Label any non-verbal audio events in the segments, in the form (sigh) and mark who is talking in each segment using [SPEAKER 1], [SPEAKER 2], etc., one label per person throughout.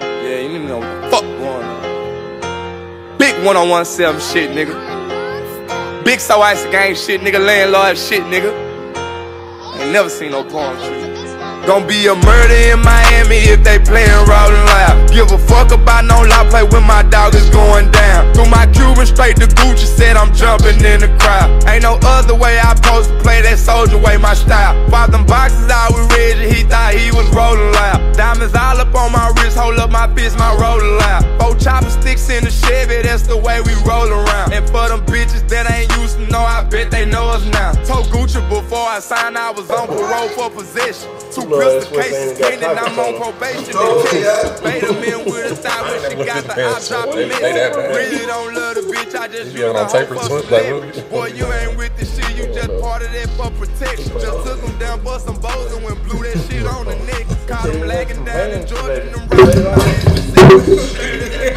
[SPEAKER 1] Yeah, you niggas know what the fuck going on. Big 1017 shit, nigga. Big so ice gang shit, nigga. Landlord shit, nigga. Ain't never seen no palm tree. Gonna be a murder in Miami if they playin' Robin Loud. Give a fuck about no lie, play with my dog, it's going down. Through my Cuban straight to Gucci, said I'm jumping in the crowd. Ain't no other way I supposed to play that soldier way, my style. Bought them boxes out with Reggie, he thought he was rolling loud. Diamonds all up on my wrist, hold up my fist, my rolling loud. Four chopper sticks in the Chevy, that's the way we roll around. And for them bitches that ain't used to know, I bet they know us now. Told Gucci before I signed, I was on parole for possession. Two
[SPEAKER 2] Lord, that's
[SPEAKER 1] pistol
[SPEAKER 2] what they
[SPEAKER 1] cases
[SPEAKER 2] ain't got
[SPEAKER 1] clean and I'm
[SPEAKER 2] pockets
[SPEAKER 1] on
[SPEAKER 2] on 'em.
[SPEAKER 1] probation.
[SPEAKER 2] Oh,
[SPEAKER 1] They
[SPEAKER 2] yeah.
[SPEAKER 1] chased beta men with a style when she
[SPEAKER 3] what
[SPEAKER 1] got
[SPEAKER 3] this
[SPEAKER 1] the
[SPEAKER 3] man
[SPEAKER 1] eye drop
[SPEAKER 3] said.
[SPEAKER 1] a
[SPEAKER 3] They- they that bad.
[SPEAKER 1] miss. Really don't love the bitch, I just
[SPEAKER 3] You
[SPEAKER 1] use
[SPEAKER 3] get on
[SPEAKER 1] the
[SPEAKER 3] tape
[SPEAKER 1] whole
[SPEAKER 3] or
[SPEAKER 1] for
[SPEAKER 3] something? Like,
[SPEAKER 1] celebrity.
[SPEAKER 3] what?
[SPEAKER 1] Boy, you ain't with the shit, you just part of that for protection. Just took them down, bust some bows and went blew that shit on the neck. Caught them lagging down in Georgia and them rappers out in the city.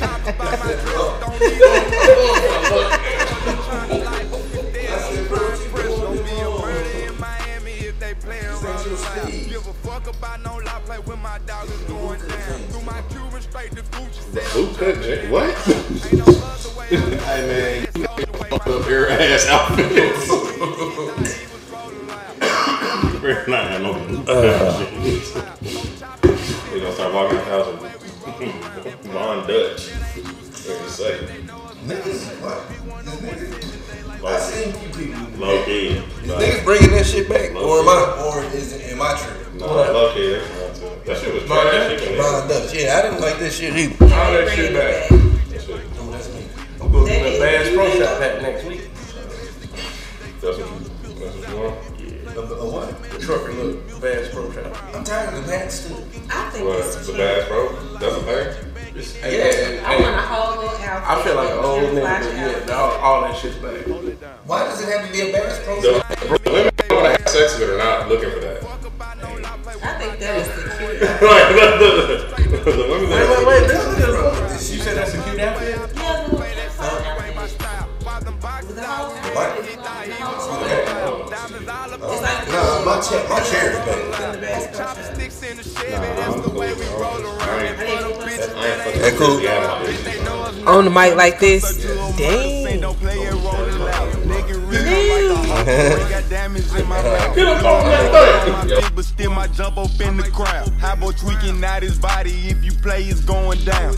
[SPEAKER 1] Chopped up by my dress, don't need no
[SPEAKER 2] Who cut Jay? What? hey man, fucked up your ass outfits. We're not having no Uh. They gonna start walking the house with (laughs) Von Dutch. What you say?
[SPEAKER 4] Niggas, what? This nigga- I seen you people.
[SPEAKER 2] Low key.
[SPEAKER 4] Is
[SPEAKER 2] Like,
[SPEAKER 4] niggas bringing that shit back, or am I, or is it am I tripping?
[SPEAKER 2] nah, low key. that's not too- That shit was trash. That shit was-
[SPEAKER 4] Ron Dutch, yeah, I didn't like that shit either.
[SPEAKER 5] All that shit back. I'm
[SPEAKER 2] that shit was-
[SPEAKER 4] That's me.
[SPEAKER 5] going to the Bass Pro Shop hat next week.
[SPEAKER 2] That's what you that's what you want.
[SPEAKER 4] A, a what?
[SPEAKER 5] The trucker look, Bass Pro Shop.
[SPEAKER 4] I'm tired of the hats too.
[SPEAKER 6] I think
[SPEAKER 2] What?
[SPEAKER 6] it's
[SPEAKER 2] The
[SPEAKER 6] cute.
[SPEAKER 2] bad bro? That's a thing?
[SPEAKER 5] Yeah,
[SPEAKER 6] I want a
[SPEAKER 5] yeah.
[SPEAKER 6] whole little outfit.
[SPEAKER 5] I feel like an old
[SPEAKER 6] Just
[SPEAKER 5] nigga,
[SPEAKER 6] flash
[SPEAKER 5] but
[SPEAKER 6] out.
[SPEAKER 5] yeah, all, all that shit's back.
[SPEAKER 4] Why does it have to be a bass pro?
[SPEAKER 2] The- bro, Women want to have sex with or not looking for that.
[SPEAKER 6] I think that was the cutest.
[SPEAKER 2] Right, look, look, look. The women that-
[SPEAKER 5] wait, this is You said that's a cute outfit?
[SPEAKER 6] Yeah, the little campfire outfit. The whole outfit is like- the whole outfit. It's like the
[SPEAKER 4] Nah, my chair, my chair is better.
[SPEAKER 6] in the basketball. I didn't even put some-
[SPEAKER 2] I ain't fucking
[SPEAKER 4] That cool?
[SPEAKER 2] with the guy like this.
[SPEAKER 7] On the mic like this.
[SPEAKER 5] (laughs)
[SPEAKER 7] Dang.
[SPEAKER 2] Get up on that thing.
[SPEAKER 8] But still, my jump up in the crowd. How about tweaking out his body? If you play, it's going down.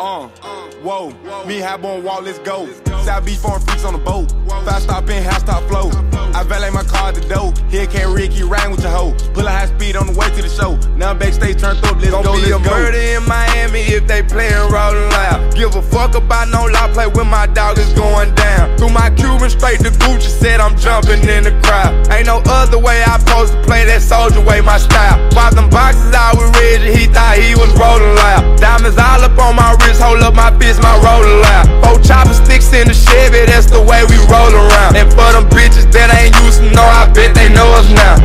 [SPEAKER 8] Uh, whoa, me hop on wall, let's go. South Beach foreign freaks on the boat. Five stop in, house stop flow. I valet my car at the dope. Here can't Ricky ride with your hoe. Pull a high speed on the way to the show. Now I'm backstage turned up, let's
[SPEAKER 1] Gonna
[SPEAKER 8] go.
[SPEAKER 1] be
[SPEAKER 8] let's
[SPEAKER 1] a
[SPEAKER 8] go.
[SPEAKER 1] murder in Miami if they playin' rollin' loud. Give a fuck about no lie, play with my dog, it's going down. Through my Cuban straight to Gucci, said I'm jumping in the crowd. Ain't no other way I supposed to play that soldier way, my style. Bought them boxes out with Reggie, he thought he was rollin' loud. Diamonds all up on my wrist, hold up my fist, my rollin' loud. Four chopper sticks in the Chevy, that's the way we roll around. And for them bitches that ain't used to know, I bet they know us now.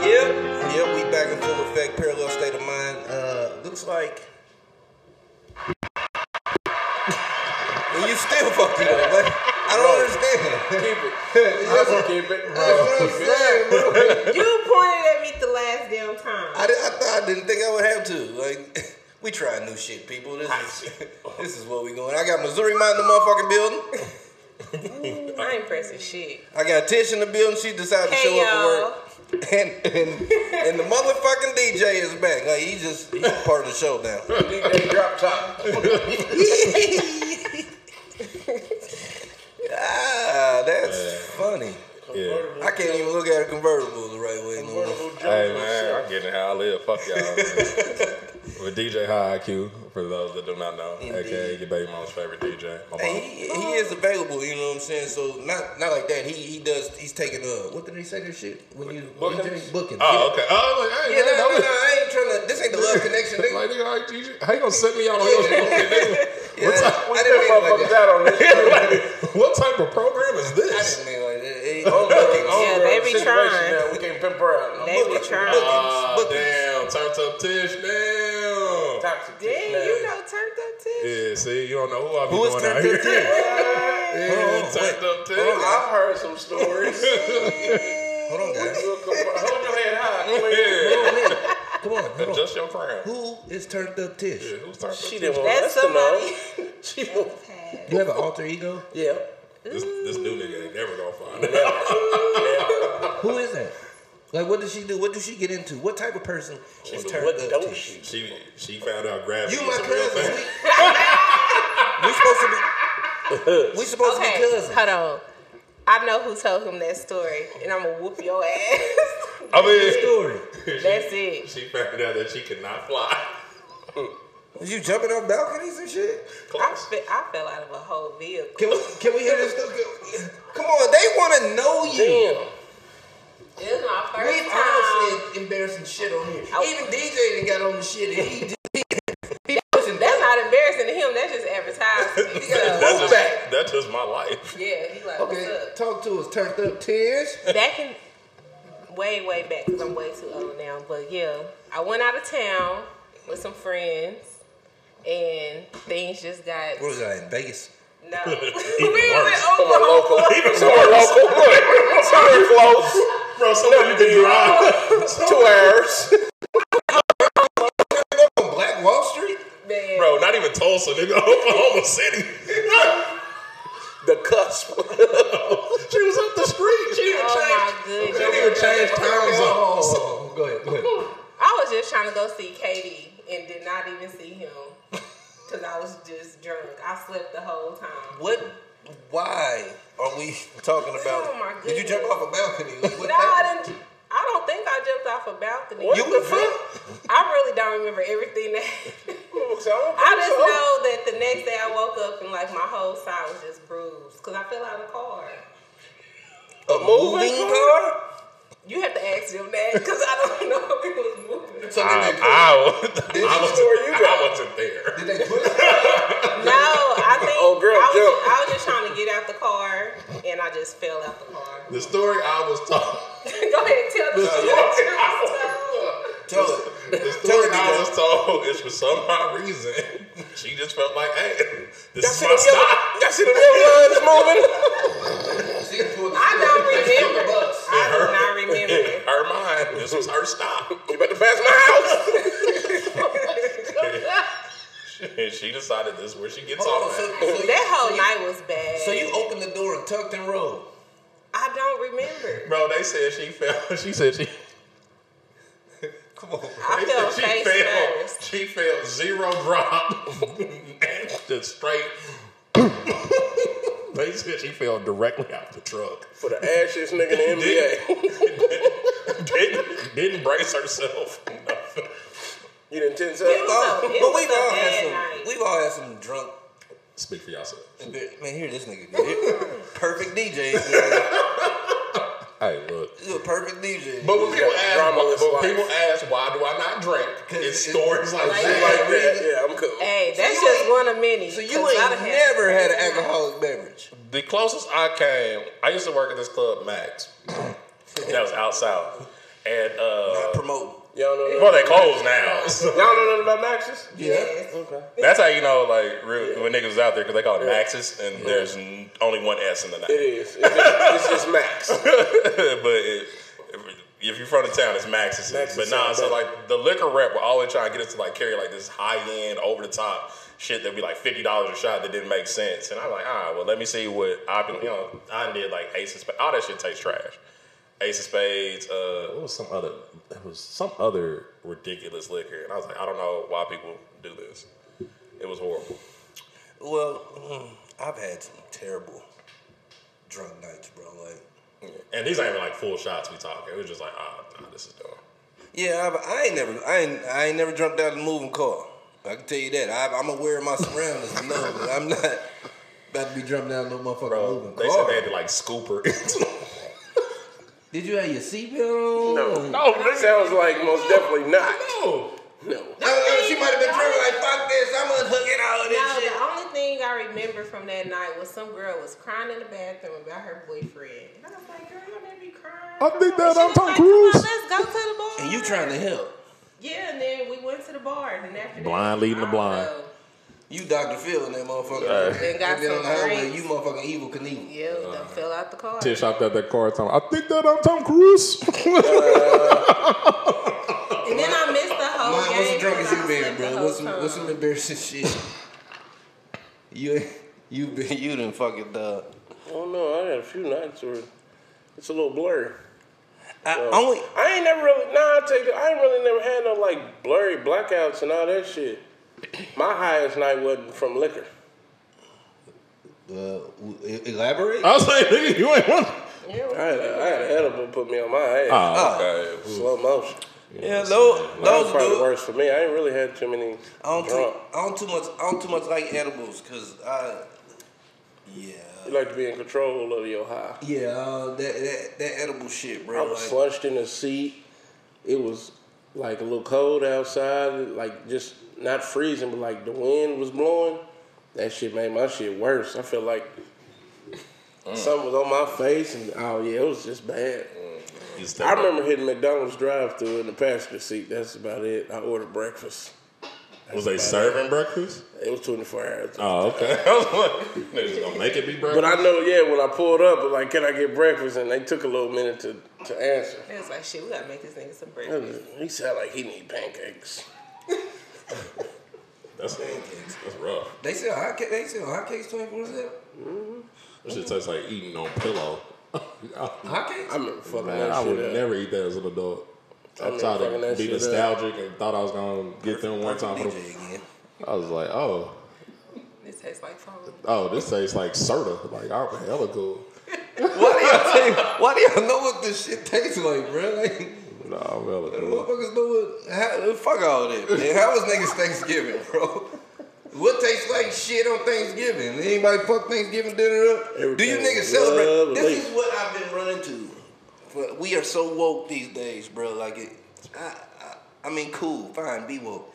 [SPEAKER 4] Yep, yep, we back in full effect. Parallel state of mind. Uh, looks like. (laughs) And you still fucking up, man. I don't understand.
[SPEAKER 5] Keep it. I will keep it.
[SPEAKER 4] That's
[SPEAKER 5] Bro,
[SPEAKER 4] what I'm
[SPEAKER 5] keep it.
[SPEAKER 4] saying, bro.
[SPEAKER 6] You pointed at me the last damn time.
[SPEAKER 4] I, did, I thought I didn't think I would have to. Like, (laughs) we try new shit, people. This is (laughs) this is what we going. I got Missouri Mind in the motherfucking building.
[SPEAKER 6] I ain't pressing shit.
[SPEAKER 4] I got Tish in the building. She decided to
[SPEAKER 6] Hey,
[SPEAKER 4] show up for
[SPEAKER 6] y'all.
[SPEAKER 4] work. (laughs) And, and and the motherfucking DJ is back. Like he just he's part of the show
[SPEAKER 5] (laughs)
[SPEAKER 4] now.
[SPEAKER 5] DJ Drop Top.
[SPEAKER 4] (laughs) Ah, that's funny.
[SPEAKER 2] Yeah.
[SPEAKER 4] I can't even look at a convertible the right way. No more.
[SPEAKER 2] Hey man, I'm getting how I live. Fuck y'all. man. With DJ High IQ, for those that do not know, aka your baby mom's favorite DJ, my mom.
[SPEAKER 4] And he, he is available, you know what I'm saying? So not not like that. He he does he's taking uh what did they say this shit when you
[SPEAKER 2] Bookings?
[SPEAKER 4] booking.
[SPEAKER 2] Oh, okay. Oh, I was like, hey,
[SPEAKER 4] Yeah, no,
[SPEAKER 2] man,
[SPEAKER 4] no, no,
[SPEAKER 2] that
[SPEAKER 4] I ain't trying to this ain't the love
[SPEAKER 2] (laughs)
[SPEAKER 4] connection
[SPEAKER 2] was-
[SPEAKER 4] nigga.
[SPEAKER 2] like, nigga, how you- how you gonna set me out on your shit?
[SPEAKER 4] Yeah, I,
[SPEAKER 5] We put
[SPEAKER 4] didn't mean it like
[SPEAKER 5] motherfuckers
[SPEAKER 4] that.
[SPEAKER 5] out on this shit.
[SPEAKER 2] What type of program is
[SPEAKER 4] I
[SPEAKER 2] this?
[SPEAKER 4] didn't mean it like that. Hey,
[SPEAKER 5] On
[SPEAKER 4] bookings,
[SPEAKER 5] booking,
[SPEAKER 2] Oh,
[SPEAKER 5] on
[SPEAKER 6] Yeah,
[SPEAKER 5] the
[SPEAKER 6] they be
[SPEAKER 5] situation
[SPEAKER 6] trying.
[SPEAKER 5] Now. We can't pimp her out. No
[SPEAKER 6] They be
[SPEAKER 5] booking.
[SPEAKER 6] trying.
[SPEAKER 2] Ah,
[SPEAKER 4] bookings, bookings.
[SPEAKER 2] damn, turned up Tish, damn.
[SPEAKER 5] Toxic.
[SPEAKER 6] Dang, you know turned up too.
[SPEAKER 2] Yeah, see, you don't know who I be
[SPEAKER 4] Who is
[SPEAKER 2] going out
[SPEAKER 4] turned up
[SPEAKER 2] here. (laughs)
[SPEAKER 4] Tish?
[SPEAKER 2] Yeah, turned up Tish.
[SPEAKER 5] I've heard some stories.
[SPEAKER 4] Hold on, guys.
[SPEAKER 5] Hold your head high.
[SPEAKER 2] Yeah.
[SPEAKER 4] Come on, hold on.
[SPEAKER 2] Adjust your crown.
[SPEAKER 4] Who is turned up Tish?
[SPEAKER 2] Yeah, who's talking
[SPEAKER 5] She
[SPEAKER 2] about
[SPEAKER 5] didn't want
[SPEAKER 9] That's
[SPEAKER 5] us to know.
[SPEAKER 9] somebody.
[SPEAKER 5] She won't.
[SPEAKER 4] You have an alter ego?
[SPEAKER 5] Yeah.
[SPEAKER 2] This, this new nigga ain't never gonna find
[SPEAKER 4] (laughs)
[SPEAKER 2] it.
[SPEAKER 4] Who is that? Like, what does she do? What does she get into? What type of person is turned
[SPEAKER 5] What
[SPEAKER 4] up
[SPEAKER 5] don't
[SPEAKER 4] Tish?
[SPEAKER 5] she?
[SPEAKER 2] She she found out gravity
[SPEAKER 4] You my
[SPEAKER 2] was a real
[SPEAKER 4] cousin.
[SPEAKER 2] thing.
[SPEAKER 4] We, we supposed to be. We supposed
[SPEAKER 6] (laughs) Okay,
[SPEAKER 4] to be cousins.
[SPEAKER 6] hold on. I know who told him that story, and I'm gonna whoop your ass. (laughs)
[SPEAKER 2] I mean,
[SPEAKER 4] Story.
[SPEAKER 6] That's
[SPEAKER 2] (laughs)
[SPEAKER 6] it.
[SPEAKER 2] she found out that she could not
[SPEAKER 4] (laughs)
[SPEAKER 2] fly.
[SPEAKER 4] Was you jumping off balconies and shit?
[SPEAKER 6] I, fe- I fell out of a whole vehicle.
[SPEAKER 4] Can we, can we hear this? Come on, they want to know you.
[SPEAKER 5] Damn.
[SPEAKER 6] It was my
[SPEAKER 4] We
[SPEAKER 6] first
[SPEAKER 4] all
[SPEAKER 6] time.
[SPEAKER 4] said embarrassing shit on here.
[SPEAKER 6] Oh.
[SPEAKER 4] Even DJ done got on the shit and he did. He pushing
[SPEAKER 6] That's
[SPEAKER 4] that.
[SPEAKER 6] not embarrassing to him. That's just (laughs) advertising.
[SPEAKER 4] That's
[SPEAKER 6] So,
[SPEAKER 2] just,
[SPEAKER 4] back.
[SPEAKER 2] that's just my life.
[SPEAKER 6] yeah, he like,
[SPEAKER 4] Okay,
[SPEAKER 6] what's
[SPEAKER 4] talk to us. Turned up Tish.
[SPEAKER 6] up? Back in way, way back, because I'm way too old now. But yeah, I went out of town with some friends, and things just got
[SPEAKER 4] What was that in Vegas?
[SPEAKER 6] no. (laughs) we was in Oklahoma.
[SPEAKER 2] Even somewhere local. Somewhere close. Bro, somewhere you can drive.
[SPEAKER 4] (laughs)
[SPEAKER 5] Two hours.
[SPEAKER 4] On Black Wall Street?
[SPEAKER 6] Man,
[SPEAKER 2] Bro, not even Tulsa, nigga. (laughs) Oklahoma City.
[SPEAKER 4] Ah,
[SPEAKER 2] (laughs)
[SPEAKER 5] The cusp.
[SPEAKER 2] she was up the street. She didn't
[SPEAKER 6] oh my
[SPEAKER 4] They
[SPEAKER 6] goodness.
[SPEAKER 4] even changed towns up. Oh, Go ahead, go ahead.
[SPEAKER 6] I was just trying to go see Katie and did not even see him because I was just drunk. I slept the whole time.
[SPEAKER 4] What? Why are we talking about?
[SPEAKER 6] Oh, my
[SPEAKER 4] Did you jump
[SPEAKER 6] goodness.
[SPEAKER 4] off a balcony? Like, what
[SPEAKER 6] No, I
[SPEAKER 4] happened?
[SPEAKER 6] didn't. I don't think I jumped off a balcony.
[SPEAKER 4] You were drunk.
[SPEAKER 6] I really don't remember everything (laughs) that.
[SPEAKER 5] I
[SPEAKER 6] (laughs) I just know that the next day I woke up and like my whole side was just bruised because I fell out of the car.
[SPEAKER 4] A moving car.
[SPEAKER 6] You have to ask them that because I don't know if it was moving.
[SPEAKER 2] I,
[SPEAKER 4] So did they, put,
[SPEAKER 2] I, I, wasn't,
[SPEAKER 4] you
[SPEAKER 2] I wasn't there.
[SPEAKER 4] did they put it?
[SPEAKER 6] No, I think
[SPEAKER 5] Oh, girl,
[SPEAKER 6] I, was,
[SPEAKER 5] jump.
[SPEAKER 6] I was just trying to get out the car and I just fell out the car. (laughs)
[SPEAKER 2] The story I was told.
[SPEAKER 6] Go ahead, tell the story.
[SPEAKER 4] Tell it.
[SPEAKER 2] (laughs) The story I was told (laughs) is for some odd reason, (laughs) she just felt like, hey,
[SPEAKER 5] Y'all
[SPEAKER 2] this
[SPEAKER 5] see
[SPEAKER 2] is my
[SPEAKER 5] them
[SPEAKER 2] stop.
[SPEAKER 5] yellow, y'all see them yellow lines moving?
[SPEAKER 4] She pulled the
[SPEAKER 6] I don't remember.
[SPEAKER 4] bus.
[SPEAKER 6] I do not
[SPEAKER 2] (laughs)
[SPEAKER 6] remember.
[SPEAKER 2] (laughs) Her mind, this was her stop.
[SPEAKER 5] You about to pass my house?
[SPEAKER 2] And (laughs) she decided this is where she gets
[SPEAKER 4] Oh,
[SPEAKER 2] off
[SPEAKER 4] so,
[SPEAKER 2] at.
[SPEAKER 4] so you-
[SPEAKER 6] (laughs) That whole night was bad.
[SPEAKER 4] So you opened the door and tucked and rolled.
[SPEAKER 6] I don't remember.
[SPEAKER 2] Bro, they said she fell. (laughs) She said she.
[SPEAKER 4] Come on. Bro.
[SPEAKER 6] I
[SPEAKER 2] They
[SPEAKER 6] fell
[SPEAKER 2] said she
[SPEAKER 6] face
[SPEAKER 2] fell.
[SPEAKER 6] first.
[SPEAKER 2] She fell zero drop (laughs) and just straight. (laughs) they said she fell directly out the truck.
[SPEAKER 5] For the ashes nigga in the NBA.
[SPEAKER 2] (laughs) Didn't, didn't brace herself.
[SPEAKER 5] You didn't 10
[SPEAKER 6] It
[SPEAKER 5] seconds?
[SPEAKER 6] was
[SPEAKER 4] Oh,
[SPEAKER 6] a, it
[SPEAKER 4] but
[SPEAKER 6] was
[SPEAKER 4] we've
[SPEAKER 6] a
[SPEAKER 4] all
[SPEAKER 6] bad
[SPEAKER 4] had some.
[SPEAKER 6] night.
[SPEAKER 4] We've all had some drunk.
[SPEAKER 2] Speak for yourself.
[SPEAKER 4] Man, here this nigga. go. Perfect DJ. man.
[SPEAKER 2] Hey, look.
[SPEAKER 4] He's a perfect DJ.
[SPEAKER 2] But when people
[SPEAKER 5] Yeah,
[SPEAKER 2] ask,
[SPEAKER 5] drama
[SPEAKER 2] why,
[SPEAKER 5] is
[SPEAKER 2] but
[SPEAKER 5] life.
[SPEAKER 2] people ask, why do I not drink?
[SPEAKER 4] 'Cause
[SPEAKER 2] It's
[SPEAKER 4] it-
[SPEAKER 2] stories like that.
[SPEAKER 6] like that.
[SPEAKER 5] Like that, yeah, I'm cool.
[SPEAKER 6] Hey, that's
[SPEAKER 4] you
[SPEAKER 6] just
[SPEAKER 4] ain't-
[SPEAKER 6] one of many.
[SPEAKER 4] so you
[SPEAKER 6] 'cause
[SPEAKER 4] ain't
[SPEAKER 6] I'd've
[SPEAKER 4] never had an
[SPEAKER 6] some-
[SPEAKER 4] alcoholic beverage.
[SPEAKER 2] The closest I came, I used to work at this club, Max. that was out south, and uh,
[SPEAKER 4] Not promoting.
[SPEAKER 5] Y'all know
[SPEAKER 2] well, they closed now. So
[SPEAKER 5] Y'all know nothing about Max's?
[SPEAKER 4] Yeah.
[SPEAKER 2] that's how you know, like, real, when niggas was out there because they call it Maxes, and there's n- only one S in the
[SPEAKER 5] It
[SPEAKER 2] name.
[SPEAKER 5] is. It's just, it's just
[SPEAKER 6] (laughs)
[SPEAKER 2] (laughs)
[SPEAKER 5] Max.
[SPEAKER 2] but it, if you're from the town, it's Max's.
[SPEAKER 5] Max's
[SPEAKER 2] but nah,
[SPEAKER 5] sound
[SPEAKER 2] so
[SPEAKER 5] better.
[SPEAKER 2] like the liquor rep would always try to get us to like carry like this high end, over the top shit that'd be like fifty dollars a shot that didn't make sense. And I'm like, all right, well, let me see what I've been, you know, I did like Ace of Spades. All that shit tastes trash. Ace of Spades. Uh, what was some other? It was some other ridiculous liquor, and I was like, I don't know why people do this. It was horrible.
[SPEAKER 4] Well, mm, I've had some terrible drunk nights, bro. Like,
[SPEAKER 2] And these ain't even like full shots we talking. It was just like, ah, nah, this is dumb.
[SPEAKER 4] yeah, I've, I ain't never, I ain't, I ain't never drunk out of a moving car. I can tell you that. I, I'm aware of my surroundings. no, but I'm not about to be jumping down no motherfucking
[SPEAKER 2] Bro,
[SPEAKER 4] moving
[SPEAKER 2] they
[SPEAKER 4] car.
[SPEAKER 2] said they had to like scoop (laughs) her.
[SPEAKER 4] Did you have your seatbelt
[SPEAKER 5] No.
[SPEAKER 4] on?
[SPEAKER 5] No, that sounds like most definitely not.
[SPEAKER 2] no.
[SPEAKER 5] No.
[SPEAKER 4] Uh, uh, she might have been drinking like fuck this. I'm unhooking all this
[SPEAKER 6] No,
[SPEAKER 4] shit.
[SPEAKER 6] the only thing I remember from that night was some girl was crying in the bathroom about her boyfriend. And I was like, girl, you'll never be crying. I think that I'm Tom Cruise. Let's go to the bar.
[SPEAKER 4] And you trying to help?
[SPEAKER 6] Yeah, and then we went to the bar, and after that,
[SPEAKER 2] Blind leading the
[SPEAKER 6] I
[SPEAKER 2] blind.
[SPEAKER 6] don't know.
[SPEAKER 4] You Dr. Phil and that motherfucker.
[SPEAKER 6] And got
[SPEAKER 4] You been on
[SPEAKER 6] some
[SPEAKER 4] the highway.
[SPEAKER 6] drinks.
[SPEAKER 4] You motherfucking evil Knievel.
[SPEAKER 6] Yeah, done fell out the car.
[SPEAKER 2] um, (laughs) Tish hopped out that car. Tom, I think that I'm Tom Cruise.
[SPEAKER 6] And then I missed the whole
[SPEAKER 4] Mine
[SPEAKER 6] game.
[SPEAKER 4] wasn't drunk as
[SPEAKER 6] because I
[SPEAKER 4] you been,
[SPEAKER 6] slept the
[SPEAKER 4] bro.
[SPEAKER 6] whole
[SPEAKER 4] What's some, what's some
[SPEAKER 6] time.
[SPEAKER 4] embarrassing shit? (laughs) you you been you done fucking dog.
[SPEAKER 5] Oh no, I had a few nights where it's a little blurry.
[SPEAKER 4] I only
[SPEAKER 5] I ain't never really. Nah, I take that. I ain't really never had no like blurry blackouts and all that shit. My highest night wasn't from liquor.
[SPEAKER 4] uh, w- e- elaborate.
[SPEAKER 10] I was like, nigga, you ain't one.
[SPEAKER 5] I had, a, I had an edible put me on my ass.
[SPEAKER 2] Oh, okay.
[SPEAKER 5] Slow motion.
[SPEAKER 4] yeah, those
[SPEAKER 5] That was
[SPEAKER 4] those
[SPEAKER 5] probably
[SPEAKER 4] do.
[SPEAKER 5] worse for me. I ain't really had too many
[SPEAKER 4] I don't too,
[SPEAKER 5] drunk.
[SPEAKER 4] I don't too much I don't too much like edibles because I yeah
[SPEAKER 5] You like to be in control of your high.
[SPEAKER 4] yeah uh, that, that that edible shit,
[SPEAKER 5] I
[SPEAKER 4] bro.
[SPEAKER 5] was
[SPEAKER 4] like,
[SPEAKER 5] slouched in a seat. It was like a little cold outside, like just not freezing, but like the wind was blowing. That shit made my shit worse. I felt like
[SPEAKER 2] Mm.
[SPEAKER 5] something was on my face, and oh yeah, it was just bad.
[SPEAKER 2] He's
[SPEAKER 5] I remember hitting McDonald's drive-through in the passenger seat. That's about it. I ordered breakfast.
[SPEAKER 2] Was they serving breakfast?
[SPEAKER 5] It was 24 hours.
[SPEAKER 2] Oh, okay. (laughs) I was like, niggas gonna make it be breakfast.
[SPEAKER 5] But I know, yeah, when I pulled up, I'm like, can I get breakfast? And they took a little minute to, to answer.
[SPEAKER 6] It was like, shit, we gotta make this nigga some
[SPEAKER 5] I
[SPEAKER 6] bread.
[SPEAKER 5] was- He sounded like he need pancakes.
[SPEAKER 2] that's that's rough.
[SPEAKER 4] they sell hot cakes. They sell hot cakes twenty four seven.
[SPEAKER 2] That shit tastes like eating on pillow. (laughs) I,
[SPEAKER 4] Hot cakes.
[SPEAKER 5] I remember fucking
[SPEAKER 2] man,
[SPEAKER 5] that
[SPEAKER 2] I
[SPEAKER 5] shit
[SPEAKER 2] would
[SPEAKER 5] up.
[SPEAKER 2] never eat that as an adult. I
[SPEAKER 5] I'm
[SPEAKER 2] tried
[SPEAKER 5] fucking
[SPEAKER 2] to
[SPEAKER 5] that
[SPEAKER 2] be
[SPEAKER 5] shit up.
[SPEAKER 2] nostalgic and thought I was gonna get them one time for the.
[SPEAKER 4] DJ again.
[SPEAKER 2] I was like, oh,
[SPEAKER 6] This tastes like foam.
[SPEAKER 2] oh, this tastes like soda. Like I'm hella cool.
[SPEAKER 4] Why do y'all (laughs) take, Why do y'all know what this shit tastes like, bro? Like
[SPEAKER 2] No, I'm hella cool.
[SPEAKER 4] motherfuckers know what? How, fuck all that. Man. How was niggas Thanksgiving, bro? What tastes like shit on Thanksgiving? Anybody fuck Thanksgiving dinner up? Do you
[SPEAKER 5] Everything
[SPEAKER 4] niggas
[SPEAKER 5] was
[SPEAKER 4] celebrate?
[SPEAKER 5] lovely.
[SPEAKER 4] This is what I've been running to. But we are so woke these days, bro. Like it, I, I, I mean, cool, fine, be woke.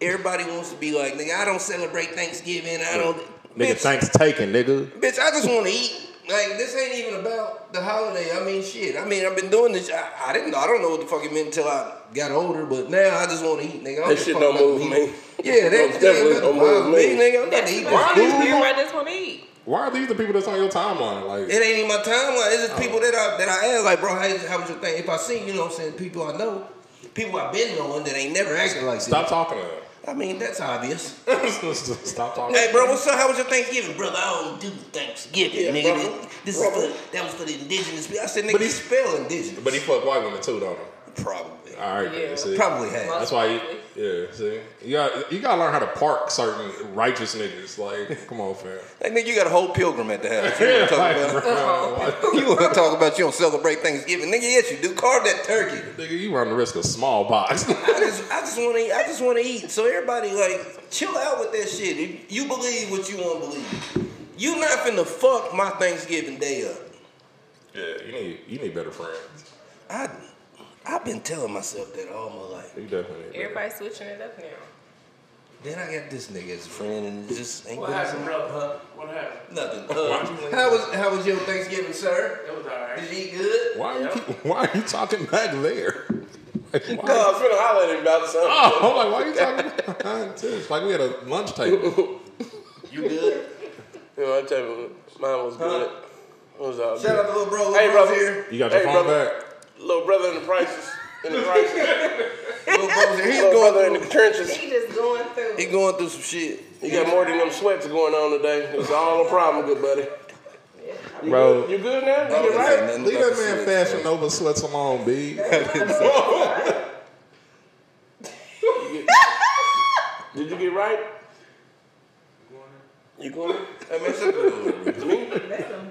[SPEAKER 4] Everybody wants to be like, nigga, I don't celebrate Thanksgiving. I don't.
[SPEAKER 2] Nigga,
[SPEAKER 4] Bitch,
[SPEAKER 2] thanks taken, nigga.
[SPEAKER 4] Bitch, I just want to eat. Like this ain't even about the holiday. I mean, shit. I mean, I've been doing this. I, I didn't know. I don't know what the fuck it meant until I got older. But now I just want to eat, nigga. I
[SPEAKER 5] That
[SPEAKER 4] give
[SPEAKER 5] shit
[SPEAKER 4] a fuck
[SPEAKER 5] don't
[SPEAKER 4] about
[SPEAKER 5] move
[SPEAKER 4] the
[SPEAKER 5] me.
[SPEAKER 4] meat. Yeah,
[SPEAKER 5] Most
[SPEAKER 4] that
[SPEAKER 5] definitely
[SPEAKER 4] definitely
[SPEAKER 5] don't
[SPEAKER 4] don't
[SPEAKER 5] move
[SPEAKER 4] move me,
[SPEAKER 5] me.
[SPEAKER 4] nigga. I'm about
[SPEAKER 6] That's
[SPEAKER 4] to eat
[SPEAKER 6] why
[SPEAKER 4] this
[SPEAKER 6] these people
[SPEAKER 4] food.
[SPEAKER 6] right just wanna eat.
[SPEAKER 2] Why are these the people that's on your timeline? Like,
[SPEAKER 4] It ain't even my timeline. It's just people that I that I ask, like, bro, how, how was your thing? If I see, you know, what I'm saying people I know, people I've been knowing that ain't never acting like
[SPEAKER 2] stop talking to
[SPEAKER 4] this. I mean, that's obvious.
[SPEAKER 2] them. (laughs) stop talking.
[SPEAKER 4] Hey, bro, what's up? How was your Thanksgiving, brother? I don't do Thanksgiving,
[SPEAKER 5] Yeah,
[SPEAKER 4] nigga.
[SPEAKER 5] brother.
[SPEAKER 4] This
[SPEAKER 5] Brother.
[SPEAKER 4] is for that was for the indigenous people. I said,
[SPEAKER 2] But
[SPEAKER 4] nigga,
[SPEAKER 2] he-
[SPEAKER 4] you spell indigenous.
[SPEAKER 2] But he fuck white women too, don't he?
[SPEAKER 4] probably,
[SPEAKER 2] All right,
[SPEAKER 6] Yeah.
[SPEAKER 2] then, see?
[SPEAKER 4] probably had.
[SPEAKER 2] That's why, you, yeah. See, you got you got to learn how to park certain righteous niggas. Like, come on,
[SPEAKER 4] (laughs)
[SPEAKER 2] fam.
[SPEAKER 4] Hey, nigga, you got a whole pilgrim at the house.
[SPEAKER 2] (laughs)
[SPEAKER 4] You
[SPEAKER 2] Yeah,
[SPEAKER 4] wanna talk
[SPEAKER 2] like,
[SPEAKER 4] about?
[SPEAKER 2] bro,
[SPEAKER 4] (laughs) You want to talk about you don't celebrate Thanksgiving, nigga? Yes, you do. Carve that turkey.
[SPEAKER 2] nigga, you run the risk of small box. (laughs)
[SPEAKER 4] I just, I just want to, eat. I just want to eat. So everybody, like, chill out with that shit. If you believe what you want to believe, you not finna fuck my Thanksgiving day up.
[SPEAKER 2] yeah, you need you need better friends.
[SPEAKER 4] I, I've been telling myself that all my life.
[SPEAKER 2] You definitely. Need better-
[SPEAKER 6] Everybody switching it up now.
[SPEAKER 4] Then I got this nigga as a friend, and it just ain't
[SPEAKER 11] What
[SPEAKER 4] good.
[SPEAKER 11] happened, bro? Huh? What happened?
[SPEAKER 4] Nothing. Uh, how was how was your Thanksgiving, sir?
[SPEAKER 11] It was alright.
[SPEAKER 4] Did you eat good?
[SPEAKER 2] Why are you keep, why are you talking back there? (laughs) Like, why-
[SPEAKER 5] No, Oh, I was finna holler at him about something.
[SPEAKER 2] Oh, I'm like, why are you talking back behind too? It's like we had a lunch table.
[SPEAKER 4] You good?
[SPEAKER 5] You know, I tell you, mine was good. It was all
[SPEAKER 4] Shout out
[SPEAKER 5] good.
[SPEAKER 4] to little bro.
[SPEAKER 5] Hey,
[SPEAKER 4] Hey,
[SPEAKER 5] brother.
[SPEAKER 4] bro's here.
[SPEAKER 2] You got your
[SPEAKER 5] Hey,
[SPEAKER 2] phone
[SPEAKER 5] brother.
[SPEAKER 2] back.
[SPEAKER 5] Little brother in the prices. In the
[SPEAKER 4] (laughs)
[SPEAKER 5] prices.
[SPEAKER 4] Little bro's here.
[SPEAKER 5] (laughs)
[SPEAKER 4] He's
[SPEAKER 5] Little brother in
[SPEAKER 4] going
[SPEAKER 5] the
[SPEAKER 4] through.
[SPEAKER 5] trenches.
[SPEAKER 6] He just going through.
[SPEAKER 4] He going through some shit.
[SPEAKER 5] You got more than them sweats going on today. It's all a problem, good buddy. You
[SPEAKER 2] Bro.
[SPEAKER 5] good? You good now? You
[SPEAKER 4] Bro,
[SPEAKER 5] right?
[SPEAKER 4] ain't nothing
[SPEAKER 2] Leave
[SPEAKER 4] about
[SPEAKER 2] that
[SPEAKER 4] the
[SPEAKER 2] man
[SPEAKER 4] sweats,
[SPEAKER 2] Fashion Nova sweats alone, B.
[SPEAKER 5] Did you get right? You going?
[SPEAKER 4] Hey, man, shut the door.
[SPEAKER 6] That's some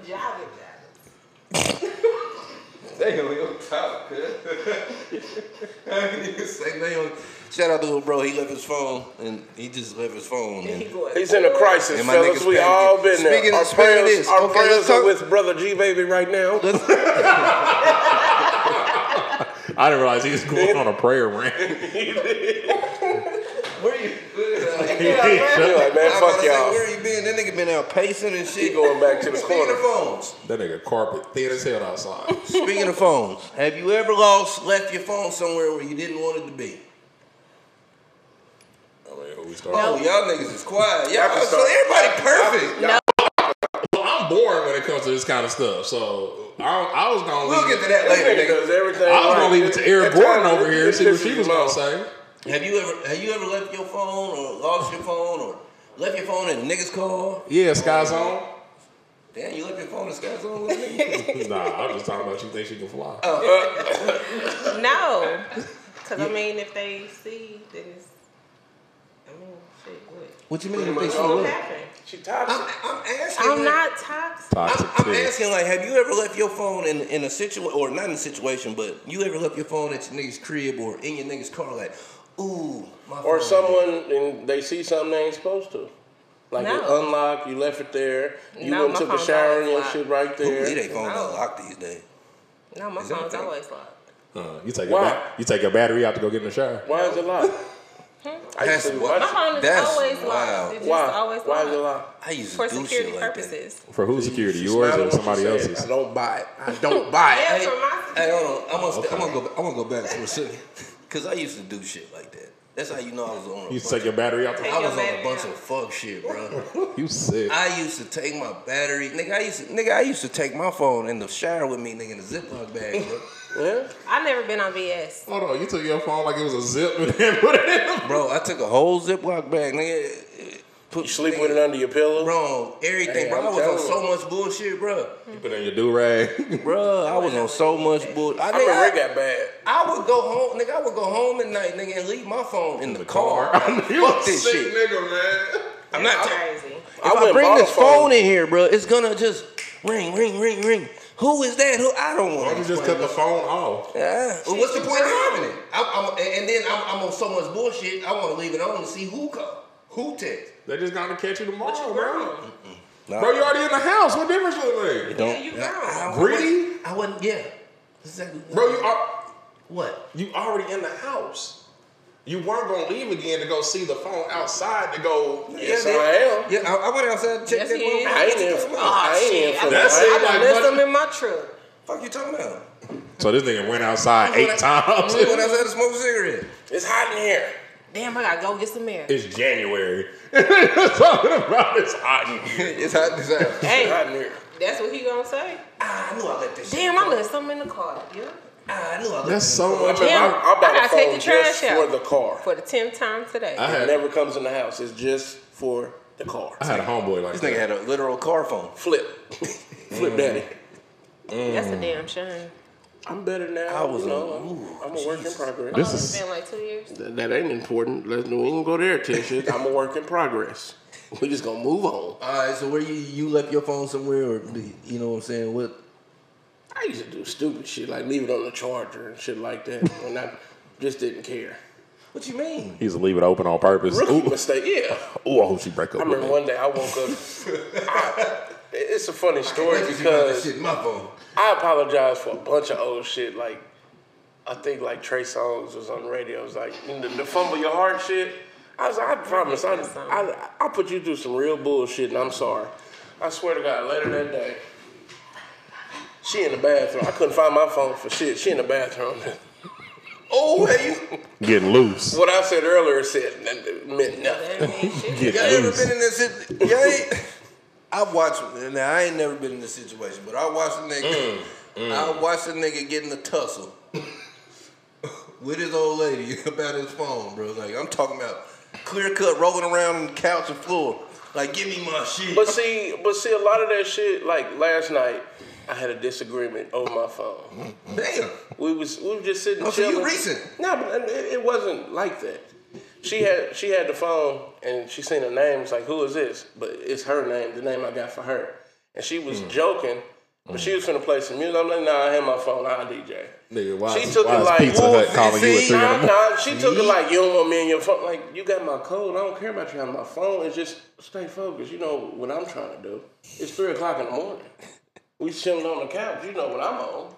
[SPEAKER 6] jobbing job.
[SPEAKER 4] Damn, we on top, cuz. Nigga say they on- Shout out to little bro. He left his phone, and he just left his phone.
[SPEAKER 6] He (laughs)
[SPEAKER 4] And
[SPEAKER 6] going.
[SPEAKER 5] He's in a crisis,
[SPEAKER 4] And my
[SPEAKER 5] fellas.
[SPEAKER 4] niggas
[SPEAKER 5] We
[SPEAKER 4] panicking.
[SPEAKER 5] all been there.
[SPEAKER 4] Speaking of-
[SPEAKER 5] our
[SPEAKER 4] speaking of
[SPEAKER 5] prayers,
[SPEAKER 4] this,
[SPEAKER 5] our
[SPEAKER 4] okay,
[SPEAKER 5] prayers
[SPEAKER 4] let's
[SPEAKER 5] are
[SPEAKER 4] talk-
[SPEAKER 5] with brother G baby right now.
[SPEAKER 2] (laughs) I didn't realize he was going on a prayer
[SPEAKER 5] (laughs)
[SPEAKER 2] rant.
[SPEAKER 4] where you?
[SPEAKER 2] (laughs)
[SPEAKER 5] You're like, man,
[SPEAKER 4] I was about
[SPEAKER 5] fuck
[SPEAKER 4] to say,
[SPEAKER 5] y'all.
[SPEAKER 4] Where you been? That nigga been out pacing
[SPEAKER 5] He
[SPEAKER 4] and shit.
[SPEAKER 5] going back to the
[SPEAKER 4] Speaking
[SPEAKER 5] corner.
[SPEAKER 4] of phones.
[SPEAKER 2] That nigga carpet thin as hell
[SPEAKER 5] (laughs)
[SPEAKER 2] outside.
[SPEAKER 4] Speaking of phones, have you ever lost, left your phone somewhere where you didn't want it to be?
[SPEAKER 2] I mean, who we start?
[SPEAKER 4] Oh, y'all niggas is quiet.
[SPEAKER 5] Y'all
[SPEAKER 4] Y'all,
[SPEAKER 5] can
[SPEAKER 4] so
[SPEAKER 5] start.
[SPEAKER 4] everybody perfect.
[SPEAKER 2] I'm boring when it it comes to this kind of stuff. So I, I was gonna
[SPEAKER 4] We'll
[SPEAKER 2] leave,
[SPEAKER 4] get to that later, nigga.
[SPEAKER 5] Because everything.
[SPEAKER 2] I was gonna leave it to Eric Gordon over here
[SPEAKER 5] and
[SPEAKER 2] and see what she was gonna say.
[SPEAKER 4] Have you ever have you ever left your phone or lost your phone or left your phone in a nigga's car?
[SPEAKER 2] Yeah, Sky's on.
[SPEAKER 4] Damn, you left your phone in Scott's on with me?
[SPEAKER 2] Nah, I'm just talking about you think she can fly.
[SPEAKER 5] Uh,
[SPEAKER 6] No, because I mean, if they see, then it's. I mean, shit, what?
[SPEAKER 4] (laughs) What you mean? if they
[SPEAKER 6] What
[SPEAKER 4] smoke?
[SPEAKER 6] happened?
[SPEAKER 5] She
[SPEAKER 4] I'm,
[SPEAKER 5] toxic.
[SPEAKER 4] I'm asking.
[SPEAKER 6] I'm
[SPEAKER 4] like-
[SPEAKER 6] not toxic.
[SPEAKER 4] I'm, I'm asking, like, have you ever left your phone in, in a situation, or not in a situation, but you ever left your phone at your nigga's crib or in your nigga's car, like, ooh, my
[SPEAKER 5] Or
[SPEAKER 4] phone.
[SPEAKER 5] someone and they see something they ain't supposed to. Like it
[SPEAKER 6] No.
[SPEAKER 5] unlocked, you left it there. You
[SPEAKER 6] No,
[SPEAKER 5] went and
[SPEAKER 6] my
[SPEAKER 5] took a
[SPEAKER 6] phone's
[SPEAKER 5] shower and
[SPEAKER 6] always
[SPEAKER 5] your
[SPEAKER 6] locked.
[SPEAKER 5] shit right
[SPEAKER 4] Who leave
[SPEAKER 5] there.
[SPEAKER 4] their phone
[SPEAKER 6] No.
[SPEAKER 4] unlocked these days?
[SPEAKER 6] No, my
[SPEAKER 4] that a
[SPEAKER 6] phone's
[SPEAKER 4] thing?
[SPEAKER 6] always locked.
[SPEAKER 2] Uh, you take
[SPEAKER 5] Why?
[SPEAKER 2] your ba- you take your battery out to go get in the shower.
[SPEAKER 5] Why is it locked? I used
[SPEAKER 4] That's
[SPEAKER 5] to
[SPEAKER 4] wild.
[SPEAKER 6] My
[SPEAKER 5] watch.
[SPEAKER 6] phone is
[SPEAKER 4] That's
[SPEAKER 6] always
[SPEAKER 4] wild.
[SPEAKER 6] locked. It's just
[SPEAKER 5] Why?
[SPEAKER 6] always
[SPEAKER 5] Why is
[SPEAKER 6] locked.
[SPEAKER 5] it locked?
[SPEAKER 4] I used to
[SPEAKER 6] For
[SPEAKER 4] do
[SPEAKER 6] security
[SPEAKER 4] shit like that.
[SPEAKER 6] purposes.
[SPEAKER 2] For whose security,
[SPEAKER 5] She's
[SPEAKER 2] yours
[SPEAKER 5] smiling
[SPEAKER 2] or
[SPEAKER 5] when she
[SPEAKER 2] somebody
[SPEAKER 5] said it.
[SPEAKER 2] else's?
[SPEAKER 5] I don't buy it. I don't buy it.
[SPEAKER 6] (laughs) Yeah,
[SPEAKER 4] Hey,
[SPEAKER 6] for my
[SPEAKER 4] hey, hold on. I'm gonna, st- I'm
[SPEAKER 2] okay.
[SPEAKER 4] gonna go. I'm gonna go back for a (laughs) second because I used to do shit like that. That's how you know I was on. A
[SPEAKER 2] You
[SPEAKER 4] bunch
[SPEAKER 2] take your battery out.
[SPEAKER 4] I
[SPEAKER 2] The-
[SPEAKER 4] was on
[SPEAKER 6] Take
[SPEAKER 4] a
[SPEAKER 6] your
[SPEAKER 4] bunch
[SPEAKER 6] battery
[SPEAKER 4] of fuck shit, bro.
[SPEAKER 2] (laughs)
[SPEAKER 6] (laughs)
[SPEAKER 2] you sick.
[SPEAKER 4] I used to take my battery, nigga. I used to, nigga. I used to take my phone in the shower with me, nigga, in a Ziploc bag, (laughs) bro.
[SPEAKER 5] Yeah.
[SPEAKER 6] I've never been on BS.
[SPEAKER 2] Hold on, you took your phone like it was a zip and then put it in. the-
[SPEAKER 4] Bro, I took a whole Ziploc bag, nigga. Put
[SPEAKER 5] You sleep with it under your pillow.
[SPEAKER 4] Bro, everything,
[SPEAKER 5] Hey,
[SPEAKER 4] bro.
[SPEAKER 5] I'm
[SPEAKER 4] I was on
[SPEAKER 5] telling
[SPEAKER 4] so much bullshit,
[SPEAKER 6] (laughs)
[SPEAKER 4] bro.
[SPEAKER 2] You put it in your do rag. (laughs)
[SPEAKER 4] Bro, I was on so much bullshit.
[SPEAKER 5] I
[SPEAKER 4] I,
[SPEAKER 5] remember it
[SPEAKER 4] nigga,
[SPEAKER 5] got bad.
[SPEAKER 4] I, I would go home, nigga. I would go home at night, nigga, and leave my phone in,
[SPEAKER 2] (laughs)
[SPEAKER 4] the, car. (laughs)
[SPEAKER 2] you
[SPEAKER 4] Fuck this
[SPEAKER 2] sick
[SPEAKER 4] shit.
[SPEAKER 2] nigga, man.
[SPEAKER 4] I'm not.
[SPEAKER 6] Crazy.
[SPEAKER 4] If I,
[SPEAKER 5] went and
[SPEAKER 4] bring
[SPEAKER 5] bought a
[SPEAKER 4] this phone in here, bro, it's gonna just ring, ring, ring, ring. Who is that? Who I
[SPEAKER 2] Why
[SPEAKER 4] don't want.
[SPEAKER 2] don't you just cut the phone off?
[SPEAKER 4] Yeah. Well, what's the point of having it? I'm, I'm, and- and then I'm, I'm on so much bullshit. I want to leave it on to see who call, who text.
[SPEAKER 2] They just gonna catch you tomorrow,
[SPEAKER 6] What you
[SPEAKER 2] bro.
[SPEAKER 6] grown?
[SPEAKER 4] Nah.
[SPEAKER 2] Bro, you already in the house. What difference does it make?
[SPEAKER 6] Yeah, you
[SPEAKER 4] I- I- I
[SPEAKER 6] grown.
[SPEAKER 2] Greedy?
[SPEAKER 4] wouldn't- I wouldn't. Yeah. Exactly.
[SPEAKER 2] Bro, you are
[SPEAKER 4] What?
[SPEAKER 2] you already in the house. You weren't gonna leave again to go see the phone outside to go.
[SPEAKER 5] Yes, I
[SPEAKER 4] Yeah,
[SPEAKER 5] am.
[SPEAKER 4] Yeah, I, I went outside to check
[SPEAKER 6] Yes,
[SPEAKER 4] that
[SPEAKER 6] he is. Oh,
[SPEAKER 4] motherfucker.
[SPEAKER 5] I ain't in. I ain't in for
[SPEAKER 2] That's
[SPEAKER 5] that.
[SPEAKER 2] it.
[SPEAKER 6] I done
[SPEAKER 2] like,
[SPEAKER 6] left
[SPEAKER 2] what-
[SPEAKER 6] them in my truck.
[SPEAKER 4] Fuck you talking about?
[SPEAKER 2] So this nigga went outside eight times.
[SPEAKER 4] I went outside to smoke a (laughs) cigarette.
[SPEAKER 5] It's hot in here.
[SPEAKER 6] Damn, I gotta go get some air.
[SPEAKER 2] (laughs) It's January. (laughs) Talking about it's hot in here.
[SPEAKER 4] it's hot as hell.
[SPEAKER 5] Hot in
[SPEAKER 6] Hey,
[SPEAKER 5] here.
[SPEAKER 6] that's what he gonna say.
[SPEAKER 4] Ah, I knew I left this. shit.
[SPEAKER 6] Damn, I left something in the car. Yeah.
[SPEAKER 4] Ah, I knew I left.
[SPEAKER 2] That's
[SPEAKER 4] this
[SPEAKER 2] so
[SPEAKER 5] I
[SPEAKER 2] much.
[SPEAKER 5] mean,
[SPEAKER 6] Damn,
[SPEAKER 5] I, I bought
[SPEAKER 6] I gotta
[SPEAKER 5] a
[SPEAKER 6] take
[SPEAKER 5] phone
[SPEAKER 6] the trash
[SPEAKER 5] just
[SPEAKER 6] out.
[SPEAKER 5] for the car.
[SPEAKER 6] For the tenth time today.
[SPEAKER 2] I
[SPEAKER 5] It
[SPEAKER 2] had
[SPEAKER 5] never comes in the house. It's just for the car.
[SPEAKER 2] I had a homeboy like
[SPEAKER 4] This nigga
[SPEAKER 2] that.
[SPEAKER 4] had a literal car phone.
[SPEAKER 5] Flip, (laughs) flip, daddy.
[SPEAKER 6] That's a damn shame.
[SPEAKER 5] I'm better now.
[SPEAKER 4] I was
[SPEAKER 5] you know,
[SPEAKER 4] on-
[SPEAKER 5] I'm-
[SPEAKER 4] ooh,
[SPEAKER 5] I'm, a work in
[SPEAKER 4] Jesus.
[SPEAKER 5] progress.
[SPEAKER 2] This
[SPEAKER 6] It's
[SPEAKER 2] is
[SPEAKER 6] been like two years.
[SPEAKER 5] that, that ain't important. Let's we ain't go there, Tish. It's- I'm a work in progress. (laughs) We just gonna move on.
[SPEAKER 4] All right, so where you you left your phone somewhere, or the- you know what I'm saying? What?
[SPEAKER 5] I used to do stupid shit like leave it on the charger and shit like that (laughs) when I just didn't care.
[SPEAKER 4] What you (laughs) mean?
[SPEAKER 2] he's leave it open on purpose.
[SPEAKER 5] Rookie
[SPEAKER 2] Ooh,
[SPEAKER 5] mistake. Yeah.
[SPEAKER 2] ooh, I hope she break
[SPEAKER 5] I
[SPEAKER 2] up. With
[SPEAKER 5] remember
[SPEAKER 2] me.
[SPEAKER 5] one day I woke (laughs) up. I- it's a funny story
[SPEAKER 4] Wait, you got that
[SPEAKER 5] because
[SPEAKER 4] shit in my phone.
[SPEAKER 5] I apologize for a bunch of old shit. Like, I think like Trey Songz was on the radio. It was like the, the fumble your heart shit. I was like, I promise, I, I I put you through some real bullshit, and I'm sorry. I swear to God, later that day, she in the bathroom. I couldn't find my phone for shit. She in the bathroom. (laughs)
[SPEAKER 4] Oh, hey, you,
[SPEAKER 2] Getting loose.
[SPEAKER 5] what I said earlier said meant nothing.
[SPEAKER 6] That means shit.
[SPEAKER 2] Getting
[SPEAKER 4] y'all ever
[SPEAKER 2] loose.
[SPEAKER 4] been in this? sit- Y'all (laughs) ain't, I watched. Now I ain't never been in this situation, but I watched a nigga. I watched a nigga get in a tussle (laughs) with his old lady (laughs) about his phone, bro. Like I'm talking about clear cut, rolling around on the couch and floor. Like, give me my shit.
[SPEAKER 5] But see, but see, a lot of that shit. Like last night, I had a disagreement over my phone.
[SPEAKER 4] Damn.
[SPEAKER 5] We was we were just sitting.
[SPEAKER 4] Oh, so you
[SPEAKER 5] chilling.
[SPEAKER 4] recent.
[SPEAKER 5] No, but it, it wasn't like that. She had she had the phone and she seen her name. It's like, who is this? But it's her name, the name I got for her. And she
[SPEAKER 2] Hmm.
[SPEAKER 5] was joking, but she was finna play some music. I'm like, nah, I had my phone. I'll DJ.
[SPEAKER 2] Nigga, why,
[SPEAKER 5] She
[SPEAKER 2] is-
[SPEAKER 5] took
[SPEAKER 2] why
[SPEAKER 5] it
[SPEAKER 2] is
[SPEAKER 5] like,
[SPEAKER 2] Pizza
[SPEAKER 5] "Ooh,
[SPEAKER 2] Hut calling you at
[SPEAKER 4] see,
[SPEAKER 2] three in the
[SPEAKER 5] Nah,
[SPEAKER 2] morning?
[SPEAKER 5] nah. She took it like you don't want me in your phone. Like you got my code. I don't care about you having my phone. It's just stay focused. You know what I'm trying to do. It's three o'clock in the morning. We chilling on the couch. You know what I'm on.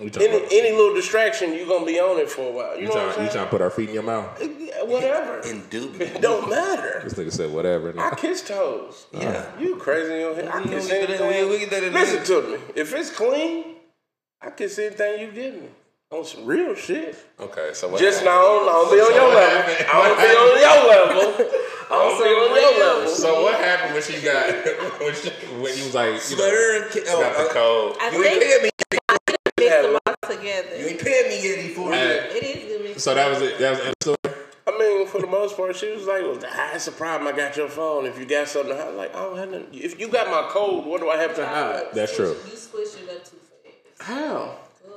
[SPEAKER 2] You
[SPEAKER 5] Any
[SPEAKER 2] trying
[SPEAKER 5] any little distraction, you gonna be on it for a while. You, know what I'm
[SPEAKER 2] to
[SPEAKER 5] saying?
[SPEAKER 2] put our feet in your mouth?
[SPEAKER 5] Yeah, Whatever.
[SPEAKER 4] Indubitably.
[SPEAKER 2] (laughs)
[SPEAKER 5] It don't matter.
[SPEAKER 2] This nigga said whatever.
[SPEAKER 5] I
[SPEAKER 2] nigga.
[SPEAKER 5] kiss toes.
[SPEAKER 4] Yeah.
[SPEAKER 5] You crazy in your head. I
[SPEAKER 4] We
[SPEAKER 5] kiss
[SPEAKER 4] get that-
[SPEAKER 5] anything.
[SPEAKER 4] we get that in
[SPEAKER 5] Listen
[SPEAKER 4] the-
[SPEAKER 5] to me. If it's clean, I kiss anything you give me. On some real shit.
[SPEAKER 2] Okay, so
[SPEAKER 5] (laughs)
[SPEAKER 2] what
[SPEAKER 5] Just now, I don't be on your level. I don't be on your level.
[SPEAKER 6] on some
[SPEAKER 2] Bill
[SPEAKER 6] other
[SPEAKER 2] Miller.
[SPEAKER 6] level.
[SPEAKER 2] So what happened when she got (laughs) when, she, when you was like you know,
[SPEAKER 4] Swear and ki-
[SPEAKER 2] got
[SPEAKER 5] uh,
[SPEAKER 2] the
[SPEAKER 4] oh,
[SPEAKER 2] cold?
[SPEAKER 6] I
[SPEAKER 4] You ain't
[SPEAKER 6] think
[SPEAKER 4] paying me.
[SPEAKER 6] mix them all together.
[SPEAKER 4] You ain't paying me yet, E forty.
[SPEAKER 2] Hey,
[SPEAKER 6] It is good mix.
[SPEAKER 2] so that was it. That was the episode.
[SPEAKER 5] I mean, for the most part, she was like, well, ah, it's a problem. I got your phone. If you got something to hide, like, "Oh, I don't have nothing. If you got my code, what do I have to hide?
[SPEAKER 2] That's true.
[SPEAKER 6] You squished it up too fast.
[SPEAKER 5] How?
[SPEAKER 6] Good.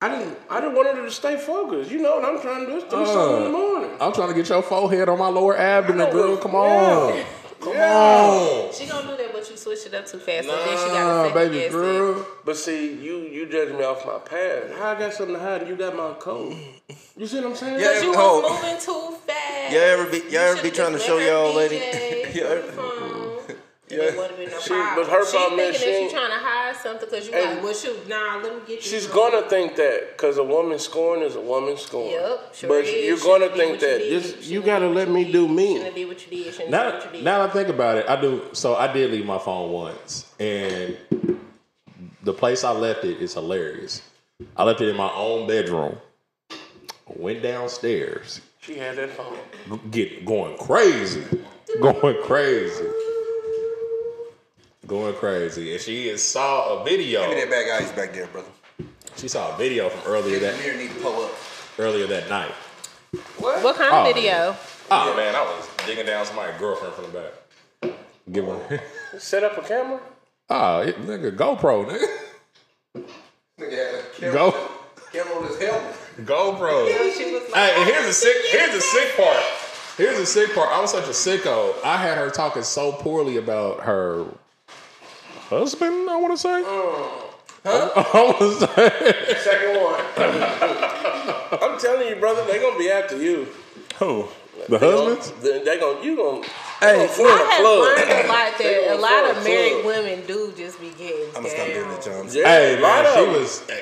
[SPEAKER 5] I didn't. I didn't want her to stay focused. You know what I'm trying to do? Is do something in the morning.
[SPEAKER 2] I'm trying to get your forehead on my lower abdomen, girl. Come on.
[SPEAKER 5] Yeah.
[SPEAKER 2] Come on.
[SPEAKER 6] She gonna do that, but you switched it up too fast. so then she got
[SPEAKER 2] Nah,
[SPEAKER 6] to
[SPEAKER 2] Ah, baby girl.
[SPEAKER 5] But see, you you judge me off my past. How I got something to hide? and You got my code. You see what I'm saying?
[SPEAKER 4] Yeah.
[SPEAKER 6] you
[SPEAKER 4] Oh.
[SPEAKER 6] was moving too fast.
[SPEAKER 4] Y'all ever be- y'all
[SPEAKER 6] You
[SPEAKER 4] ever
[SPEAKER 6] should've
[SPEAKER 4] be trying to
[SPEAKER 6] just
[SPEAKER 4] show
[SPEAKER 6] let
[SPEAKER 4] your
[SPEAKER 6] her
[SPEAKER 4] old lady-
[SPEAKER 6] DJ
[SPEAKER 4] Yeah.
[SPEAKER 6] on the phone, and it would've been no
[SPEAKER 5] She-
[SPEAKER 6] problem.
[SPEAKER 5] but her
[SPEAKER 6] she
[SPEAKER 5] problem
[SPEAKER 6] thinking
[SPEAKER 5] is
[SPEAKER 6] that
[SPEAKER 5] she-
[SPEAKER 6] you trying to hide something because you
[SPEAKER 5] And-
[SPEAKER 6] like, well, shoot, nah, let me get you.
[SPEAKER 5] She's
[SPEAKER 6] some.
[SPEAKER 5] gonna think that because a woman scorn is a woman scorn.
[SPEAKER 6] Yep, sure
[SPEAKER 5] but
[SPEAKER 6] is.
[SPEAKER 5] you're
[SPEAKER 6] Shouldn't
[SPEAKER 5] gonna
[SPEAKER 6] be
[SPEAKER 5] think
[SPEAKER 6] what you
[SPEAKER 5] that
[SPEAKER 6] did.
[SPEAKER 5] this,
[SPEAKER 6] Shouldn't
[SPEAKER 5] you
[SPEAKER 6] be
[SPEAKER 5] gotta
[SPEAKER 6] what
[SPEAKER 5] let
[SPEAKER 6] you
[SPEAKER 5] me
[SPEAKER 6] did.
[SPEAKER 5] do me.
[SPEAKER 6] Shouldn't be what you did. Shouldn't be
[SPEAKER 2] Now,
[SPEAKER 6] what you did.
[SPEAKER 2] now that I think about it, I do. So I did leave my phone once, and the place I left it is hilarious. I left it in my own bedroom. Went downstairs,
[SPEAKER 5] She had that phone.
[SPEAKER 2] get going crazy, (laughs) going crazy, going crazy, and she is, saw a
[SPEAKER 4] Give me
[SPEAKER 2] video.
[SPEAKER 4] that bag of ice back there, brother.
[SPEAKER 2] She saw a video from earlier
[SPEAKER 4] That
[SPEAKER 2] that
[SPEAKER 4] mirror need to pull up.
[SPEAKER 2] earlier that night.
[SPEAKER 6] What kind of
[SPEAKER 2] Oh.
[SPEAKER 6] video?
[SPEAKER 2] Oh man, I was digging down somebody's girlfriend from the back. Give her. (laughs)
[SPEAKER 5] Set up a camera.
[SPEAKER 2] Oh, it- nigga, GoPro, nigga.
[SPEAKER 4] Nigga had a
[SPEAKER 2] Go.
[SPEAKER 4] camera on his helmet.
[SPEAKER 2] (laughs) GoPro.
[SPEAKER 6] She was like,
[SPEAKER 2] Hey, and here's the sick. Here's the sick part. Here's the sick part. I was such a sicko. I had her talking so poorly about her husband. I want to say.
[SPEAKER 4] Uh,
[SPEAKER 2] (laughs) I want to say
[SPEAKER 5] Second one. (laughs) I'm telling you, brother, they gonna be after you.
[SPEAKER 2] who
[SPEAKER 5] They
[SPEAKER 2] the
[SPEAKER 5] gonna-
[SPEAKER 2] husbands.
[SPEAKER 5] They, they gonna you gonna.
[SPEAKER 4] Hey,
[SPEAKER 5] Hey,
[SPEAKER 6] I
[SPEAKER 5] form a
[SPEAKER 6] have
[SPEAKER 5] club.
[SPEAKER 6] learned a
[SPEAKER 5] (laughs)
[SPEAKER 6] lot
[SPEAKER 5] They
[SPEAKER 6] that a lot
[SPEAKER 5] gonna
[SPEAKER 6] of married
[SPEAKER 5] club.
[SPEAKER 6] women do just be getting
[SPEAKER 4] I'm
[SPEAKER 6] down.
[SPEAKER 4] gonna stop doing that, John.
[SPEAKER 5] Yeah,
[SPEAKER 2] Hey
[SPEAKER 5] a
[SPEAKER 2] man,
[SPEAKER 5] lot of
[SPEAKER 2] she
[SPEAKER 5] them.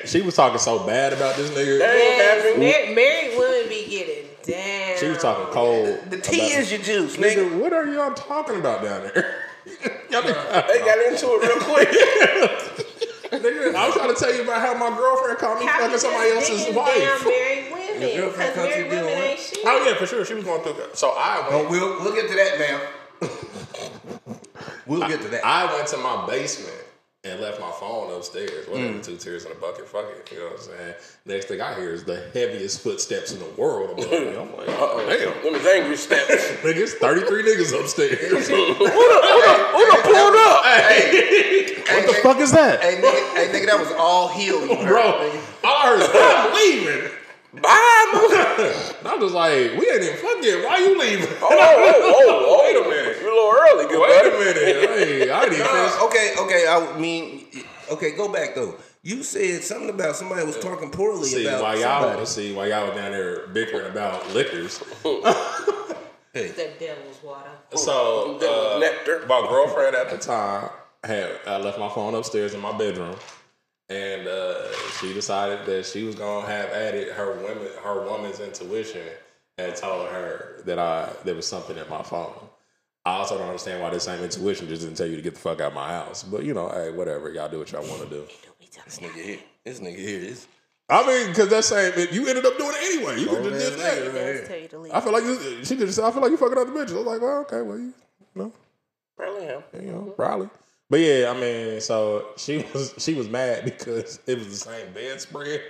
[SPEAKER 2] was she was talking so bad about this
[SPEAKER 5] Hey.
[SPEAKER 2] nigga.
[SPEAKER 6] Yes,
[SPEAKER 5] Happy.
[SPEAKER 6] mar- married women be getting down.
[SPEAKER 2] She was talking cold.
[SPEAKER 4] The tea
[SPEAKER 2] about-
[SPEAKER 4] is your juice, nigga.
[SPEAKER 2] nigga. What are y'all talking about down there?
[SPEAKER 4] (laughs)
[SPEAKER 2] Y'all niggas-
[SPEAKER 5] They got into it real (laughs) quick.
[SPEAKER 2] Nigga, I was trying to tell you about how my girlfriend called me
[SPEAKER 6] How
[SPEAKER 2] fucking
[SPEAKER 6] you
[SPEAKER 2] somebody
[SPEAKER 6] just
[SPEAKER 2] else's
[SPEAKER 6] digging
[SPEAKER 2] wife.
[SPEAKER 6] Down married
[SPEAKER 4] (laughs)
[SPEAKER 6] women,
[SPEAKER 4] Your girlfriend comes
[SPEAKER 6] because married
[SPEAKER 4] to you
[SPEAKER 6] women
[SPEAKER 4] doing
[SPEAKER 6] ain't shit.
[SPEAKER 2] Oh yeah, for sure. She was going through. that. So I
[SPEAKER 4] Oh,
[SPEAKER 2] went.
[SPEAKER 4] we'll we'll get to that,
[SPEAKER 2] (laughs)
[SPEAKER 4] ma'am. We'll get to that.
[SPEAKER 2] I went to my basement and left my phone upstairs. Whatever, two tears in a bucket. Fuck it. You know what I'm saying? Next thing I hear is the heaviest footsteps in the world. above (laughs) me. I'm like, oh damn.
[SPEAKER 5] Them is angry (laughs) steps.
[SPEAKER 2] Nigga, it's 33 niggas upstairs. (laughs) what the fuck is that?
[SPEAKER 4] hey, nigga, hey, nigga, that was all heel,
[SPEAKER 2] (laughs)
[SPEAKER 4] you heard,
[SPEAKER 2] Bro,
[SPEAKER 4] nigga.
[SPEAKER 2] all I heard is, I'm leaving.
[SPEAKER 5] Bye.
[SPEAKER 2] And I'm just like, we ain't even fucking. Why you leaving?
[SPEAKER 5] Oh, oh, oh,
[SPEAKER 2] Wait a minute.
[SPEAKER 5] You a little early, good
[SPEAKER 2] (laughs) Wait a
[SPEAKER 5] buddy.
[SPEAKER 2] minute. Hey, I (laughs) didn't finish.
[SPEAKER 4] Uh, okay, okay. I mean, okay. Go back though. You said something about somebody was talking poorly
[SPEAKER 2] See
[SPEAKER 4] about
[SPEAKER 2] why y'all
[SPEAKER 4] somebody.
[SPEAKER 2] see why y'all down there bickering about liquors.
[SPEAKER 6] The devil's water.
[SPEAKER 2] So uh,
[SPEAKER 5] Nectar.
[SPEAKER 2] my girlfriend at the time had I left my phone upstairs in my bedroom, and uh, she decided that she was gonna have added her women her woman's intuition had told her that I there was something in my phone. I also don't understand why this same intuition just didn't tell you to get the fuck out of my house. But you know, hey, whatever, y'all do what y'all want to do.
[SPEAKER 4] This nigga here. This nigga here is.
[SPEAKER 2] I mean, because that same you ended up doing it anyway. You could
[SPEAKER 4] Grown
[SPEAKER 2] just did
[SPEAKER 4] ass
[SPEAKER 2] that.
[SPEAKER 4] nigga right here.
[SPEAKER 6] Tell you to leave.
[SPEAKER 2] I feel like you, she just. I feel like you fucking up the bitches. I was like, well, okay, well, you, you know,
[SPEAKER 5] Probably him.
[SPEAKER 2] you know, probably. But yeah, I mean, so she (laughs) was she was mad because it was the same bedspread.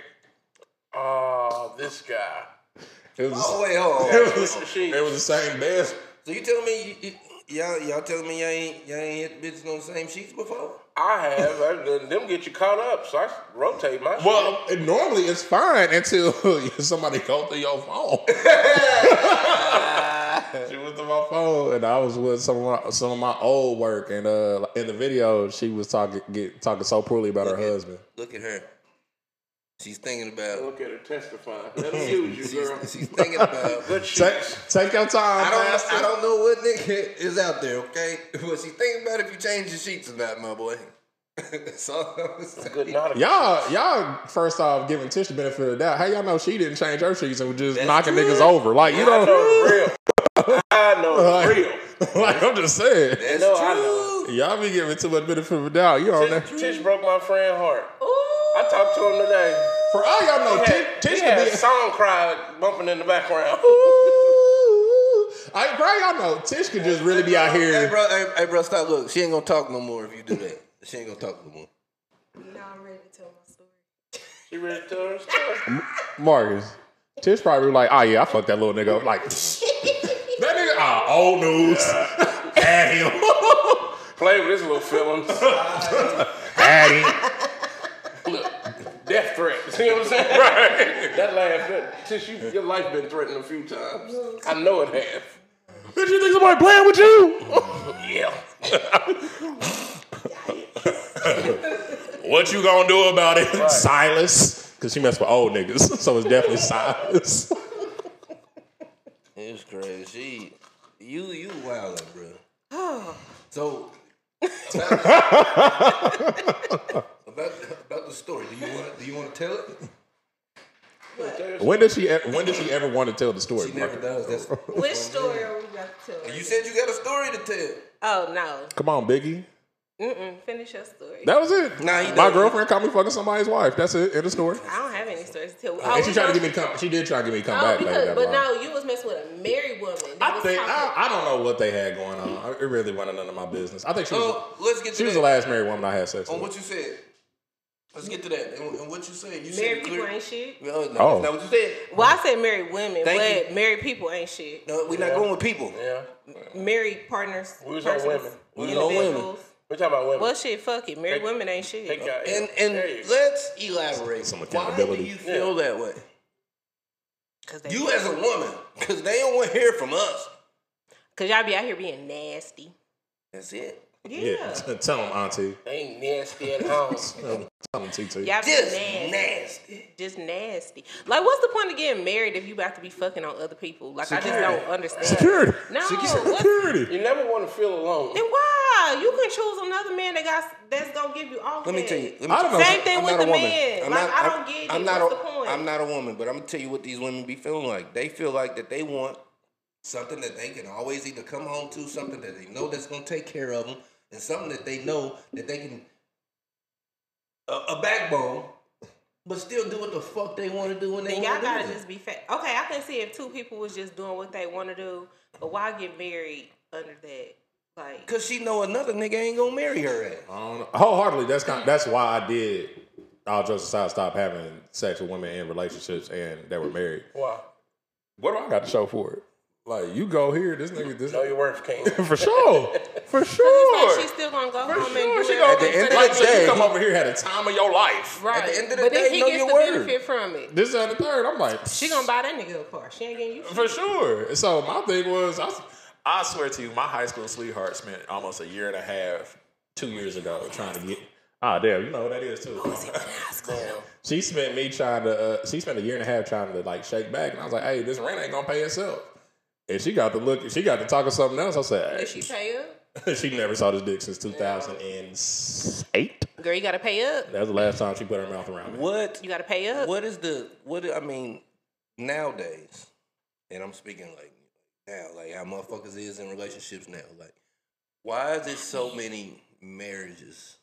[SPEAKER 5] Oh, this guy.
[SPEAKER 2] It was,
[SPEAKER 4] Oh wait, hold
[SPEAKER 2] (laughs)
[SPEAKER 4] on.
[SPEAKER 2] it was, it was the same bed.
[SPEAKER 4] (laughs) So you telling me you, you, all y'all telling me y'all ain't y'all ain't hit bitches on the same sheets before?
[SPEAKER 5] I have. I, them- them get you caught up, so I rotate my shit.
[SPEAKER 2] Well, and normally it's fine until (laughs) somebody go through your phone. (laughs) she was through my phone, and I was with some of my, some of my old work, and uh, in the video, she was talking get, talking so poorly
[SPEAKER 4] (laughs)
[SPEAKER 2] about her husband.
[SPEAKER 4] Look at her. She's thinking (laughs) about.
[SPEAKER 5] Look at her testifying. Let (laughs) them use you,
[SPEAKER 4] She's,
[SPEAKER 5] girl.
[SPEAKER 4] she's thinking
[SPEAKER 5] (laughs)
[SPEAKER 4] about.
[SPEAKER 5] Good
[SPEAKER 2] Take,
[SPEAKER 5] shit.
[SPEAKER 2] take your time.
[SPEAKER 4] I don't.
[SPEAKER 2] master.
[SPEAKER 4] I don't know what nigga is out there. Okay, (laughs) what she thinking about if you change your sheets or not, my boy. (laughs) That's all I'm saying.
[SPEAKER 5] Good night.
[SPEAKER 2] Y'all, y'all. First off, giving Tish the benefit of the doubt. How y'all know she didn't change her sheets and was just knocking niggas over? Like you
[SPEAKER 5] I know
[SPEAKER 2] know,
[SPEAKER 5] the (laughs) real. I know the
[SPEAKER 2] (laughs) Like-
[SPEAKER 5] real.
[SPEAKER 2] like I'm just saying.
[SPEAKER 4] That's
[SPEAKER 5] No,
[SPEAKER 4] true.
[SPEAKER 5] I know.
[SPEAKER 2] Y'all be giving too much benefit of the doubt. You on there?
[SPEAKER 5] Tish, Tish broke my friend heart.
[SPEAKER 6] Ooh,
[SPEAKER 5] I talked to him today.
[SPEAKER 2] For all y'all know,
[SPEAKER 5] He
[SPEAKER 2] Tish,
[SPEAKER 5] had,
[SPEAKER 2] Tish
[SPEAKER 5] he had
[SPEAKER 2] could
[SPEAKER 5] a (laughs)
[SPEAKER 2] be.
[SPEAKER 5] song cry bumping in the background.
[SPEAKER 2] (laughs) Ooh, I bro, y'all know Tish could just really be out
[SPEAKER 4] Hey,
[SPEAKER 2] here.
[SPEAKER 4] bro, hey, hey, bro, stop. Look, she ain't gonna talk no more if you do that. She ain't gonna talk no more.
[SPEAKER 6] No, I'm ready to tell my story.
[SPEAKER 5] You ready to tell her?
[SPEAKER 2] Marcus, Tish probably was like, oh yeah, I fucked that little nigga up. Like (laughs) that nigga, ah, old news. (laughs) Add him,
[SPEAKER 5] Play with his little (laughs) feelings.
[SPEAKER 2] add (laughs) him.
[SPEAKER 5] Death (laughs) threats. You know what I'm saying? Right. That laugh, that, since you, your life been threatened a few times. I know it have.
[SPEAKER 2] Did you think somebody playing with you?
[SPEAKER 12] Yeah. what you gonna do about it?
[SPEAKER 2] Silas, because she messed with old niggas, (laughs) so it's definitely Silas.
[SPEAKER 4] It's crazy. She, you, you wildin', bro. (laughs) So about about the story. Do you want? Do you want to tell it? (laughs)
[SPEAKER 2] When did she? e- When did she ever want to tell the story?
[SPEAKER 4] She never
[SPEAKER 2] Marcus?
[SPEAKER 4] does. That's,
[SPEAKER 6] Which story are we about to tell?
[SPEAKER 4] you said you got a story to tell.
[SPEAKER 6] Oh no.
[SPEAKER 2] Come on, Biggie.
[SPEAKER 6] Mm-mm. Finish your story.
[SPEAKER 2] That was it.
[SPEAKER 4] Nah, he
[SPEAKER 2] My
[SPEAKER 4] doesn't.
[SPEAKER 2] girlfriend caught me fucking somebody's wife. That's it. End of story.
[SPEAKER 6] I don't have any stories to tell. Oh,
[SPEAKER 2] and she tried
[SPEAKER 6] we
[SPEAKER 2] to
[SPEAKER 6] gonna-
[SPEAKER 2] give me. Come, she did try to give me a
[SPEAKER 6] Oh,
[SPEAKER 2] comeback.
[SPEAKER 6] because,
[SPEAKER 2] later that
[SPEAKER 6] but
[SPEAKER 2] line.
[SPEAKER 6] no, you was messing with a married woman. You
[SPEAKER 2] I
[SPEAKER 6] was
[SPEAKER 2] think I,
[SPEAKER 6] talking-
[SPEAKER 2] I don't know what they had going on. I- It really wasn't none of my business. I think she was.
[SPEAKER 4] Oh, let's get to
[SPEAKER 2] she was
[SPEAKER 4] that.
[SPEAKER 2] the last married woman I had sex
[SPEAKER 4] On
[SPEAKER 2] with.
[SPEAKER 4] what you said. Let's get to that. And, and what you said. You
[SPEAKER 6] married
[SPEAKER 4] said
[SPEAKER 6] people
[SPEAKER 4] clear.
[SPEAKER 6] ain't shit.
[SPEAKER 4] No, that's
[SPEAKER 2] Oh.
[SPEAKER 4] not what you said.
[SPEAKER 6] Well, I said married women,
[SPEAKER 4] Thank
[SPEAKER 6] but married people ain't shit.
[SPEAKER 4] No, we're not going with people.
[SPEAKER 5] Yeah.
[SPEAKER 6] Married partners.
[SPEAKER 5] We was on
[SPEAKER 6] persons,
[SPEAKER 5] women.
[SPEAKER 4] We was on women.
[SPEAKER 6] individuals.
[SPEAKER 5] We're talking about women.
[SPEAKER 6] Well, shit, fuck it. Married
[SPEAKER 5] Take-
[SPEAKER 6] women ain't shit.
[SPEAKER 5] Take y'all-
[SPEAKER 4] And
[SPEAKER 5] there
[SPEAKER 4] and
[SPEAKER 5] you go.
[SPEAKER 4] let's elaborate.
[SPEAKER 2] Some
[SPEAKER 4] Why do
[SPEAKER 2] accountability.
[SPEAKER 4] you feel that way?
[SPEAKER 6] 'Cause they-
[SPEAKER 4] You as a woman, because they don't want to hear from us.
[SPEAKER 6] Cause y'all be out here being nasty.
[SPEAKER 4] That's it.
[SPEAKER 6] Yeah.
[SPEAKER 2] Yeah, (laughs) tell them, Auntie.
[SPEAKER 5] They ain't nasty at home.
[SPEAKER 2] Tell them, TT.
[SPEAKER 6] Y'all
[SPEAKER 4] (laughs)
[SPEAKER 6] be
[SPEAKER 4] Just
[SPEAKER 6] nasty.
[SPEAKER 4] nasty.
[SPEAKER 6] Just nasty. Like, what's the point of getting married if you about to be fucking on other people? Like, I just
[SPEAKER 4] Security.
[SPEAKER 6] don't understand.
[SPEAKER 2] Security.
[SPEAKER 6] No.
[SPEAKER 4] Oh,
[SPEAKER 6] What,
[SPEAKER 2] Security.
[SPEAKER 5] you never want to feel alone.
[SPEAKER 6] then why? You can choose another man that got that's gonna give you all.
[SPEAKER 4] Let me
[SPEAKER 6] that.
[SPEAKER 4] tell you. Let me
[SPEAKER 2] I don't know.
[SPEAKER 6] Same thing
[SPEAKER 4] I'm
[SPEAKER 6] with
[SPEAKER 4] not a
[SPEAKER 6] the
[SPEAKER 4] woman.
[SPEAKER 6] men.
[SPEAKER 4] I'm
[SPEAKER 6] like
[SPEAKER 4] not,
[SPEAKER 6] I don't
[SPEAKER 4] I'm-
[SPEAKER 6] get it.
[SPEAKER 4] I'm not
[SPEAKER 6] What's
[SPEAKER 4] a,
[SPEAKER 6] the point?
[SPEAKER 4] I'm not a woman, but I'm gonna tell you what these women be feeling like. They feel like that they want something that they can always either come home to, something that they know that's gonna take care of them, and something that they know that they can a, a backbone, but still do what the fuck they want to do when they
[SPEAKER 6] Then
[SPEAKER 4] want
[SPEAKER 6] y'all
[SPEAKER 4] to do
[SPEAKER 6] gotta
[SPEAKER 4] it.
[SPEAKER 6] just be fat. Okay, I can see if two people was just doing what they want to do, but why get married under that? Like,
[SPEAKER 4] Cause she know another nigga ain't gonna marry her ass.
[SPEAKER 2] I don't know. Wholeheartedly, that's kind that's why I did. All jokes aside, stop having sex with women in relationships and that were married.
[SPEAKER 5] Why?
[SPEAKER 2] What do I got to show for it? Like you go here, this nigga, this
[SPEAKER 5] Know your worth,
[SPEAKER 6] (laughs)
[SPEAKER 5] King.
[SPEAKER 2] (laughs) for sure, (laughs) for
[SPEAKER 6] like,
[SPEAKER 2] sure.
[SPEAKER 6] she's still gonna go home
[SPEAKER 2] Sure,
[SPEAKER 6] and do
[SPEAKER 2] she
[SPEAKER 6] it.
[SPEAKER 2] gonna
[SPEAKER 4] At the end of the
[SPEAKER 2] like, so
[SPEAKER 4] day-
[SPEAKER 2] you come over here had (laughs) a time of your life.
[SPEAKER 6] right.
[SPEAKER 4] At the end of the
[SPEAKER 6] but
[SPEAKER 4] day,
[SPEAKER 6] then he
[SPEAKER 4] know
[SPEAKER 6] gets
[SPEAKER 4] your
[SPEAKER 6] the
[SPEAKER 4] word.
[SPEAKER 6] benefit from it.
[SPEAKER 2] This that, and the third. I'm like,
[SPEAKER 6] She gonna buy that nigga a car. She ain't getting you. (laughs)
[SPEAKER 12] For sure. So my thing was, I, I swear to you, my high school sweetheart spent almost a year and a half, two years ago, trying to get. Ah, damn, you know what that is too.
[SPEAKER 2] She spent me trying to. Uh, she spent a year and a half trying to like shake back, and I was like, "Hey, this rent ain't gonna pay itself." And she got to look. She got to talk of something else. I said,
[SPEAKER 6] Did she pay up?
[SPEAKER 2] hey. (laughs) she never saw this dick since 2008.
[SPEAKER 6] Girl, you gotta pay up.
[SPEAKER 2] That was the last time she put her mouth around me.
[SPEAKER 4] What
[SPEAKER 6] You gotta pay up.
[SPEAKER 4] what is the what I mean nowadays, and I'm speaking like now, like how motherfuckers is in relationships now. Like, why is there so many marriages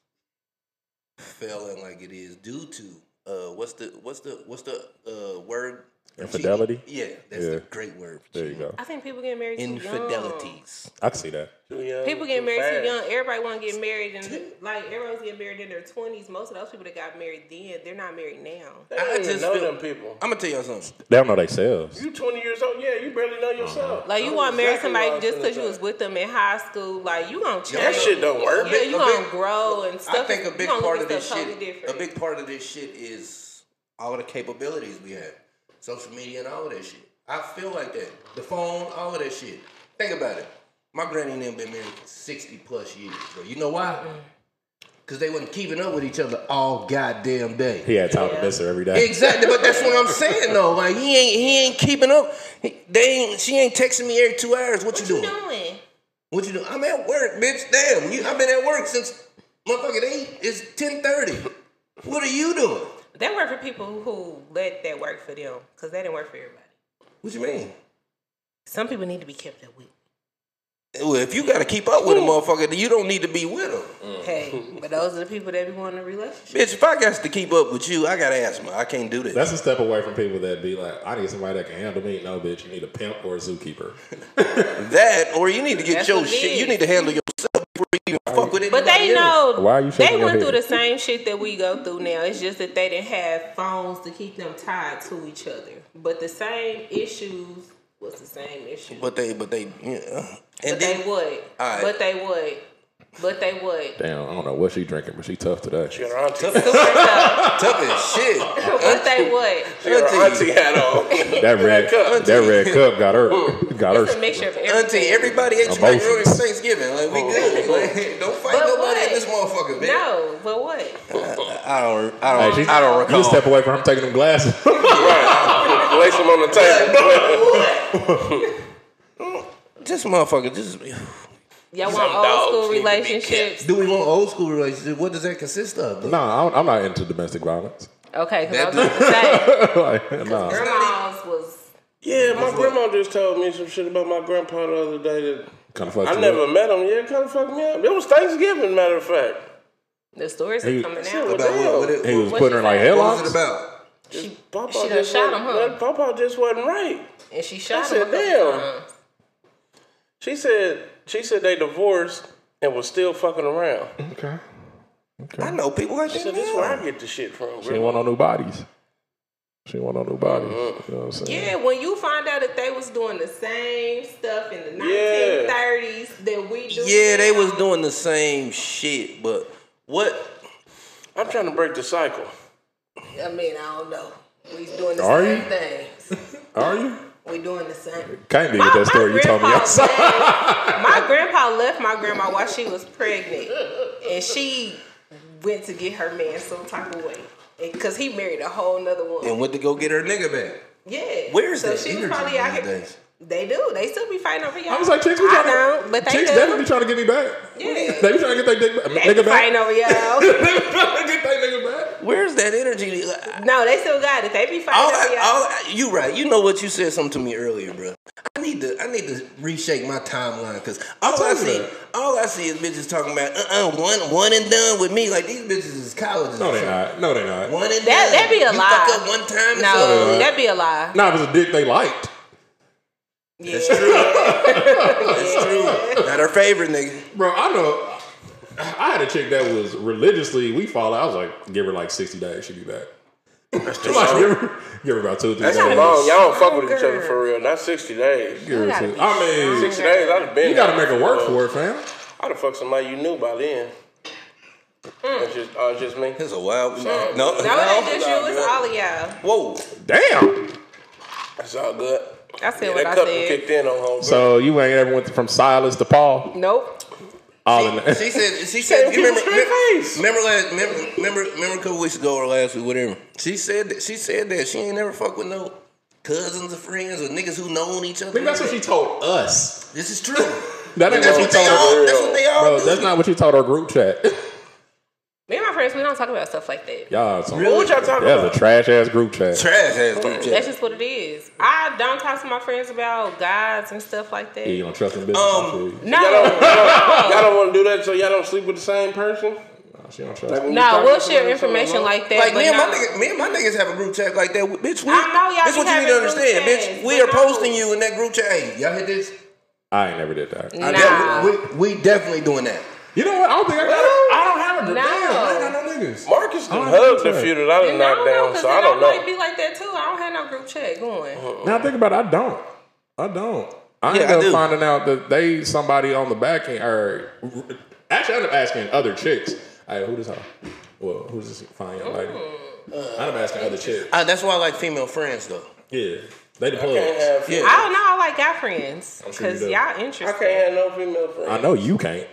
[SPEAKER 4] failing like it is due to uh what's the what's the what's the uh word for
[SPEAKER 2] Infidelity?
[SPEAKER 4] cheating? Yeah, that's
[SPEAKER 2] Yeah.
[SPEAKER 4] the great word. For
[SPEAKER 2] There you go.
[SPEAKER 6] I think people get married
[SPEAKER 4] cheating.
[SPEAKER 6] too young.
[SPEAKER 4] Infidelities.
[SPEAKER 2] I can see that.
[SPEAKER 5] Too young,
[SPEAKER 6] People get
[SPEAKER 5] too
[SPEAKER 6] married
[SPEAKER 5] fast.
[SPEAKER 6] too young. Everybody want to get married, and like everyone's getting married in their twenties. Most of those people that got married then, they're not married now.
[SPEAKER 5] They don't
[SPEAKER 4] I
[SPEAKER 5] even
[SPEAKER 4] just
[SPEAKER 5] know
[SPEAKER 4] feel-
[SPEAKER 5] them people.
[SPEAKER 4] I'm gonna tell y'all something.
[SPEAKER 2] They don't know themselves.
[SPEAKER 5] You 20 years old, yeah, you barely know yourself.
[SPEAKER 6] Like you
[SPEAKER 5] That's
[SPEAKER 6] want to marry
[SPEAKER 5] exactly what I
[SPEAKER 6] somebody just because you
[SPEAKER 5] finna
[SPEAKER 6] was
[SPEAKER 5] say.
[SPEAKER 6] with them in high school. Like you gonna change.
[SPEAKER 5] That shit don't work.
[SPEAKER 6] Yeah, you
[SPEAKER 4] A
[SPEAKER 6] gonna
[SPEAKER 4] big-
[SPEAKER 6] grow and stuff.
[SPEAKER 4] I think a
[SPEAKER 6] you
[SPEAKER 4] big
[SPEAKER 6] gonna look
[SPEAKER 4] part
[SPEAKER 6] at
[SPEAKER 4] of this
[SPEAKER 6] stuff
[SPEAKER 4] shit,
[SPEAKER 6] totally different.
[SPEAKER 4] a big part of this shit is all the capabilities we have, social media and all of that shit. I feel like that. The phone, all of that shit. Think about it. My granny and them been married for sixty plus years. Bro. You know why?
[SPEAKER 6] Mm-hmm.
[SPEAKER 4] Because they wasn't keeping up with each other all goddamn day.
[SPEAKER 2] He had time to miss her every day.
[SPEAKER 4] Exactly, but that's what I'm saying though. Like he ain't he ain't keeping up. He- They ain't, she ain't texting me every two hours. What,
[SPEAKER 6] what
[SPEAKER 4] you
[SPEAKER 6] you
[SPEAKER 4] doing?
[SPEAKER 6] doing?
[SPEAKER 4] What you doing? I'm at work, bitch. Damn, you, I've been at work since motherfucking eight. It's ten thirty. What are you doing?
[SPEAKER 6] That work for people who let that work for them because that didn't work for everybody.
[SPEAKER 4] What you mean?
[SPEAKER 6] Some people need to be kept at wit.
[SPEAKER 4] Well, if you got to keep up with a motherfucker, then you don't need to be with him.
[SPEAKER 6] Hey, but those are the people that be wanting a relationship.
[SPEAKER 4] Bitch, if I got to keep up with you, I got asthma. I can't do that.
[SPEAKER 2] That's a step away from people that be like, I need somebody that can handle me. No, bitch, you need a pimp or a zookeeper.
[SPEAKER 4] that, or you need to get
[SPEAKER 6] That's
[SPEAKER 4] your
[SPEAKER 6] what it
[SPEAKER 4] shit. You
[SPEAKER 6] is.
[SPEAKER 4] need to handle yourself before you even fuck with it.
[SPEAKER 6] But they know
[SPEAKER 2] Why are you shaking
[SPEAKER 6] they
[SPEAKER 2] your
[SPEAKER 6] went
[SPEAKER 2] head?
[SPEAKER 6] through the same shit that we go through now. It's just that they didn't have phones to keep them tied to each other. But the same issues was the same issue.
[SPEAKER 4] But they, but they, yeah.
[SPEAKER 6] but they would.
[SPEAKER 4] Alright.
[SPEAKER 6] But they would. But they would.
[SPEAKER 2] Damn, I don't know what she drinking, but she tough today.
[SPEAKER 5] She got
[SPEAKER 6] (laughs)
[SPEAKER 5] her auntie,
[SPEAKER 4] Tough as shit.
[SPEAKER 6] But they would.
[SPEAKER 5] she got her auntie hat on.
[SPEAKER 2] That red, that red cup got her, got
[SPEAKER 6] It's a
[SPEAKER 2] her.
[SPEAKER 6] mixture of
[SPEAKER 4] Auntie,
[SPEAKER 6] everything.
[SPEAKER 4] everybody at you like
[SPEAKER 2] Emotions.
[SPEAKER 4] ruining Thanksgiving. Like we good. Like, don't fight
[SPEAKER 6] But
[SPEAKER 4] nobody
[SPEAKER 6] what?
[SPEAKER 4] at this motherfucker, man.
[SPEAKER 6] No, but what?
[SPEAKER 4] I don't. I
[SPEAKER 2] Hey,
[SPEAKER 4] don't.
[SPEAKER 2] she-
[SPEAKER 4] I don't
[SPEAKER 2] You
[SPEAKER 4] recall.
[SPEAKER 2] just step away from him taking them glasses. (laughs)
[SPEAKER 5] Lace them on the table.
[SPEAKER 4] This motherfucker. Just.
[SPEAKER 6] Y'all
[SPEAKER 5] Some
[SPEAKER 6] want
[SPEAKER 5] dogs
[SPEAKER 6] old school
[SPEAKER 5] need to be kept.
[SPEAKER 6] relationships?
[SPEAKER 4] Do we want old school relationships? What does that consist of?
[SPEAKER 2] no, I don't- I'm not into domestic violence. (laughs)
[SPEAKER 6] Okay, because I was about to say,
[SPEAKER 2] like, nah.
[SPEAKER 6] grandma's was
[SPEAKER 5] (laughs) Yeah, my grandma just told me some shit about my grandpa the other day that
[SPEAKER 2] Kind of fucked
[SPEAKER 5] I
[SPEAKER 2] you
[SPEAKER 5] never
[SPEAKER 2] up.
[SPEAKER 5] met him. Yeah, kind of fucked me up. It was Thanksgiving, matter of fact.
[SPEAKER 6] the stories
[SPEAKER 2] He-
[SPEAKER 6] are coming
[SPEAKER 5] Shit,
[SPEAKER 6] out.
[SPEAKER 5] what the hell?
[SPEAKER 2] He was
[SPEAKER 6] What
[SPEAKER 2] putting her
[SPEAKER 6] she
[SPEAKER 2] like
[SPEAKER 6] said?
[SPEAKER 2] hell
[SPEAKER 4] What was it
[SPEAKER 2] on.
[SPEAKER 4] about?
[SPEAKER 6] She,
[SPEAKER 5] Papa
[SPEAKER 6] she done
[SPEAKER 5] just
[SPEAKER 6] shot him,
[SPEAKER 5] wasn't-
[SPEAKER 6] huh?
[SPEAKER 5] Papa just wasn't right.
[SPEAKER 6] And she shot
[SPEAKER 5] said,
[SPEAKER 6] him. a couple
[SPEAKER 5] "Damn."
[SPEAKER 6] times.
[SPEAKER 5] She said she said they divorced and was still fucking around.
[SPEAKER 2] Okay.
[SPEAKER 4] I know people like
[SPEAKER 5] She
[SPEAKER 4] that.
[SPEAKER 5] said this is where I get the shit from.
[SPEAKER 2] She didn't
[SPEAKER 5] Grandma.
[SPEAKER 2] want no new bodies. She didn't want no new bodies. You know what I'm saying?
[SPEAKER 6] Yeah, when you find out that they was doing the same stuff in the
[SPEAKER 5] Yeah.
[SPEAKER 6] 1930s that we do.
[SPEAKER 4] Yeah, they
[SPEAKER 6] now,
[SPEAKER 4] was doing the same shit, but what?
[SPEAKER 5] I'm trying to break the cycle.
[SPEAKER 6] I mean, I don't know. We doing the
[SPEAKER 2] Are
[SPEAKER 6] same
[SPEAKER 2] you?
[SPEAKER 6] things.
[SPEAKER 2] Are you?
[SPEAKER 6] We doing the same.
[SPEAKER 2] (laughs) Can't be with that story you told me
[SPEAKER 6] grandpa
[SPEAKER 2] outside. (laughs)
[SPEAKER 6] left- my grandpa left my grandma while she was pregnant, and she went to get her man some type of way, because he married a whole nother woman.
[SPEAKER 4] And went to go get her nigga back.
[SPEAKER 6] Yeah.
[SPEAKER 4] Where's
[SPEAKER 6] so
[SPEAKER 4] that
[SPEAKER 6] she was
[SPEAKER 4] energy
[SPEAKER 6] probably out
[SPEAKER 4] these
[SPEAKER 6] here.
[SPEAKER 4] days?
[SPEAKER 6] They do. They still be fighting over y'all.
[SPEAKER 2] I was like, chicks, we
[SPEAKER 6] I
[SPEAKER 2] trying
[SPEAKER 6] know,
[SPEAKER 2] to,
[SPEAKER 6] but they
[SPEAKER 2] chicks
[SPEAKER 6] do.
[SPEAKER 2] definitely trying to get me back.
[SPEAKER 6] Yeah.
[SPEAKER 2] They be trying to get their dick back.
[SPEAKER 6] They be
[SPEAKER 2] nigga back.
[SPEAKER 6] fighting over
[SPEAKER 2] (laughs)
[SPEAKER 6] y'all.
[SPEAKER 2] They be trying to get their nigga back.
[SPEAKER 4] Where's that energy?
[SPEAKER 6] no, they still got it. They be
[SPEAKER 4] All
[SPEAKER 6] fighting over
[SPEAKER 4] I,
[SPEAKER 6] y'all.
[SPEAKER 4] all I, you right. You know what? You said something to me earlier, bro. I need to. I need to reshake my timeline because all I,
[SPEAKER 2] told you
[SPEAKER 4] see,
[SPEAKER 2] that.
[SPEAKER 4] all I see is bitches talking about uh uh one one and done with me. Like these bitches is colleges.
[SPEAKER 2] No,
[SPEAKER 4] or
[SPEAKER 2] they not.
[SPEAKER 4] something.
[SPEAKER 2] No, they not.
[SPEAKER 4] One and done.
[SPEAKER 6] That that be a
[SPEAKER 4] you
[SPEAKER 6] lie.
[SPEAKER 4] Fuck up one time. No.
[SPEAKER 6] No,
[SPEAKER 2] not.
[SPEAKER 6] that be a lie.
[SPEAKER 2] Nah, it was a dick they liked.
[SPEAKER 6] Yeah.
[SPEAKER 4] That's true. Not her favorite nigga.
[SPEAKER 2] Bro, I know. I had a chick that was religiously, we followed. I was like, give her like 60 days, she'd be back. (laughs) Like, give, her, give her about two or three
[SPEAKER 5] That's
[SPEAKER 2] days.
[SPEAKER 5] too long. Y'all don't fuck with each other for real. Not 60 days.
[SPEAKER 2] Give her
[SPEAKER 6] You gotta
[SPEAKER 2] two-
[SPEAKER 6] be
[SPEAKER 2] I mean,
[SPEAKER 6] strong.
[SPEAKER 5] 60 days, I'd have been.
[SPEAKER 2] you gotta make it work for it, fam.
[SPEAKER 5] I'd have fucked somebody you knew by then. That's just, oh, it's just me.
[SPEAKER 4] It's a wild. No.
[SPEAKER 6] No, it ain't
[SPEAKER 4] no.
[SPEAKER 6] just you. It's all of y'all.
[SPEAKER 4] Whoa.
[SPEAKER 2] Damn.
[SPEAKER 5] That's all good.
[SPEAKER 6] I said
[SPEAKER 5] Yeah,
[SPEAKER 6] what
[SPEAKER 5] that
[SPEAKER 6] I
[SPEAKER 5] couple
[SPEAKER 6] said.
[SPEAKER 5] kicked in on home.
[SPEAKER 2] So you ain't ever went from Silas to Paul?
[SPEAKER 6] Nope.
[SPEAKER 2] All in
[SPEAKER 4] She said. She said.
[SPEAKER 5] Hey,
[SPEAKER 4] You remember?
[SPEAKER 5] keep a straight
[SPEAKER 4] remember-
[SPEAKER 5] face.
[SPEAKER 4] Remember last? Remember? Remember? Remember a couple weeks ago or last week, whatever. She said. That, she said that she ain't never fuck with no cousins or friends or niggas who known each other.
[SPEAKER 2] think that's what she told us.
[SPEAKER 4] This is true.
[SPEAKER 2] That ain't what she told
[SPEAKER 4] They
[SPEAKER 2] her.
[SPEAKER 4] all, that's what they all
[SPEAKER 2] Bro,
[SPEAKER 4] do.
[SPEAKER 2] that's not what you told our group chat. (laughs)
[SPEAKER 6] Me and my friends, we don't talk about stuff like that.
[SPEAKER 2] Y'all, some,
[SPEAKER 5] What y'all talking
[SPEAKER 2] that
[SPEAKER 5] about?
[SPEAKER 2] was a trash ass group chat.
[SPEAKER 4] trash ass group
[SPEAKER 6] That's
[SPEAKER 4] chat.
[SPEAKER 6] just what it is. I don't talk to my friends about gods and stuff like that.
[SPEAKER 2] Yeah, you don't trust in business. I feel you.
[SPEAKER 6] No,
[SPEAKER 5] Y'all
[SPEAKER 6] (laughs)
[SPEAKER 5] don't, y'all don't, y'all don't want to do that so y'all don't sleep with the same person?
[SPEAKER 2] Nah, she don't trust.
[SPEAKER 5] when you
[SPEAKER 6] no,
[SPEAKER 5] talking
[SPEAKER 6] we'll
[SPEAKER 5] to
[SPEAKER 6] share
[SPEAKER 5] somebody so
[SPEAKER 6] information
[SPEAKER 5] long-
[SPEAKER 6] like that.
[SPEAKER 4] Like
[SPEAKER 6] but
[SPEAKER 4] me and my
[SPEAKER 6] no.
[SPEAKER 4] niggas, me and my niggas have a group chat like that, bitch. We,
[SPEAKER 6] I know y'all
[SPEAKER 4] this
[SPEAKER 6] be
[SPEAKER 4] what you need to
[SPEAKER 6] having group
[SPEAKER 4] understand, bitch.
[SPEAKER 6] chats,
[SPEAKER 4] We
[SPEAKER 6] but
[SPEAKER 4] are
[SPEAKER 6] no.
[SPEAKER 4] posting you in that group chat. Hey, y'all hit this?
[SPEAKER 2] I ain't never did that.
[SPEAKER 6] Nah.
[SPEAKER 4] Yeah, we, we, we definitely doing that.
[SPEAKER 2] You know what? I don't think I got. I don't have a group.
[SPEAKER 6] No.
[SPEAKER 2] Damn, I ain't got no niggas.
[SPEAKER 5] Marcus
[SPEAKER 2] I
[SPEAKER 5] done
[SPEAKER 2] don't know
[SPEAKER 5] hugged
[SPEAKER 2] what
[SPEAKER 5] a
[SPEAKER 2] to
[SPEAKER 5] few
[SPEAKER 2] tell
[SPEAKER 5] that I done
[SPEAKER 6] And I
[SPEAKER 5] knocked
[SPEAKER 6] don't know,
[SPEAKER 5] down,
[SPEAKER 6] 'cause
[SPEAKER 5] so
[SPEAKER 6] then
[SPEAKER 5] I don't
[SPEAKER 6] might
[SPEAKER 5] know.
[SPEAKER 6] be like that too. I don't have no group chat going.
[SPEAKER 2] Now think about it. I don't. I don't. I
[SPEAKER 4] Yeah,
[SPEAKER 2] end
[SPEAKER 4] I
[SPEAKER 2] up
[SPEAKER 4] do.
[SPEAKER 2] finding out that they somebody on the back end, or actually, I end up asking other chicks. Hey, who this? Hoe? Well, who's this fine young lady? I end up asking other chicks.
[SPEAKER 4] Uh, that's why I like female friends though.
[SPEAKER 2] Yeah, they the
[SPEAKER 5] Can't
[SPEAKER 2] plugs.
[SPEAKER 5] have,
[SPEAKER 6] I don't know. I like guy friends
[SPEAKER 2] sure you
[SPEAKER 6] because
[SPEAKER 2] do.
[SPEAKER 6] y'all
[SPEAKER 5] I
[SPEAKER 6] interesting.
[SPEAKER 5] can't have no female friends.
[SPEAKER 2] I know you can't.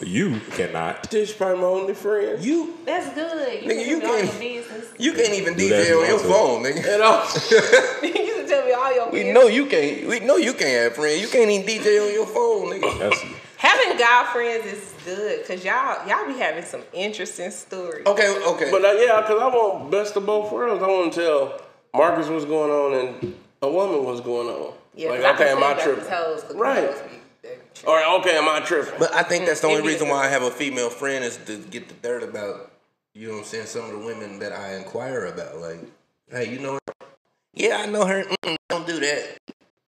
[SPEAKER 2] You cannot.
[SPEAKER 5] This is probably my only friend.
[SPEAKER 4] You
[SPEAKER 6] That's good. You
[SPEAKER 4] Nigga,
[SPEAKER 6] can
[SPEAKER 4] you
[SPEAKER 6] tell me all
[SPEAKER 4] can't-
[SPEAKER 6] your business.
[SPEAKER 4] you can't even
[SPEAKER 2] Do that if
[SPEAKER 4] DJ
[SPEAKER 2] you
[SPEAKER 4] on your
[SPEAKER 2] want to.
[SPEAKER 4] phone, nigga.
[SPEAKER 5] And I-
[SPEAKER 6] (laughs) you can tell me all your
[SPEAKER 4] We
[SPEAKER 6] business.
[SPEAKER 4] know you can't. We know you can't have friends. You can't even DJ on your phone, nigga.
[SPEAKER 2] That's
[SPEAKER 6] Having guy friends is good because y'all y'all be having some interesting stories.
[SPEAKER 4] Okay, okay.
[SPEAKER 5] But uh, yeah, because I want best of both worlds. I want to tell Marcus what's going on and a woman what's going on.
[SPEAKER 6] Yeah,
[SPEAKER 5] like,
[SPEAKER 6] 'cause I
[SPEAKER 5] okay,
[SPEAKER 6] can
[SPEAKER 5] am
[SPEAKER 6] tell
[SPEAKER 5] I
[SPEAKER 6] about
[SPEAKER 5] tripping?
[SPEAKER 6] these hoes 'cause
[SPEAKER 5] Right.
[SPEAKER 6] these hoes be- they
[SPEAKER 5] All right, okay, am I tripping?
[SPEAKER 4] But I think that's the only reason why I have a female friend is to get the dirt about, you know what I'm saying, some of the women that I inquire about. Like, hey, you know her? Yeah, I know her. Mm-mm, don't do that.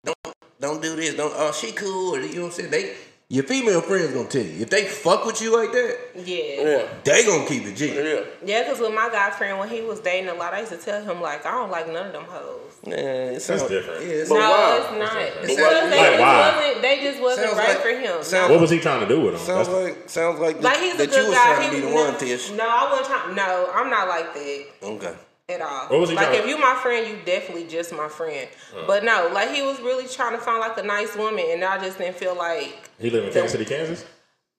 [SPEAKER 4] Don't don't do this. Don't oh she cool or you know what I'm saying? They your female friends gonna tell you. If they fuck with you like that,
[SPEAKER 6] Yeah.
[SPEAKER 4] they gonna keep it G.
[SPEAKER 5] Yeah.
[SPEAKER 6] Yeah, because with my guy friend, when he was dating a lot, I used to tell him, like, I don't like none of them hoes.
[SPEAKER 4] it's
[SPEAKER 2] That's different.
[SPEAKER 4] Yeah, it's
[SPEAKER 6] no,
[SPEAKER 4] not-
[SPEAKER 6] it's not.
[SPEAKER 4] It
[SPEAKER 6] Because
[SPEAKER 4] sounds-
[SPEAKER 6] they,
[SPEAKER 2] Like,
[SPEAKER 6] just
[SPEAKER 2] why?
[SPEAKER 6] wasn't, they just wasn't
[SPEAKER 4] Sounds
[SPEAKER 6] right
[SPEAKER 4] like-
[SPEAKER 6] for him.
[SPEAKER 4] sounds-
[SPEAKER 2] What was he trying to do with him?
[SPEAKER 4] Sounds
[SPEAKER 2] That's-
[SPEAKER 4] like sounds like,
[SPEAKER 6] like,
[SPEAKER 4] that-
[SPEAKER 6] he's a
[SPEAKER 4] that
[SPEAKER 6] good
[SPEAKER 4] you was
[SPEAKER 6] guy.
[SPEAKER 4] trying to
[SPEAKER 6] He
[SPEAKER 4] be the
[SPEAKER 6] was-
[SPEAKER 4] one, Tish.
[SPEAKER 6] No, I wasn't trying. No, I'm not like that.
[SPEAKER 4] Okay.
[SPEAKER 6] at all.
[SPEAKER 2] What was he
[SPEAKER 6] like
[SPEAKER 2] trying-
[SPEAKER 6] if you my friend, you definitely just my friend. But no, like he was really trying to find like a nice woman, and I just didn't feel like
[SPEAKER 2] he live in Kansas City, Kansas.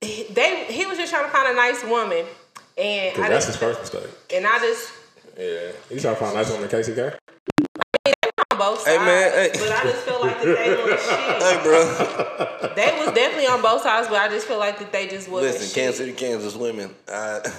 [SPEAKER 6] he- they. He was just trying to find a nice woman, and
[SPEAKER 2] Because
[SPEAKER 6] I
[SPEAKER 2] that's his
[SPEAKER 6] just
[SPEAKER 2] first mistake.
[SPEAKER 6] and I just
[SPEAKER 2] Yeah, he trying to find a nice woman in KCK.
[SPEAKER 6] on both sides.
[SPEAKER 4] Hey, man, hey.
[SPEAKER 6] But I just feel like that they was
[SPEAKER 4] (laughs)
[SPEAKER 6] shit.
[SPEAKER 4] Hey, bro.
[SPEAKER 6] They was definitely on both sides, but I just feel like that they just wasn't.
[SPEAKER 4] Listen,
[SPEAKER 6] shit.
[SPEAKER 4] Kansas City, Kansas women, I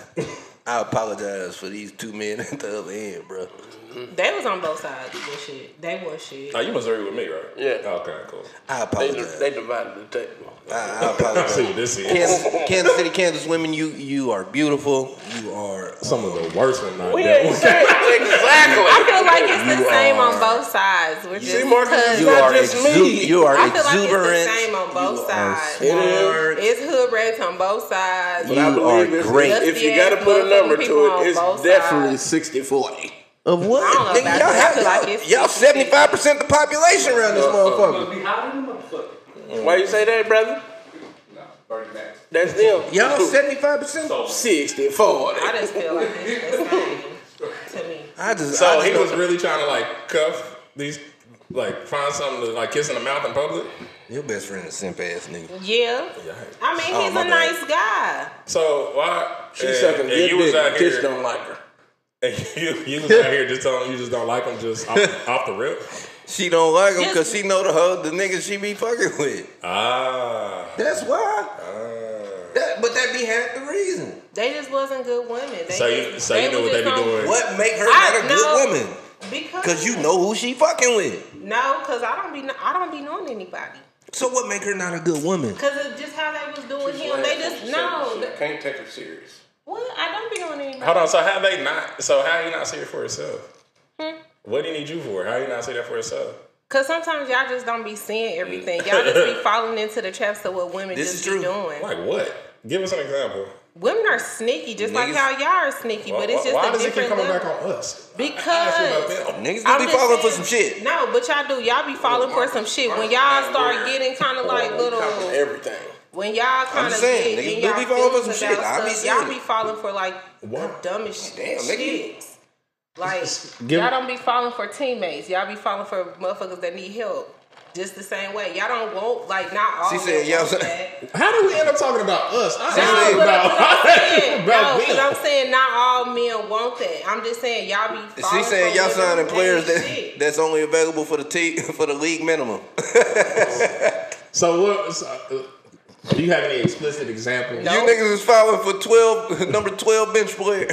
[SPEAKER 4] I apologize for these two men at the other end, bro.
[SPEAKER 6] They was on both sides. Of this shit. They was shit.
[SPEAKER 12] Oh, you Missouri with me, right?
[SPEAKER 5] Yeah.
[SPEAKER 12] Okay, cool.
[SPEAKER 4] I
[SPEAKER 5] They,
[SPEAKER 4] apologize.
[SPEAKER 5] they divided the table.
[SPEAKER 4] I, I
[SPEAKER 2] I see
[SPEAKER 4] apologize.
[SPEAKER 2] what (laughs) this is.
[SPEAKER 4] Kansas, Kansas City, Kansas women, you you are beautiful. You are
[SPEAKER 2] Some of the worst ones. Not
[SPEAKER 5] We
[SPEAKER 2] that
[SPEAKER 5] ain't
[SPEAKER 2] one.
[SPEAKER 5] saying (laughs) exactly.
[SPEAKER 6] I feel like it's the
[SPEAKER 4] You
[SPEAKER 6] same on
[SPEAKER 4] are-
[SPEAKER 6] both sides. We're just
[SPEAKER 5] See, Marcus,
[SPEAKER 6] cuz-
[SPEAKER 4] you
[SPEAKER 5] not
[SPEAKER 4] are
[SPEAKER 5] just
[SPEAKER 4] exu-
[SPEAKER 5] me.
[SPEAKER 4] you are
[SPEAKER 6] I feel like it's the
[SPEAKER 4] exuberant.
[SPEAKER 6] same on both
[SPEAKER 4] you
[SPEAKER 6] sides.
[SPEAKER 4] Are smart.
[SPEAKER 6] It's hood rats on both sides.
[SPEAKER 4] You are great.
[SPEAKER 5] If you got to put a number to
[SPEAKER 6] People on
[SPEAKER 5] it, it's
[SPEAKER 6] both
[SPEAKER 5] definitely
[SPEAKER 6] sides.
[SPEAKER 5] 60 40.
[SPEAKER 4] Of what?
[SPEAKER 6] I don't know
[SPEAKER 4] Nigga, y'all
[SPEAKER 6] about that. I
[SPEAKER 4] have,
[SPEAKER 6] feel like
[SPEAKER 4] y'all,
[SPEAKER 6] it's
[SPEAKER 4] y'all 75%
[SPEAKER 6] 50.
[SPEAKER 4] the population around
[SPEAKER 2] Uh,
[SPEAKER 4] this motherfucker. Mm.
[SPEAKER 5] Why you say that, brother? That's them.
[SPEAKER 4] (laughs) Y'all 75%?
[SPEAKER 5] 60 40.
[SPEAKER 6] I just feel like it's the same to me.
[SPEAKER 4] I
[SPEAKER 2] (laughs)
[SPEAKER 4] just,
[SPEAKER 2] So
[SPEAKER 4] I
[SPEAKER 2] he
[SPEAKER 4] just
[SPEAKER 2] was really trying to like cuff these, like find something to like kiss in the mouth in public.
[SPEAKER 4] Your best friend is simp ass nigga.
[SPEAKER 6] Yeah. I mean,
[SPEAKER 4] Oh,
[SPEAKER 6] he's
[SPEAKER 4] my bad.
[SPEAKER 6] a nice guy.
[SPEAKER 2] So why?
[SPEAKER 5] She
[SPEAKER 2] and-
[SPEAKER 5] sucking
[SPEAKER 2] and
[SPEAKER 5] good
[SPEAKER 2] you was
[SPEAKER 5] dick.
[SPEAKER 2] out
[SPEAKER 5] and Tish
[SPEAKER 2] here.
[SPEAKER 5] don't like her.
[SPEAKER 2] (laughs) and You, you was out here just telling him you just don't like him
[SPEAKER 5] (laughs)
[SPEAKER 2] just off, off the rip.
[SPEAKER 4] She don't like him
[SPEAKER 6] Yes.
[SPEAKER 4] because she know the hoe, the nigga she be fucking with.
[SPEAKER 2] Ah.
[SPEAKER 4] That's why. That, but that be half the reason.
[SPEAKER 6] They just wasn't good women. They
[SPEAKER 2] So you,
[SPEAKER 6] just-
[SPEAKER 2] so you
[SPEAKER 6] they
[SPEAKER 2] know
[SPEAKER 6] was
[SPEAKER 2] what they be
[SPEAKER 6] just on-
[SPEAKER 2] doing.
[SPEAKER 4] What make her
[SPEAKER 6] I-
[SPEAKER 4] not a
[SPEAKER 6] no.
[SPEAKER 4] good woman?
[SPEAKER 6] Because
[SPEAKER 4] Because you know who she fucking with.
[SPEAKER 6] no, because I don't be kn- I don't be knowing anybody.
[SPEAKER 4] So what make her not a good woman?
[SPEAKER 6] Because of just how they was doing him, they just no. th-
[SPEAKER 5] Can't take her serious.
[SPEAKER 6] Well, I don't be knowing anybody.
[SPEAKER 2] Hold on. So how they not? So how you not see it for yourself?
[SPEAKER 6] Hmm?
[SPEAKER 2] What do you need you for? How you not see that for yourself?
[SPEAKER 6] Cause sometimes y'all just don't be seeing everything. Y'all just
[SPEAKER 2] (laughs)
[SPEAKER 6] be falling into the traps of what women
[SPEAKER 4] This
[SPEAKER 6] just
[SPEAKER 4] is true.
[SPEAKER 6] be doing.
[SPEAKER 2] Like what? Give us an example.
[SPEAKER 6] Women are sneaky, just like
[SPEAKER 4] Niggas-
[SPEAKER 6] how y'all are sneaky,
[SPEAKER 2] Why,
[SPEAKER 6] but it's just
[SPEAKER 2] why
[SPEAKER 6] a
[SPEAKER 2] does it keep
[SPEAKER 6] different
[SPEAKER 2] coming
[SPEAKER 6] level.
[SPEAKER 2] back on us?
[SPEAKER 6] Because
[SPEAKER 2] I asked you about them.
[SPEAKER 4] Niggas
[SPEAKER 6] I'm
[SPEAKER 4] gonna be
[SPEAKER 6] just
[SPEAKER 4] falling for
[SPEAKER 6] saying-
[SPEAKER 4] some shit.
[SPEAKER 6] No, but y'all do. Y'all be falling for some shit when y'all start getting kind of like little.
[SPEAKER 5] Everything.
[SPEAKER 6] When y'all kind of
[SPEAKER 4] just
[SPEAKER 6] get
[SPEAKER 4] saying,
[SPEAKER 6] in
[SPEAKER 4] niggas do
[SPEAKER 6] y'all
[SPEAKER 4] be falling for
[SPEAKER 6] feelings
[SPEAKER 4] some shit.
[SPEAKER 6] about
[SPEAKER 4] I be
[SPEAKER 6] stuff, y'all
[SPEAKER 4] seeing
[SPEAKER 6] be
[SPEAKER 4] it.
[SPEAKER 6] falling for like the
[SPEAKER 2] What?
[SPEAKER 6] dumbest
[SPEAKER 4] Damn, nigga.
[SPEAKER 6] shits. Like
[SPEAKER 2] Give-
[SPEAKER 6] y'all don't be falling for teammates. Y'all be falling for motherfuckers that need help. Just the same way. Y'all don't want like not all.
[SPEAKER 4] She
[SPEAKER 6] men
[SPEAKER 4] said, y'all-
[SPEAKER 6] want that.
[SPEAKER 4] (laughs)
[SPEAKER 2] How do we end up talking about us? I
[SPEAKER 6] No,
[SPEAKER 2] asked you
[SPEAKER 6] but
[SPEAKER 2] (laughs)
[SPEAKER 6] I'm-
[SPEAKER 2] about,
[SPEAKER 6] but I'm
[SPEAKER 4] (laughs)
[SPEAKER 6] saying,
[SPEAKER 2] about
[SPEAKER 6] no,
[SPEAKER 2] them.
[SPEAKER 6] but I'm saying not all men want that. I'm just saying y'all be.
[SPEAKER 4] She
[SPEAKER 6] falling
[SPEAKER 4] saying
[SPEAKER 6] for
[SPEAKER 4] y'all
[SPEAKER 6] women
[SPEAKER 4] signing
[SPEAKER 6] who
[SPEAKER 4] players
[SPEAKER 6] ain't
[SPEAKER 4] that,
[SPEAKER 6] shit.
[SPEAKER 4] that's only available for the te- (laughs) for the league minimum. (laughs)
[SPEAKER 2] So what? So, uh, do you have any explicit examples?
[SPEAKER 6] No.
[SPEAKER 4] You niggas is falling for twelve (laughs) number twelve bench player.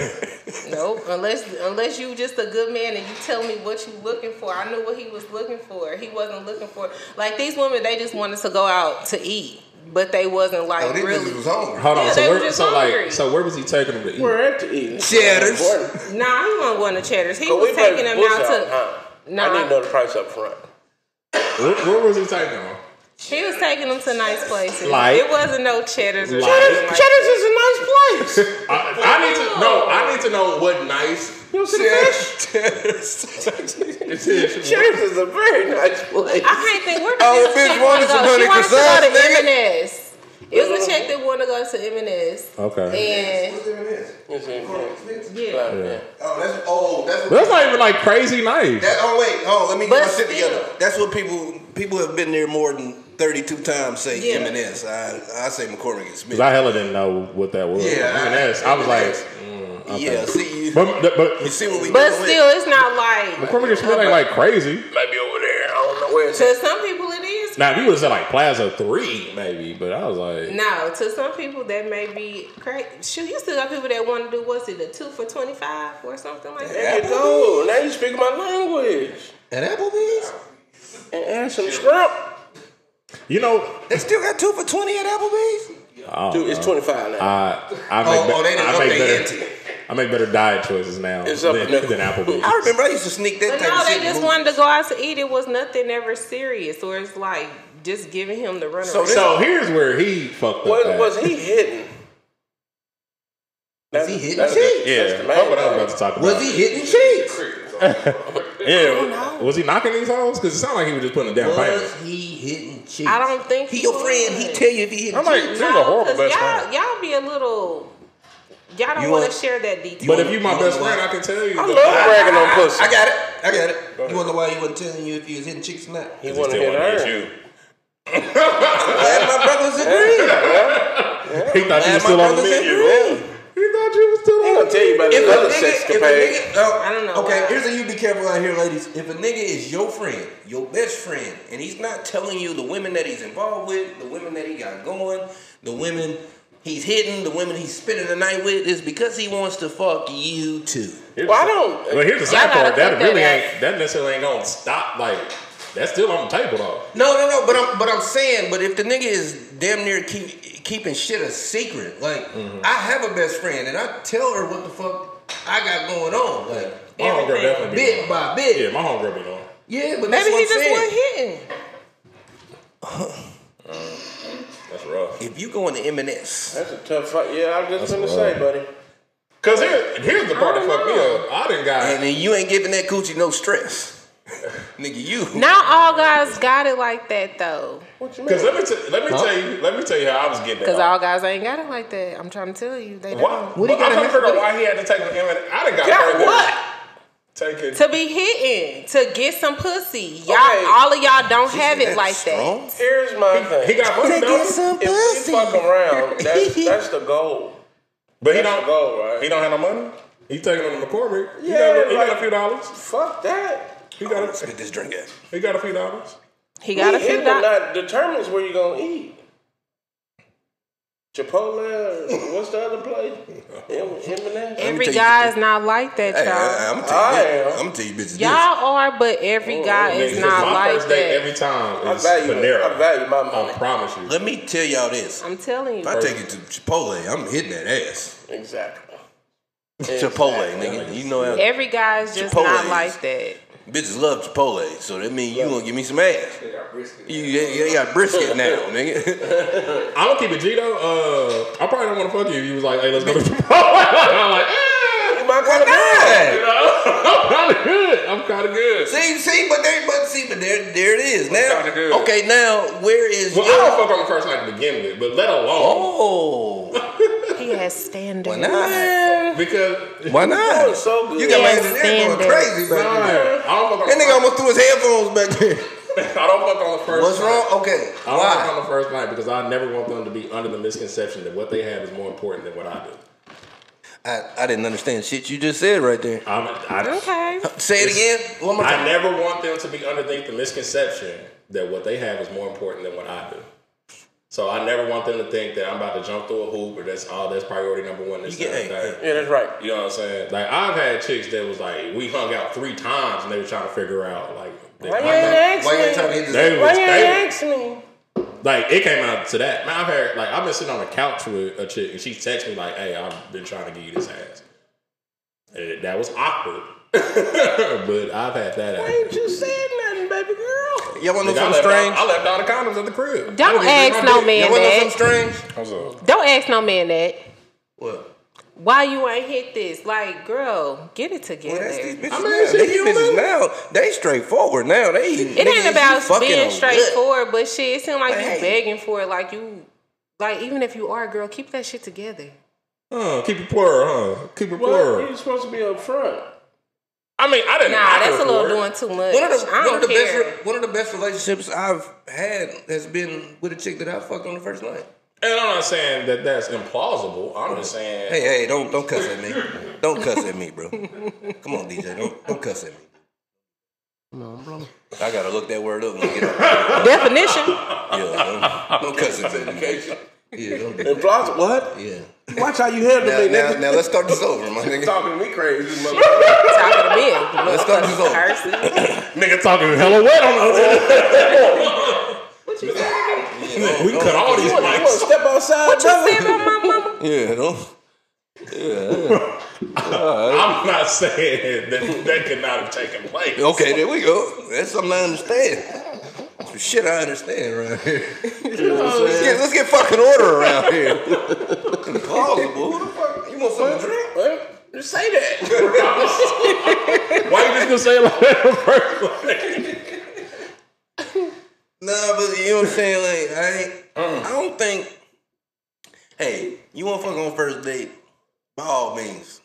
[SPEAKER 6] Nope. Unless unless you just a good man and you tell me what you looking for. I knew what he was looking for. He wasn't looking for like these women. They just wanted to go out to eat, but they wasn't like
[SPEAKER 4] Oh, these
[SPEAKER 6] really.
[SPEAKER 4] niggas was hungry. (laughs)
[SPEAKER 2] Hold on.
[SPEAKER 6] Yeah,
[SPEAKER 2] so
[SPEAKER 6] they were
[SPEAKER 2] where?
[SPEAKER 6] just
[SPEAKER 2] So
[SPEAKER 6] hungry.
[SPEAKER 2] like, so where was he taking them to eat?
[SPEAKER 5] We're at the eating.
[SPEAKER 4] Cheddars.
[SPEAKER 5] Important.
[SPEAKER 6] Nah, he wasn't going to Cheddar's. He
[SPEAKER 5] But
[SPEAKER 6] was
[SPEAKER 5] we paid
[SPEAKER 6] taking them
[SPEAKER 5] bush
[SPEAKER 6] out
[SPEAKER 5] out,
[SPEAKER 6] to.
[SPEAKER 5] huh?
[SPEAKER 6] Nah.
[SPEAKER 5] I need to know the price up front.
[SPEAKER 2] Where, where was he taking them? (laughs)
[SPEAKER 6] He was taking them to nice places.
[SPEAKER 2] Like-
[SPEAKER 6] it wasn't no Cheddar's. Or
[SPEAKER 2] Like-
[SPEAKER 6] nothing like that.
[SPEAKER 5] is a nice (laughs) place.
[SPEAKER 2] I, I need to no. I need to know what
[SPEAKER 6] (laughs)
[SPEAKER 2] nice.
[SPEAKER 5] You see
[SPEAKER 4] (laughs)
[SPEAKER 2] It's his.
[SPEAKER 5] Cheddars is a very nice place.
[SPEAKER 6] I can't think where the
[SPEAKER 4] Oh,
[SPEAKER 6] oh,
[SPEAKER 4] bitch
[SPEAKER 6] chick
[SPEAKER 4] wanted
[SPEAKER 6] wanted to
[SPEAKER 4] some
[SPEAKER 6] go.
[SPEAKER 4] honey
[SPEAKER 6] She wanted
[SPEAKER 4] croissants,
[SPEAKER 6] to go to
[SPEAKER 4] nigga.
[SPEAKER 6] M&S. It was a chick that wanted to go to M&S.
[SPEAKER 2] Okay.
[SPEAKER 6] And
[SPEAKER 4] (laughs)
[SPEAKER 5] It's in-
[SPEAKER 6] yeah,
[SPEAKER 2] Yeah.
[SPEAKER 4] Oh, that's oh, that's
[SPEAKER 2] That's not even like crazy nice.
[SPEAKER 4] that. Oh wait, oh let me get
[SPEAKER 6] But
[SPEAKER 4] my shit
[SPEAKER 6] still.
[SPEAKER 4] together. That's what people people have been there more than thirty two times. Say
[SPEAKER 6] Yeah.
[SPEAKER 4] M&S. I I say McCormick and Smith.
[SPEAKER 2] Cause I hella didn't know what that was.
[SPEAKER 4] Yeah,
[SPEAKER 2] I, I
[SPEAKER 4] I-
[SPEAKER 2] was like,
[SPEAKER 4] Yeah, see you.
[SPEAKER 2] but but
[SPEAKER 4] You see what we
[SPEAKER 6] but
[SPEAKER 4] doing?
[SPEAKER 6] still, it's not like
[SPEAKER 2] McCormick and Smith ain't like crazy.
[SPEAKER 5] Maybe over there. I don't know where it's at.
[SPEAKER 6] to some people it is.
[SPEAKER 2] Now if he was at like Plaza Three maybe, but I was like,
[SPEAKER 6] No, to some people that may be crazy. Shoot, you still got people that want to do what's it, a two for twenty five or something like
[SPEAKER 5] There
[SPEAKER 6] that.
[SPEAKER 5] you go. Now you speak my language.
[SPEAKER 4] At Applebee's?
[SPEAKER 5] And add some shrimp.
[SPEAKER 2] You know,
[SPEAKER 4] They still got two for 20 at Applebee's?
[SPEAKER 2] I don't
[SPEAKER 5] Dude, it's
[SPEAKER 2] know.
[SPEAKER 5] 25 now.
[SPEAKER 2] Oh, I, I make,
[SPEAKER 4] Oh,
[SPEAKER 2] be-
[SPEAKER 4] oh, they done
[SPEAKER 2] I
[SPEAKER 4] up
[SPEAKER 2] make
[SPEAKER 4] their
[SPEAKER 2] better. I make better diet choices now
[SPEAKER 5] It's up
[SPEAKER 2] than,
[SPEAKER 5] and up.
[SPEAKER 2] than Applebee's.
[SPEAKER 4] I remember I used to sneak that
[SPEAKER 6] But
[SPEAKER 4] type
[SPEAKER 6] no,
[SPEAKER 4] of shit.
[SPEAKER 6] they
[SPEAKER 4] in
[SPEAKER 6] just
[SPEAKER 4] the
[SPEAKER 6] wanted to go out to eat. It was nothing ever serious, or it's like just giving him the runaround.
[SPEAKER 5] So this-
[SPEAKER 2] So here's where he fucked up.
[SPEAKER 5] Was,
[SPEAKER 2] at.
[SPEAKER 5] was he hitting? Was
[SPEAKER 4] he hitting
[SPEAKER 5] That's
[SPEAKER 4] cheeks?
[SPEAKER 2] Yeah,
[SPEAKER 5] That's
[SPEAKER 2] that's
[SPEAKER 5] the main
[SPEAKER 2] what I was about to talk about.
[SPEAKER 4] movie. Was he hitting cheeks?
[SPEAKER 2] Yeah, was he knocking these hoes? Because it sounded like he was just putting a down payment.
[SPEAKER 4] Was he hitting cheeks?
[SPEAKER 6] I don't think
[SPEAKER 4] He your
[SPEAKER 6] would.
[SPEAKER 4] friend, he tell you if he hitting
[SPEAKER 2] I'm like,
[SPEAKER 4] cheeks.
[SPEAKER 2] this is a horrible
[SPEAKER 6] 'cause
[SPEAKER 2] best
[SPEAKER 6] y'all,
[SPEAKER 2] friend.
[SPEAKER 6] y'all be a little. Y'all don't
[SPEAKER 4] You
[SPEAKER 6] want
[SPEAKER 4] want-
[SPEAKER 6] to share that detail.
[SPEAKER 2] But if you my best friend, I can tell you. I
[SPEAKER 5] love bragging on pussy.
[SPEAKER 4] I got it. I got it. You wonder why he wasn't telling you if he was hitting chicks or not?
[SPEAKER 5] He
[SPEAKER 12] He
[SPEAKER 5] wanted to
[SPEAKER 12] still
[SPEAKER 5] hit
[SPEAKER 12] want to hit
[SPEAKER 5] her.
[SPEAKER 12] you.
[SPEAKER 4] Glad my brothers agree.
[SPEAKER 2] He thought you was
[SPEAKER 4] Glad my
[SPEAKER 2] still on the
[SPEAKER 4] brothers
[SPEAKER 2] menu.
[SPEAKER 4] agree.
[SPEAKER 2] He thought you was still
[SPEAKER 5] I'm
[SPEAKER 2] on
[SPEAKER 5] gonna
[SPEAKER 2] the
[SPEAKER 5] tell you about
[SPEAKER 4] If
[SPEAKER 5] this
[SPEAKER 4] a
[SPEAKER 5] other
[SPEAKER 4] nigga,
[SPEAKER 5] sex
[SPEAKER 4] if
[SPEAKER 5] capade.
[SPEAKER 4] a nigga, oh,
[SPEAKER 6] I don't know
[SPEAKER 4] Okay,
[SPEAKER 6] why.
[SPEAKER 4] here's a you be careful out here, ladies. If a nigga is your friend, your best friend, and he's not telling you the women that he's involved with, the women that he got going, the women he's hitting, the women he's spending the night with, is because he wants to fuck you too.
[SPEAKER 5] Well, I don't.
[SPEAKER 2] Well, here's the sad
[SPEAKER 6] Y'all gotta
[SPEAKER 2] part. That
[SPEAKER 6] put
[SPEAKER 2] really
[SPEAKER 6] that
[SPEAKER 2] ain't. That necessarily ain't gonna stop. Like that's still on the table though.
[SPEAKER 4] No, no, no. But I'm, but I'm saying, but if the nigga is damn near keep, keeping shit a secret, like I have a best friend and I tell her what the fuck I got going on, like
[SPEAKER 2] My homegirl
[SPEAKER 6] Everything.
[SPEAKER 2] definitely be
[SPEAKER 4] bit
[SPEAKER 2] going.
[SPEAKER 4] by bit.
[SPEAKER 2] Yeah,
[SPEAKER 4] Yeah,
[SPEAKER 2] my homegirl be going.
[SPEAKER 4] but that's what
[SPEAKER 6] Maybe he
[SPEAKER 4] I'm
[SPEAKER 6] just
[SPEAKER 4] saying.
[SPEAKER 6] wasn't hitting.
[SPEAKER 2] That's rough.
[SPEAKER 4] If you going to M&S,
[SPEAKER 5] That's a tough fight. Yeah, I was just
[SPEAKER 2] That's
[SPEAKER 5] gonna say,
[SPEAKER 2] wild.
[SPEAKER 5] buddy.
[SPEAKER 2] Cause here, here's the part that fucked me up. I didn't got.
[SPEAKER 4] and then you ain't giving that coochie no (laughs) stress, nigga, you.
[SPEAKER 6] Not all guys got it like that though,
[SPEAKER 5] What you mean?
[SPEAKER 2] Cause let me t- let me tell you let me tell you how I was getting.
[SPEAKER 6] because
[SPEAKER 2] it.
[SPEAKER 6] all guys ain't got it like that. I'm trying to tell you, they
[SPEAKER 2] Why?
[SPEAKER 6] don't.
[SPEAKER 2] What I'm trying to figure out why he had to take an M. and- I done got
[SPEAKER 5] Got
[SPEAKER 2] further.
[SPEAKER 5] what?
[SPEAKER 2] Take it.
[SPEAKER 6] To be hitting, to get some pussy, y'all,
[SPEAKER 5] Okay.
[SPEAKER 6] all of y'all don't have it like that.
[SPEAKER 5] Here's my thing.
[SPEAKER 2] He got money though.
[SPEAKER 5] if we fuck around, that's, that's the goal.
[SPEAKER 2] but he
[SPEAKER 5] That's
[SPEAKER 2] don't
[SPEAKER 5] the goal, right?
[SPEAKER 2] He don't have no money. He taking on the McCormick. he,
[SPEAKER 5] Yeah,
[SPEAKER 2] got a, he
[SPEAKER 5] like-
[SPEAKER 2] got a few dollars.
[SPEAKER 5] Fuck that.
[SPEAKER 2] He got a,
[SPEAKER 4] Spit this drink at.
[SPEAKER 2] he got a few dollars.
[SPEAKER 6] He got a
[SPEAKER 5] Me
[SPEAKER 6] few
[SPEAKER 5] hitting or
[SPEAKER 6] dollars.
[SPEAKER 5] not determines where you're gonna eat. Chipotle, or what's the other place? M- M&M's.
[SPEAKER 6] Every
[SPEAKER 4] tell you
[SPEAKER 6] guy's not like that,
[SPEAKER 4] Hey,
[SPEAKER 6] y'all.
[SPEAKER 4] I, am gonna
[SPEAKER 5] I
[SPEAKER 4] tell you,
[SPEAKER 5] am.
[SPEAKER 4] I'm gonna tell you, bitches.
[SPEAKER 6] Y'all
[SPEAKER 4] This.
[SPEAKER 6] are, but every guy
[SPEAKER 2] Nigga,
[SPEAKER 6] is
[SPEAKER 2] 'cause
[SPEAKER 6] not
[SPEAKER 2] oh, my
[SPEAKER 6] like
[SPEAKER 2] first date
[SPEAKER 6] that.
[SPEAKER 2] every time
[SPEAKER 5] I
[SPEAKER 2] is
[SPEAKER 5] value,
[SPEAKER 2] Panera.
[SPEAKER 5] I value my
[SPEAKER 2] I
[SPEAKER 5] money.
[SPEAKER 2] promise you.
[SPEAKER 4] Let me tell y'all this.
[SPEAKER 6] I'm telling you.
[SPEAKER 4] If I take it to Chipotle, I'm hitting that ass.
[SPEAKER 5] Exactly.
[SPEAKER 4] Chipotle, nigga. You know how
[SPEAKER 6] Every guy's just
[SPEAKER 4] Chipotle
[SPEAKER 6] not
[SPEAKER 4] is-
[SPEAKER 6] like that.
[SPEAKER 4] bitches love Chipotle, so that means you gonna give me some ass. You, they, they got brisket now, (laughs) nigga.
[SPEAKER 2] I don't keep it G though. Uh, I probably don't want to fuck you. if You was like, hey, let's go to (laughs) Chipotle. I'm like, eh,
[SPEAKER 5] You my kind of guy.
[SPEAKER 4] God.
[SPEAKER 2] I'm kind of good. I'm kind of good.
[SPEAKER 4] See, see, but there, but see, but there, there it is
[SPEAKER 2] Kinda good.
[SPEAKER 4] now. Okay, now where is
[SPEAKER 2] Well,
[SPEAKER 4] your?
[SPEAKER 2] I don't fuck on the first night to begin with, but let alone
[SPEAKER 4] (laughs) oh,
[SPEAKER 6] He has standards.
[SPEAKER 4] why not?
[SPEAKER 2] because
[SPEAKER 4] Oh. Why
[SPEAKER 5] Doing
[SPEAKER 4] not?
[SPEAKER 5] so good.
[SPEAKER 4] You got
[SPEAKER 6] Yeah,
[SPEAKER 4] my nigga there going
[SPEAKER 6] standards.
[SPEAKER 4] crazy back
[SPEAKER 2] Nah,
[SPEAKER 4] there.
[SPEAKER 2] I don't fuck on
[SPEAKER 4] That
[SPEAKER 2] the
[SPEAKER 4] nigga
[SPEAKER 2] first.
[SPEAKER 4] almost threw his headphones back there.
[SPEAKER 2] (laughs) I don't fuck on the first.
[SPEAKER 4] What's
[SPEAKER 2] night.
[SPEAKER 4] wrong?
[SPEAKER 2] I
[SPEAKER 4] Okay,
[SPEAKER 2] don't fuck
[SPEAKER 4] why?
[SPEAKER 2] on the first night because I never want them to be under the misconception that what they have is more important than what I do.
[SPEAKER 4] I, I didn't understand shit you just said right there.
[SPEAKER 2] I'm, I,
[SPEAKER 6] Okay.
[SPEAKER 4] Say it again. One more time.
[SPEAKER 2] I never want them to be underneath the misconception that what they have is more important than what I do. So I never want them to think that I'm about to jump through a hoop or that's all that's priority number one. This
[SPEAKER 4] You get-
[SPEAKER 2] that, and
[SPEAKER 4] hey,
[SPEAKER 2] that.
[SPEAKER 5] Yeah, that's right.
[SPEAKER 2] You know what I'm saying? Like I've had chicks that was like, we hung out three times and they were trying to figure out like. they-
[SPEAKER 5] Why you ain't
[SPEAKER 4] Why you ain't
[SPEAKER 5] ask
[SPEAKER 4] trying to
[SPEAKER 5] me?
[SPEAKER 4] hit this?
[SPEAKER 2] They
[SPEAKER 5] Why
[SPEAKER 2] was,
[SPEAKER 5] you
[SPEAKER 2] they,
[SPEAKER 5] ain't ask me?
[SPEAKER 2] like it came out to that. Man, I've had like I've been sitting on the couch with a chick and she texts me like, "Hey, I've been trying to give you this ass." And that was awkward, (laughs) but I've had that.
[SPEAKER 5] Why
[SPEAKER 2] happen.
[SPEAKER 5] ain't you saying nothing, baby girl?
[SPEAKER 4] Y'all want to
[SPEAKER 2] Nigga,
[SPEAKER 4] know
[SPEAKER 2] I,
[SPEAKER 4] something
[SPEAKER 2] left
[SPEAKER 4] strange?
[SPEAKER 2] all, I left all the condoms at the crib.
[SPEAKER 6] Don't ask no man
[SPEAKER 4] Y'all want to know something
[SPEAKER 6] that.
[SPEAKER 4] strange?
[SPEAKER 2] What's up?
[SPEAKER 6] Don't ask no man that.
[SPEAKER 4] What?
[SPEAKER 6] Why you ain't hit this? Like, girl, get it
[SPEAKER 4] Well,
[SPEAKER 6] together.
[SPEAKER 4] that's these
[SPEAKER 6] It
[SPEAKER 4] bitches
[SPEAKER 2] I mean,
[SPEAKER 4] now.
[SPEAKER 2] shit,
[SPEAKER 4] These
[SPEAKER 2] you
[SPEAKER 4] bitches
[SPEAKER 2] mean-
[SPEAKER 4] now, they straightforward now. They it
[SPEAKER 6] ain't about being straightforward, but shit, it seems like
[SPEAKER 4] Hey.
[SPEAKER 6] you begging for it. Like you, like even if you are a girl, keep that shit together.
[SPEAKER 2] Uh, keep it plural, huh? Keep it
[SPEAKER 5] Well,
[SPEAKER 2] plural.
[SPEAKER 5] you're supposed to be up front.
[SPEAKER 2] I mean, I didn't.
[SPEAKER 6] Nah,
[SPEAKER 2] I
[SPEAKER 6] that's a
[SPEAKER 2] didn't
[SPEAKER 6] little
[SPEAKER 2] afford it.
[SPEAKER 6] doing too much.
[SPEAKER 4] One of the
[SPEAKER 6] I
[SPEAKER 4] one of
[SPEAKER 6] don't
[SPEAKER 4] the best
[SPEAKER 6] care.
[SPEAKER 4] re- one of the best relationships I've had has been with a chick that I fucked on the first night.
[SPEAKER 2] And I'm not saying that that's implausible. I'm just saying.
[SPEAKER 4] Hey, hey, don't don't cuss at me. Don't cuss at me, bro. Come on, DJ. Don't don't cuss at me. No, bro. I gotta look that word up when I get up.
[SPEAKER 6] Definition.
[SPEAKER 4] Yeah, don't, don't cuss at me. man. Yeah, don't do that.
[SPEAKER 5] Implausible. What?
[SPEAKER 4] Yeah.
[SPEAKER 5] Watch how you handle
[SPEAKER 4] Now,
[SPEAKER 5] me,
[SPEAKER 4] now,
[SPEAKER 5] nigga.
[SPEAKER 4] now let's start this over, my nigga.
[SPEAKER 5] Talking to me crazy, motherfucker.
[SPEAKER 6] Talking to men.
[SPEAKER 4] (laughs) Let's start this (laughs) over.
[SPEAKER 6] Person.
[SPEAKER 2] Nigga talking hella wet on the
[SPEAKER 6] What you talking
[SPEAKER 2] we can cut all these
[SPEAKER 5] You wanna- you
[SPEAKER 2] mics.
[SPEAKER 5] wanna step outside,
[SPEAKER 6] What you
[SPEAKER 5] brother?
[SPEAKER 6] say about my mama?
[SPEAKER 4] Yeah, don't. Yeah.
[SPEAKER 2] I'm not saying that that could not have taken place.
[SPEAKER 4] Okay, there we go. That's something I understand. Some shit I understand right here. You know what I'm saying? Yeah, let's get fucking order around here. Impossible. Who the fuck? You want something to drink?
[SPEAKER 5] You say that.
[SPEAKER 2] Why you just gonna say it like that in the first place?
[SPEAKER 4] Nah, but you know what I'm saying? Like, I ain't, I don't think. Hey, you want to fuck on first date? By all means,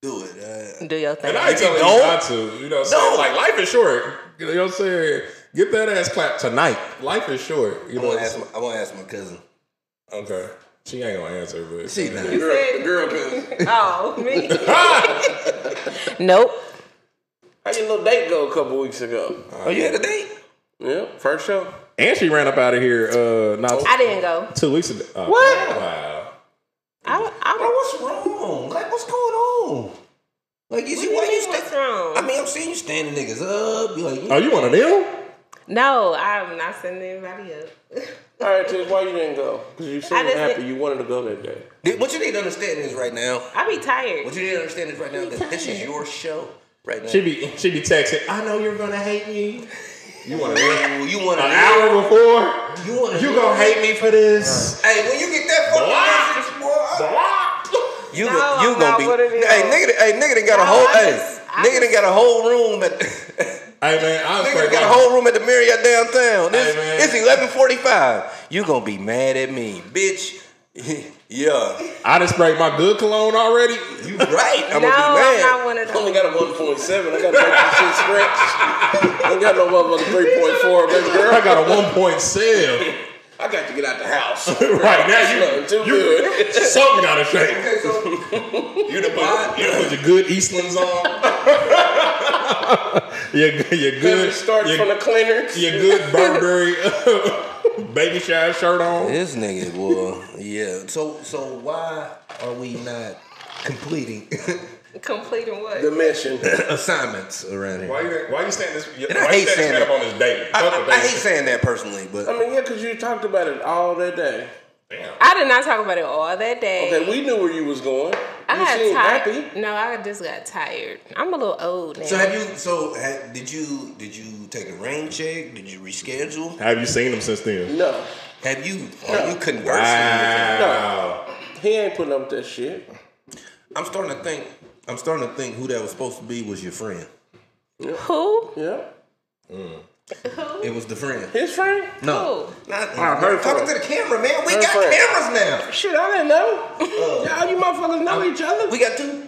[SPEAKER 4] do it. Uh,
[SPEAKER 6] Do your
[SPEAKER 4] (laughs)
[SPEAKER 6] thing.
[SPEAKER 2] And I ain't telling you
[SPEAKER 4] Don't.
[SPEAKER 2] not to. You know, what I'm saying?
[SPEAKER 4] Don't.
[SPEAKER 2] like life is short. You know what I'm saying? Get that ass clap tonight. Life is short. You know.
[SPEAKER 4] I want
[SPEAKER 2] What
[SPEAKER 4] to
[SPEAKER 2] I'm
[SPEAKER 4] ask.
[SPEAKER 2] saying?
[SPEAKER 4] My, I want to ask my cousin.
[SPEAKER 2] Okay. She ain't gonna answer, but (laughs)
[SPEAKER 4] See now.
[SPEAKER 5] The girl, the girl cousin.
[SPEAKER 6] Oh, me.
[SPEAKER 2] Ah!
[SPEAKER 6] nope.
[SPEAKER 5] How your little date go a couple weeks ago?
[SPEAKER 4] Oh, you had a date?
[SPEAKER 5] Yeah, first show.
[SPEAKER 2] and she ran up out of here. Uh, not
[SPEAKER 6] I didn't go.
[SPEAKER 2] two weeks ago. Oh,
[SPEAKER 6] What?
[SPEAKER 2] Wow.
[SPEAKER 6] I,
[SPEAKER 4] Bro,
[SPEAKER 6] I,
[SPEAKER 4] what's wrong? Like, what's going on? Like, is you
[SPEAKER 6] what
[SPEAKER 4] why
[SPEAKER 6] do
[SPEAKER 4] you
[SPEAKER 6] you mean, what's
[SPEAKER 4] sta-
[SPEAKER 6] wrong?
[SPEAKER 4] I mean, I'm seeing you standing niggas up. You like,
[SPEAKER 2] Oh, you one of them?
[SPEAKER 6] no, I'm not sending anybody up. (laughs)
[SPEAKER 5] All right, Tiz, why you didn't go? Because you seemed
[SPEAKER 6] just
[SPEAKER 5] happy.
[SPEAKER 6] didn't-
[SPEAKER 5] You wanted to go that day.
[SPEAKER 4] Th- what you need to understand is right now.
[SPEAKER 6] I be tired.
[SPEAKER 4] What you need to understand is right now that this is your show. Right now,
[SPEAKER 2] She be she be texting. I know you're gonna hate me. You want an
[SPEAKER 4] you, you want to
[SPEAKER 2] hour before?
[SPEAKER 4] You want
[SPEAKER 2] You gonna hate me for this?
[SPEAKER 4] Hey, when you get that
[SPEAKER 2] Block.
[SPEAKER 4] fucking message, boy, I- you
[SPEAKER 6] No,
[SPEAKER 4] gon- you
[SPEAKER 6] I'm
[SPEAKER 4] gonna
[SPEAKER 6] not
[SPEAKER 4] be.
[SPEAKER 6] one of them.
[SPEAKER 4] Hey, nigga, hey, nigga, done got a
[SPEAKER 6] No,
[SPEAKER 4] whole.
[SPEAKER 6] I
[SPEAKER 4] hey,
[SPEAKER 6] just- I
[SPEAKER 4] nigga, done
[SPEAKER 6] just-
[SPEAKER 4] got a whole room at. (laughs)
[SPEAKER 2] Hey man, I
[SPEAKER 4] nigga,
[SPEAKER 2] swear
[SPEAKER 4] done
[SPEAKER 2] to
[SPEAKER 4] got a
[SPEAKER 2] God.
[SPEAKER 4] whole room at the Marriott downtown. This,
[SPEAKER 2] Hey, man.
[SPEAKER 4] it's eleven forty-five. You gonna be mad at me, bitch? (laughs) yeah,
[SPEAKER 2] I just sprayed my good cologne already.
[SPEAKER 4] you right. I'm
[SPEAKER 6] no,
[SPEAKER 4] gonna be
[SPEAKER 6] I'm
[SPEAKER 4] mad.
[SPEAKER 6] not one of
[SPEAKER 5] I only
[SPEAKER 6] those.
[SPEAKER 5] got a 1.7. I got to make this shit stretch. I ain't got no motherfucking 3.4, baby
[SPEAKER 2] I
[SPEAKER 5] girl.
[SPEAKER 2] (laughs) got a one point sale
[SPEAKER 5] I got to get out the house.
[SPEAKER 2] right now.
[SPEAKER 5] Smelling too good.
[SPEAKER 2] You something gotta shake.
[SPEAKER 4] Okay, so
[SPEAKER 2] You done put, you done put your good Eastlands on. your good- your
[SPEAKER 5] Good
[SPEAKER 2] good
[SPEAKER 5] start
[SPEAKER 2] your,
[SPEAKER 5] from the cleaner.
[SPEAKER 2] your (laughs) good Burberry baby shower shirt on.
[SPEAKER 4] this nigga, boy, yeah. So, so why are we not completing (laughs)
[SPEAKER 6] Completing what?
[SPEAKER 5] The mission.
[SPEAKER 4] assignments around here?
[SPEAKER 2] Why you why you saying this?
[SPEAKER 4] And
[SPEAKER 2] why
[SPEAKER 4] I hate
[SPEAKER 2] you
[SPEAKER 4] saying
[SPEAKER 2] saying this
[SPEAKER 4] that.
[SPEAKER 2] man up on this date?
[SPEAKER 4] I,
[SPEAKER 2] Couple
[SPEAKER 4] I, I
[SPEAKER 2] dates.
[SPEAKER 4] hate saying that personally, but
[SPEAKER 5] I mean, yeah, because you talked about it all that day.
[SPEAKER 6] I did not talk about it all that day.
[SPEAKER 5] Okay, we knew where you was going. You
[SPEAKER 6] I
[SPEAKER 5] seemed
[SPEAKER 6] got tired.
[SPEAKER 5] happy.
[SPEAKER 6] No, I just got tired. I'm a little old now.
[SPEAKER 4] So have you? So ha did you? Did you take a rain check? Did you reschedule?
[SPEAKER 2] Have you seen him since then?
[SPEAKER 5] No,
[SPEAKER 4] Have you? Are you conversing? with him?
[SPEAKER 2] Wow.
[SPEAKER 5] he ain't putting up with that shit.
[SPEAKER 4] I'm starting to think. I'm starting to think who that was supposed to be was your friend.
[SPEAKER 6] Who?
[SPEAKER 5] Yeah.
[SPEAKER 4] It was the friend.
[SPEAKER 5] His friend?
[SPEAKER 4] No,
[SPEAKER 6] Who?
[SPEAKER 4] not
[SPEAKER 5] her friend.
[SPEAKER 4] talking to the camera, man. We
[SPEAKER 5] Her
[SPEAKER 4] got
[SPEAKER 5] friend.
[SPEAKER 4] cameras now.
[SPEAKER 5] Shit, I didn't know.
[SPEAKER 2] Uh,
[SPEAKER 5] Y'all, you motherfuckers know each other?
[SPEAKER 4] We got two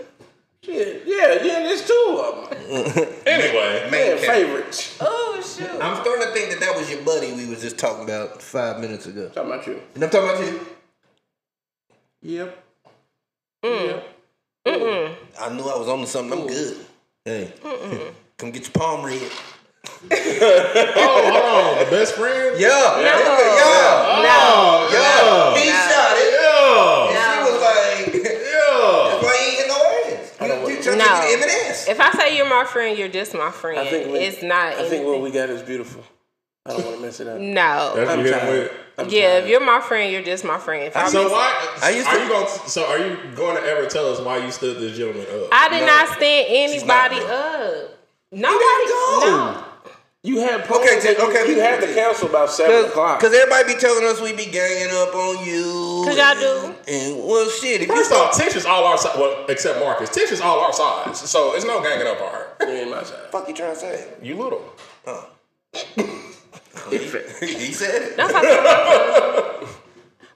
[SPEAKER 5] Shit, yeah, yeah, there's two of them.
[SPEAKER 2] Anyway,
[SPEAKER 5] Yeah,
[SPEAKER 4] main cameras.
[SPEAKER 5] favorites.
[SPEAKER 6] Oh shoot!
[SPEAKER 4] I'm starting to think that that was your buddy we was just talking about five minutes ago.
[SPEAKER 5] Talking about you.
[SPEAKER 4] And I'm talking about you.
[SPEAKER 5] Yep. Yep.
[SPEAKER 4] I knew I was on to something. I'm good. Hey, come get your palm read.
[SPEAKER 2] oh hold on, the best friend.
[SPEAKER 4] Yeah, yeah,
[SPEAKER 6] No.
[SPEAKER 2] Oh,
[SPEAKER 4] yeah.
[SPEAKER 2] yeah.
[SPEAKER 4] He shot it.
[SPEAKER 2] Yeah.
[SPEAKER 4] She was
[SPEAKER 2] Yeah.
[SPEAKER 4] like, why you ain't get no ass? You, you trying
[SPEAKER 6] No.
[SPEAKER 4] to get M&S.
[SPEAKER 6] If I say you're my friend, you're just my friend.
[SPEAKER 5] I think we-
[SPEAKER 6] it's not.
[SPEAKER 5] I think what
[SPEAKER 6] anything.
[SPEAKER 5] we got is beautiful. I don't want to mess it up.
[SPEAKER 6] no.
[SPEAKER 2] That's what
[SPEAKER 5] I'm
[SPEAKER 2] you hit him
[SPEAKER 5] tired.
[SPEAKER 2] with.
[SPEAKER 5] I'm
[SPEAKER 6] Yeah,
[SPEAKER 5] tired.
[SPEAKER 6] if you're my friend, you're just my friend. If I'm-
[SPEAKER 2] So why
[SPEAKER 4] I used
[SPEAKER 2] are
[SPEAKER 4] to-
[SPEAKER 2] you going? To, so are you going to ever tell us why you stood this gentleman up?
[SPEAKER 6] I did not stand
[SPEAKER 4] not
[SPEAKER 6] anybody
[SPEAKER 4] real.
[SPEAKER 6] up.
[SPEAKER 4] go.
[SPEAKER 6] Nobody. No.
[SPEAKER 5] You had polls
[SPEAKER 4] Okay,
[SPEAKER 5] that you-
[SPEAKER 4] okay,
[SPEAKER 5] You had the
[SPEAKER 4] okay.
[SPEAKER 5] council about seven o'clock.
[SPEAKER 4] Because everybody be telling us we be ganging up on you.
[SPEAKER 6] 'Cause y'all
[SPEAKER 4] and-
[SPEAKER 6] do.
[SPEAKER 4] And, well, shit. If
[SPEAKER 2] First
[SPEAKER 4] you
[SPEAKER 2] off, Tish is all our size. Well, except Marcus. Tish is all our size, so it's no ganging up on her.
[SPEAKER 5] You ain't my side.
[SPEAKER 4] fuck you trying to say?
[SPEAKER 2] (laughs) You little.
[SPEAKER 4] Oh. (laughs) he said it.
[SPEAKER 6] That's how people feel.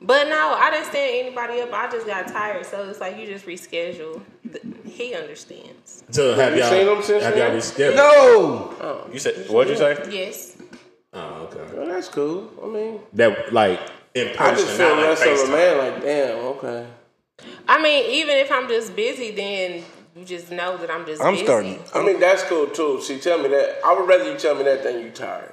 [SPEAKER 6] But no, I didn't stand anybody up. I just got tired, so it's like you just reschedule. Th- He understands.
[SPEAKER 2] To have
[SPEAKER 5] you
[SPEAKER 2] y'all
[SPEAKER 5] seen him since
[SPEAKER 2] have y'all
[SPEAKER 5] then?
[SPEAKER 2] rescheduled?
[SPEAKER 4] No.
[SPEAKER 2] You said what'd you say?
[SPEAKER 6] Yes.
[SPEAKER 2] Oh, okay.
[SPEAKER 5] Well, that's cool. I mean,
[SPEAKER 2] That like in
[SPEAKER 5] I just
[SPEAKER 2] person,
[SPEAKER 5] feel
[SPEAKER 2] not like
[SPEAKER 5] less of a
[SPEAKER 2] FaceTime.
[SPEAKER 5] man. Like, damn, okay.
[SPEAKER 6] I mean, even if I'm just busy, then you just know that I'm just.
[SPEAKER 4] I'm
[SPEAKER 6] busy.
[SPEAKER 4] starting.
[SPEAKER 5] I mean, that's cool too. See, tell me that. I would rather you tell me that than you tired.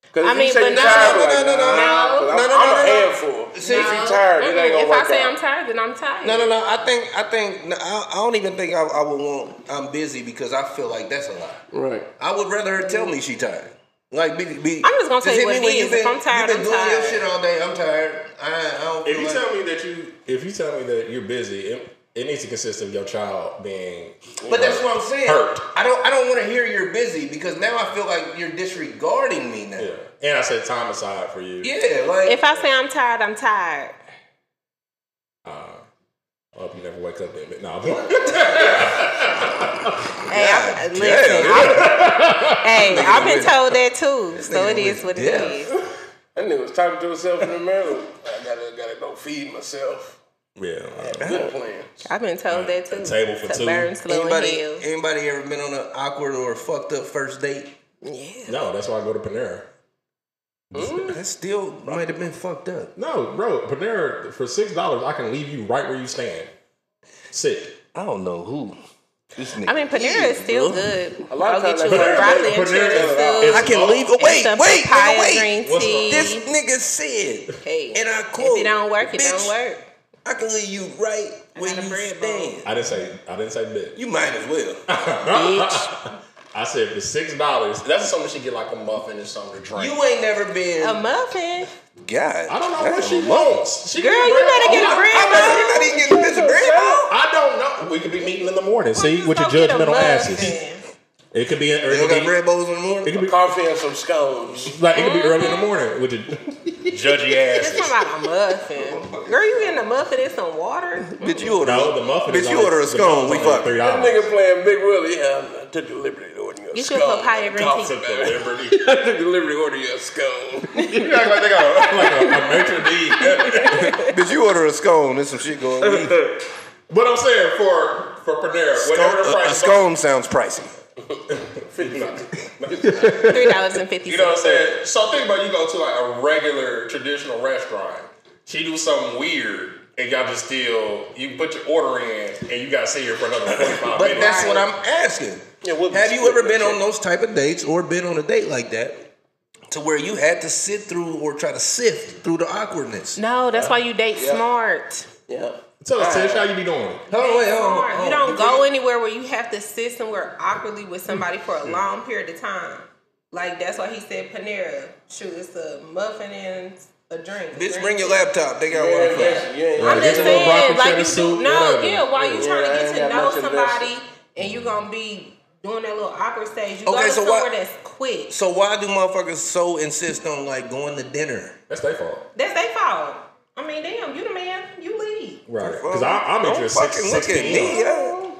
[SPEAKER 5] Because
[SPEAKER 6] I
[SPEAKER 5] if
[SPEAKER 6] mean,
[SPEAKER 5] you say
[SPEAKER 6] but
[SPEAKER 5] you
[SPEAKER 6] no,
[SPEAKER 5] tired,
[SPEAKER 6] no,
[SPEAKER 5] like,
[SPEAKER 4] no, no, no,
[SPEAKER 5] nah,
[SPEAKER 6] no,
[SPEAKER 5] 'cause
[SPEAKER 4] no,
[SPEAKER 5] I'm,
[SPEAKER 4] no,
[SPEAKER 5] I'm a
[SPEAKER 4] no, no.
[SPEAKER 5] handful. See, if
[SPEAKER 6] No.
[SPEAKER 5] you tired, it ain't
[SPEAKER 6] Mm-mm.
[SPEAKER 5] gonna
[SPEAKER 6] If
[SPEAKER 5] work
[SPEAKER 6] I say
[SPEAKER 5] out.
[SPEAKER 6] I'm tired, then I'm tired.
[SPEAKER 4] No, no, no. I think, I think, no, I, I don't even think I, I would want, I'm busy because I feel like that's a lie.
[SPEAKER 5] right.
[SPEAKER 4] I would rather her tell me she tired. Like, be, be,
[SPEAKER 6] I'm just gonna tell
[SPEAKER 4] hit
[SPEAKER 6] you what
[SPEAKER 4] me
[SPEAKER 6] it
[SPEAKER 4] when you
[SPEAKER 6] is.
[SPEAKER 4] been-
[SPEAKER 6] If I'm tired,
[SPEAKER 4] you
[SPEAKER 6] I'm
[SPEAKER 4] been doing your
[SPEAKER 6] tired.
[SPEAKER 4] shit all day. I'm tired. I, I don't.
[SPEAKER 2] If
[SPEAKER 4] feel
[SPEAKER 2] you
[SPEAKER 4] like-
[SPEAKER 2] tell me that you, if you tell me that you're busy, it, it needs to consist of your child being.
[SPEAKER 4] But that's what I'm saying.
[SPEAKER 2] Hurt.
[SPEAKER 4] I don't. I don't want to hear you're busy because now I feel like you're disregarding me now.
[SPEAKER 2] Yeah, and I said time aside for you.
[SPEAKER 4] Yeah, like
[SPEAKER 6] If I say I'm tired, I'm tired.
[SPEAKER 2] I hope you never wake up in it. (laughs) No,
[SPEAKER 6] Hey, I, listen, I- (laughs) hey, I've been told that too. So it is what it
[SPEAKER 4] Yeah.
[SPEAKER 6] is.
[SPEAKER 5] That nigga was talking to himself in the mirror. I gotta, gotta go feed myself.
[SPEAKER 2] yeah. uh,
[SPEAKER 5] Good plan.
[SPEAKER 6] I've been told that too.
[SPEAKER 2] table for
[SPEAKER 6] to
[SPEAKER 2] two.
[SPEAKER 6] Burn slow and
[SPEAKER 4] anybody,
[SPEAKER 6] heal.
[SPEAKER 4] anybody ever been on an awkward or fucked up first date?
[SPEAKER 6] Yeah.
[SPEAKER 2] No, that's why I go to Panera.
[SPEAKER 4] That still might have been fucked up.
[SPEAKER 2] No, bro, Panera for six dollars, I can leave you right where you stand. Sit.
[SPEAKER 4] I don't know who. This nigga.
[SPEAKER 6] I mean, Panera is still good. A lot
[SPEAKER 5] of
[SPEAKER 6] I'll
[SPEAKER 5] times
[SPEAKER 6] get you
[SPEAKER 5] they-
[SPEAKER 6] a broccoli and
[SPEAKER 2] Panera
[SPEAKER 6] cheddar
[SPEAKER 2] is-
[SPEAKER 6] soup.
[SPEAKER 2] is-
[SPEAKER 4] I can leave. Oh,
[SPEAKER 6] and
[SPEAKER 4] wait,
[SPEAKER 6] some
[SPEAKER 4] wait,
[SPEAKER 6] papaya
[SPEAKER 4] nigga, wait.
[SPEAKER 6] green
[SPEAKER 2] What's the-
[SPEAKER 6] tea.
[SPEAKER 4] This nigga said,
[SPEAKER 6] hey,
[SPEAKER 4] and I
[SPEAKER 6] if
[SPEAKER 4] quote,
[SPEAKER 6] it don't work, it
[SPEAKER 4] "Bitch,
[SPEAKER 6] don't work.
[SPEAKER 4] I can leave you right where
[SPEAKER 6] got a
[SPEAKER 4] you
[SPEAKER 6] bread bowl.
[SPEAKER 4] stand.
[SPEAKER 2] I didn't say I didn't say bitch.
[SPEAKER 4] You might as well.
[SPEAKER 2] I said for six dollars. That's something she get like a muffin or something to drink.
[SPEAKER 4] you ain't never been.
[SPEAKER 6] A muffin,
[SPEAKER 4] God,
[SPEAKER 2] I don't know what she wants. She
[SPEAKER 6] girl.
[SPEAKER 2] can
[SPEAKER 6] You
[SPEAKER 2] bring-
[SPEAKER 6] better get
[SPEAKER 2] Oh,
[SPEAKER 6] a
[SPEAKER 2] I-
[SPEAKER 6] bread
[SPEAKER 4] I'm
[SPEAKER 6] roll.
[SPEAKER 4] not even getting a piece of bread. bro.
[SPEAKER 2] I don't know. We could be meeting in the morning. See,
[SPEAKER 6] Just
[SPEAKER 2] with your
[SPEAKER 6] go get a
[SPEAKER 2] judgmental asses.
[SPEAKER 6] muffin.
[SPEAKER 2] It could be, or
[SPEAKER 4] They
[SPEAKER 2] it could
[SPEAKER 4] don't got
[SPEAKER 2] be,
[SPEAKER 4] bread bowls in the
[SPEAKER 2] it
[SPEAKER 4] morning.
[SPEAKER 2] could be
[SPEAKER 5] Coffee and some scones.
[SPEAKER 2] like it could be early in the
[SPEAKER 4] Mm-hmm.
[SPEAKER 2] morning
[SPEAKER 4] (laughs)
[SPEAKER 2] with your judgy asses.
[SPEAKER 6] Just talking about a muffin, girl. You getting a muffin and some water?
[SPEAKER 4] Bitch, you order.
[SPEAKER 2] No, the muffin. is
[SPEAKER 4] Bitch, you
[SPEAKER 2] only-
[SPEAKER 4] order a
[SPEAKER 2] the
[SPEAKER 4] scone. We
[SPEAKER 2] muffin's only
[SPEAKER 4] fuck.
[SPEAKER 2] three
[SPEAKER 5] That
[SPEAKER 2] dollars.
[SPEAKER 5] nigga playing Big Willie. Yeah, I took the liberty to order you a
[SPEAKER 6] You should
[SPEAKER 5] scone.
[SPEAKER 6] put papaya green
[SPEAKER 2] Took
[SPEAKER 6] tea.
[SPEAKER 2] the
[SPEAKER 5] (laughs)
[SPEAKER 2] liberty.
[SPEAKER 5] I took the liberty to order you a scone.
[SPEAKER 2] (laughs) You act like they got a, like a, a maitre
[SPEAKER 5] (laughs)
[SPEAKER 2] d'.
[SPEAKER 4] Bitch, you order a scone. There's some shit (laughs) going on.
[SPEAKER 2] But I'm saying for for Panera, whatever the
[SPEAKER 4] Scone- uh, a, a
[SPEAKER 2] price
[SPEAKER 4] scone sounds pricey. (laughs)
[SPEAKER 6] Three dollars and fifty
[SPEAKER 2] You know what I'm
[SPEAKER 6] cents.
[SPEAKER 2] saying? So think about you go to like a regular traditional restaurant. She do something weird, and y'all just still you put your order in, and you gotta sit here for another 45
[SPEAKER 4] But
[SPEAKER 2] minutes.
[SPEAKER 4] that's what I'm asking.
[SPEAKER 5] Yeah, we'll be
[SPEAKER 4] Have you
[SPEAKER 5] split
[SPEAKER 4] ever been
[SPEAKER 5] that
[SPEAKER 4] on those type of dates or been on a date like that to where you had to sit through or try to sift through the awkwardness?
[SPEAKER 6] No, that's why you date smart.
[SPEAKER 5] yeah.
[SPEAKER 2] Tell us, Tish, how you be doing?
[SPEAKER 4] Hold on, Oh, wait, hold on,
[SPEAKER 6] Smart.
[SPEAKER 4] hold
[SPEAKER 6] You
[SPEAKER 4] on.
[SPEAKER 6] don't go anywhere where you have to sit somewhere awkwardly with somebody for a long period of time. Like that's why he said Panera. Shoot, it's a muffin and a drink.
[SPEAKER 4] Bitch, bring your laptop. They got
[SPEAKER 5] You
[SPEAKER 4] one
[SPEAKER 5] ain't
[SPEAKER 4] for you.
[SPEAKER 5] invested. You ain't
[SPEAKER 6] I'm
[SPEAKER 2] Get
[SPEAKER 6] just
[SPEAKER 2] your little
[SPEAKER 6] saying,
[SPEAKER 2] broccoli
[SPEAKER 6] like
[SPEAKER 2] cheddar
[SPEAKER 6] you
[SPEAKER 2] soup,
[SPEAKER 6] do. No,
[SPEAKER 2] whatever.
[SPEAKER 6] yeah. While you
[SPEAKER 5] Yeah,
[SPEAKER 6] trying
[SPEAKER 5] I
[SPEAKER 6] to
[SPEAKER 5] ain't
[SPEAKER 6] get to
[SPEAKER 5] got
[SPEAKER 6] know
[SPEAKER 5] much
[SPEAKER 6] somebody, and you gonna be doing that little awkward stage. You go
[SPEAKER 4] Okay,
[SPEAKER 6] to
[SPEAKER 4] so
[SPEAKER 6] somewhere
[SPEAKER 4] why-
[SPEAKER 6] that's quick.
[SPEAKER 4] So why do motherfuckers so insist on like going to dinner?
[SPEAKER 2] That's their fault,
[SPEAKER 6] That's their fault. I mean, damn, you the man. You lead.
[SPEAKER 2] right? Because I'm
[SPEAKER 4] Don't
[SPEAKER 2] at your
[SPEAKER 4] fucking
[SPEAKER 2] six,
[SPEAKER 4] look at me.
[SPEAKER 2] 16.
[SPEAKER 4] Yeah.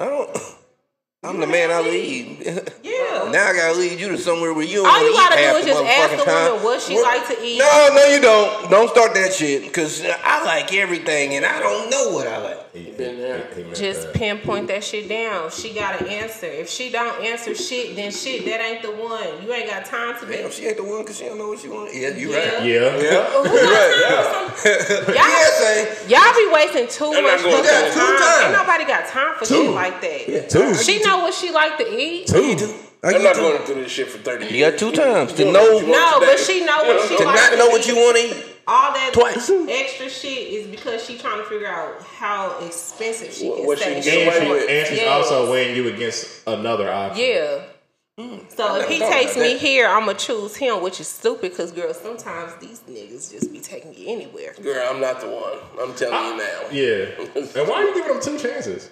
[SPEAKER 4] I don't. (laughs) I'm the man. I lead. (laughs)
[SPEAKER 6] Yeah.
[SPEAKER 4] Now I gotta lead you to somewhere where you don't
[SPEAKER 6] All you
[SPEAKER 4] wanna
[SPEAKER 6] gotta
[SPEAKER 4] eat
[SPEAKER 6] do
[SPEAKER 4] half
[SPEAKER 6] is just ask the
[SPEAKER 4] motherfucking time.
[SPEAKER 6] woman what she like to eat.
[SPEAKER 4] No, no, you don't. Don't start that shit because I like everything and I don't know what I like.
[SPEAKER 2] He- he-
[SPEAKER 5] Been there.
[SPEAKER 2] he- he meant
[SPEAKER 6] Just
[SPEAKER 2] that.
[SPEAKER 6] pinpoint that shit down. She got to answer. If she don't answer shit, then shit, that ain't the one. You ain't got time to be.
[SPEAKER 4] Damn, she ain't the one because she don't know what she want. Yeah, you
[SPEAKER 6] Yeah.
[SPEAKER 4] right.
[SPEAKER 2] Yeah.
[SPEAKER 6] Who got
[SPEAKER 4] (laughs)
[SPEAKER 6] time for some-
[SPEAKER 4] Yes,
[SPEAKER 6] Y'all,
[SPEAKER 4] eh?
[SPEAKER 6] y'all be wasting too
[SPEAKER 2] I'm
[SPEAKER 6] much
[SPEAKER 2] not going
[SPEAKER 6] fucking
[SPEAKER 4] to-
[SPEAKER 6] time.
[SPEAKER 4] Two times.
[SPEAKER 6] Ain't nobody got time for
[SPEAKER 2] Two.
[SPEAKER 6] shit like that.
[SPEAKER 2] Two.
[SPEAKER 6] She know what she like to eat.
[SPEAKER 4] You
[SPEAKER 2] Two.
[SPEAKER 4] do. I
[SPEAKER 5] I'm
[SPEAKER 4] get
[SPEAKER 5] not
[SPEAKER 4] two-
[SPEAKER 5] going through this shit for 30 years.
[SPEAKER 4] You got two times to
[SPEAKER 5] You
[SPEAKER 4] know
[SPEAKER 5] what you
[SPEAKER 6] No,
[SPEAKER 5] want
[SPEAKER 6] but
[SPEAKER 5] today.
[SPEAKER 6] she know what she
[SPEAKER 4] to
[SPEAKER 6] like
[SPEAKER 4] not
[SPEAKER 6] to
[SPEAKER 4] know what
[SPEAKER 6] eat.
[SPEAKER 4] you want to eat.
[SPEAKER 6] All that
[SPEAKER 4] Twice.
[SPEAKER 6] extra shit is because she trying to figure out how expensive she
[SPEAKER 5] What-
[SPEAKER 6] can
[SPEAKER 5] what she can
[SPEAKER 6] save.
[SPEAKER 5] get away
[SPEAKER 6] for.
[SPEAKER 5] with.
[SPEAKER 2] And she's
[SPEAKER 6] Yes.
[SPEAKER 2] also weighing you against another option.
[SPEAKER 6] Yeah. So if he
[SPEAKER 4] Mm. thought
[SPEAKER 6] takes
[SPEAKER 4] about
[SPEAKER 6] me
[SPEAKER 4] that.
[SPEAKER 6] here, I'ma choose him, which is stupid because girls sometimes these niggas just be taking you anywhere.
[SPEAKER 5] Girl, I'm not the one. I'm telling you now.
[SPEAKER 2] Yeah. And why are you giving them two chances?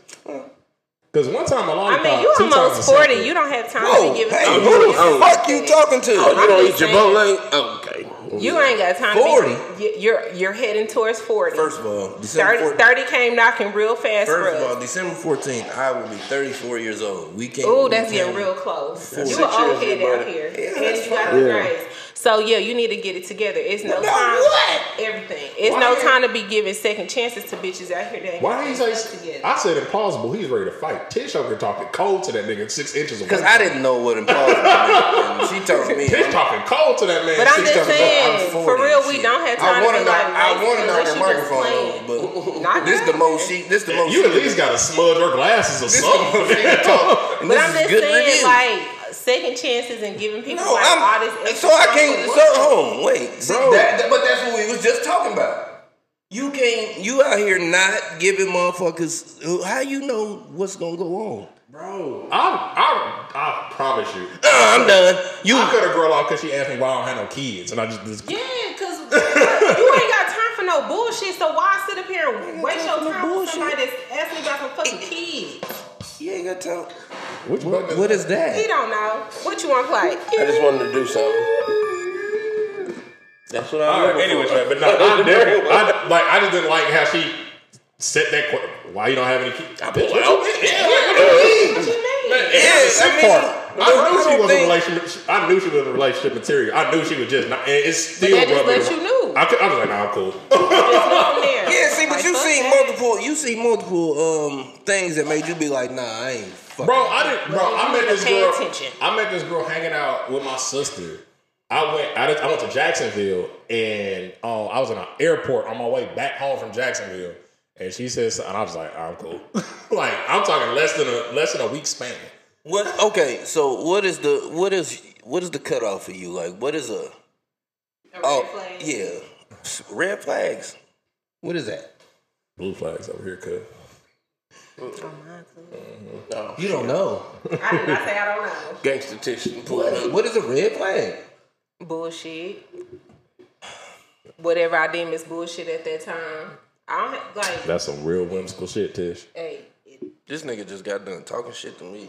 [SPEAKER 2] Because one time a lollipop.
[SPEAKER 6] I mean, you
[SPEAKER 2] two times
[SPEAKER 6] almost
[SPEAKER 2] a
[SPEAKER 6] forty.
[SPEAKER 2] second.
[SPEAKER 6] You don't have time
[SPEAKER 4] Oh,
[SPEAKER 6] to give it
[SPEAKER 4] hey,
[SPEAKER 6] to
[SPEAKER 4] who the fuck you talking to?
[SPEAKER 5] You don't eat
[SPEAKER 6] just saying.
[SPEAKER 5] Chipotle? Okay.
[SPEAKER 6] You ain't got time.
[SPEAKER 4] 40?
[SPEAKER 6] To be, you- you're you're heading towards forty.
[SPEAKER 4] First of all, December
[SPEAKER 6] 30,
[SPEAKER 4] 14th.
[SPEAKER 6] 30 came knocking real fast for
[SPEAKER 4] First
[SPEAKER 6] us.
[SPEAKER 4] of all, December 14th, I will be 34 years old. We can't.
[SPEAKER 6] Ooh,
[SPEAKER 4] we
[SPEAKER 6] that's getting
[SPEAKER 4] can't-
[SPEAKER 6] real close.
[SPEAKER 5] Six
[SPEAKER 6] you an
[SPEAKER 5] years,
[SPEAKER 6] old head
[SPEAKER 5] your
[SPEAKER 6] out
[SPEAKER 5] brother.
[SPEAKER 6] here,
[SPEAKER 4] Yeah,
[SPEAKER 6] and
[SPEAKER 4] that's
[SPEAKER 6] you got
[SPEAKER 4] fine.
[SPEAKER 6] the grades. So yeah, you need to get it together. It's no
[SPEAKER 4] About
[SPEAKER 6] time.
[SPEAKER 4] what?
[SPEAKER 6] Everything. It's
[SPEAKER 2] Why
[SPEAKER 6] no
[SPEAKER 2] ain't-
[SPEAKER 6] time to be giving second chances to bitches out here. That ain't
[SPEAKER 2] Why
[SPEAKER 6] got
[SPEAKER 2] he's
[SPEAKER 6] their
[SPEAKER 2] like,
[SPEAKER 6] stuff together.
[SPEAKER 2] I said implausible. He's ready to fight. Tish over here talking cold to that nigga six inches away.
[SPEAKER 4] Because I didn't know what impossible was. She told me.
[SPEAKER 2] Tish talking cold to that man.
[SPEAKER 6] But I'm
[SPEAKER 2] six
[SPEAKER 6] just
[SPEAKER 2] times
[SPEAKER 6] saying, for
[SPEAKER 4] 40
[SPEAKER 6] real,
[SPEAKER 4] and
[SPEAKER 6] we
[SPEAKER 4] shit.
[SPEAKER 6] don't have
[SPEAKER 4] I
[SPEAKER 6] time to
[SPEAKER 4] wanna
[SPEAKER 6] be like.
[SPEAKER 4] knock, I want to knock
[SPEAKER 6] the
[SPEAKER 4] the microphone over, but
[SPEAKER 6] Knock
[SPEAKER 4] this
[SPEAKER 6] it
[SPEAKER 4] the
[SPEAKER 6] out.
[SPEAKER 4] most she. This the
[SPEAKER 2] away.
[SPEAKER 4] most
[SPEAKER 2] You
[SPEAKER 4] she
[SPEAKER 2] at
[SPEAKER 4] (laughs)
[SPEAKER 2] least got to smudge her glasses or something.
[SPEAKER 4] talk. And
[SPEAKER 6] But
[SPEAKER 4] this
[SPEAKER 6] I'm
[SPEAKER 4] is
[SPEAKER 6] just
[SPEAKER 4] good
[SPEAKER 6] saying,
[SPEAKER 4] reviews.
[SPEAKER 6] like second chances and giving people
[SPEAKER 4] no,
[SPEAKER 6] like all this.
[SPEAKER 4] I'm.
[SPEAKER 6] extra
[SPEAKER 4] So I
[SPEAKER 6] stuff
[SPEAKER 4] can't.
[SPEAKER 6] for
[SPEAKER 4] So
[SPEAKER 6] what?
[SPEAKER 4] home. Wait, See, that- that- but that's what we was just talking about. You can't. You out here not giving motherfuckers. How you know what's gonna go on?
[SPEAKER 5] Bro,
[SPEAKER 2] I, I, I promise you, I'm done. You I cut a girl off because she asked me why I don't have no kids, and I just, just
[SPEAKER 6] Yeah, cause you ain't got time for no bullshit. So why sit up here and waste
[SPEAKER 2] time
[SPEAKER 6] your
[SPEAKER 2] for no
[SPEAKER 6] time with somebody
[SPEAKER 2] bullshit.
[SPEAKER 6] that's asking about some fucking kids?
[SPEAKER 5] you ain't got time.
[SPEAKER 2] Which button
[SPEAKER 5] what is
[SPEAKER 6] He don't know what you want to play.
[SPEAKER 5] I just wanted to do something. That's what
[SPEAKER 2] All
[SPEAKER 5] I.
[SPEAKER 2] right, anyways, man,
[SPEAKER 5] (laughs)
[SPEAKER 2] but no, I never, I, like, I just didn't like how she set that question. Why you don't have any kids? I pulled out. Yeah, like, what do you mean?
[SPEAKER 6] What you mean?
[SPEAKER 2] And that's the sick part. I knew she was
[SPEAKER 5] thing-
[SPEAKER 2] a relationship. I knew she was a relationship material. I knew she was just not. And it's still.
[SPEAKER 6] that just
[SPEAKER 2] rubbing
[SPEAKER 6] lets
[SPEAKER 2] me-
[SPEAKER 6] you know.
[SPEAKER 2] I, could- I was like, nah, I'm cool.
[SPEAKER 6] Just go from there.
[SPEAKER 4] Yeah, see, but
[SPEAKER 6] Like,
[SPEAKER 4] you
[SPEAKER 6] fuck
[SPEAKER 4] see
[SPEAKER 6] that.
[SPEAKER 4] multiple, you see multiple um things that made you be like, nah, I ain't fucking.
[SPEAKER 2] Bro, I didn't. Bro, I met this
[SPEAKER 6] Pay
[SPEAKER 2] girl.
[SPEAKER 6] attention.
[SPEAKER 2] I met this girl hanging out with my sister. I went. I, I went to Jacksonville, and uh, I was in an airport on my way back home from Jacksonville. And she says, and I was like, I'm cool. (laughs) like I'm talking less than a less than a week span.
[SPEAKER 4] What? Okay, so what is the what is what is the cutoff for you? Like, what is a?
[SPEAKER 6] A red
[SPEAKER 4] Oh,
[SPEAKER 6] flag.
[SPEAKER 4] yeah, S- red flags. What is that?
[SPEAKER 2] Blue flags over here, cuz.
[SPEAKER 4] You don't know.
[SPEAKER 6] I did not say I don't know.
[SPEAKER 5] Gangster tissue.
[SPEAKER 4] What is a red flag?
[SPEAKER 6] Bullshit. Whatever I deem as bullshit at that time. I don't have, like.
[SPEAKER 2] That's some real whimsical shit, Tish. (laughs)
[SPEAKER 6] hey,
[SPEAKER 4] This nigga just got done talking shit to me,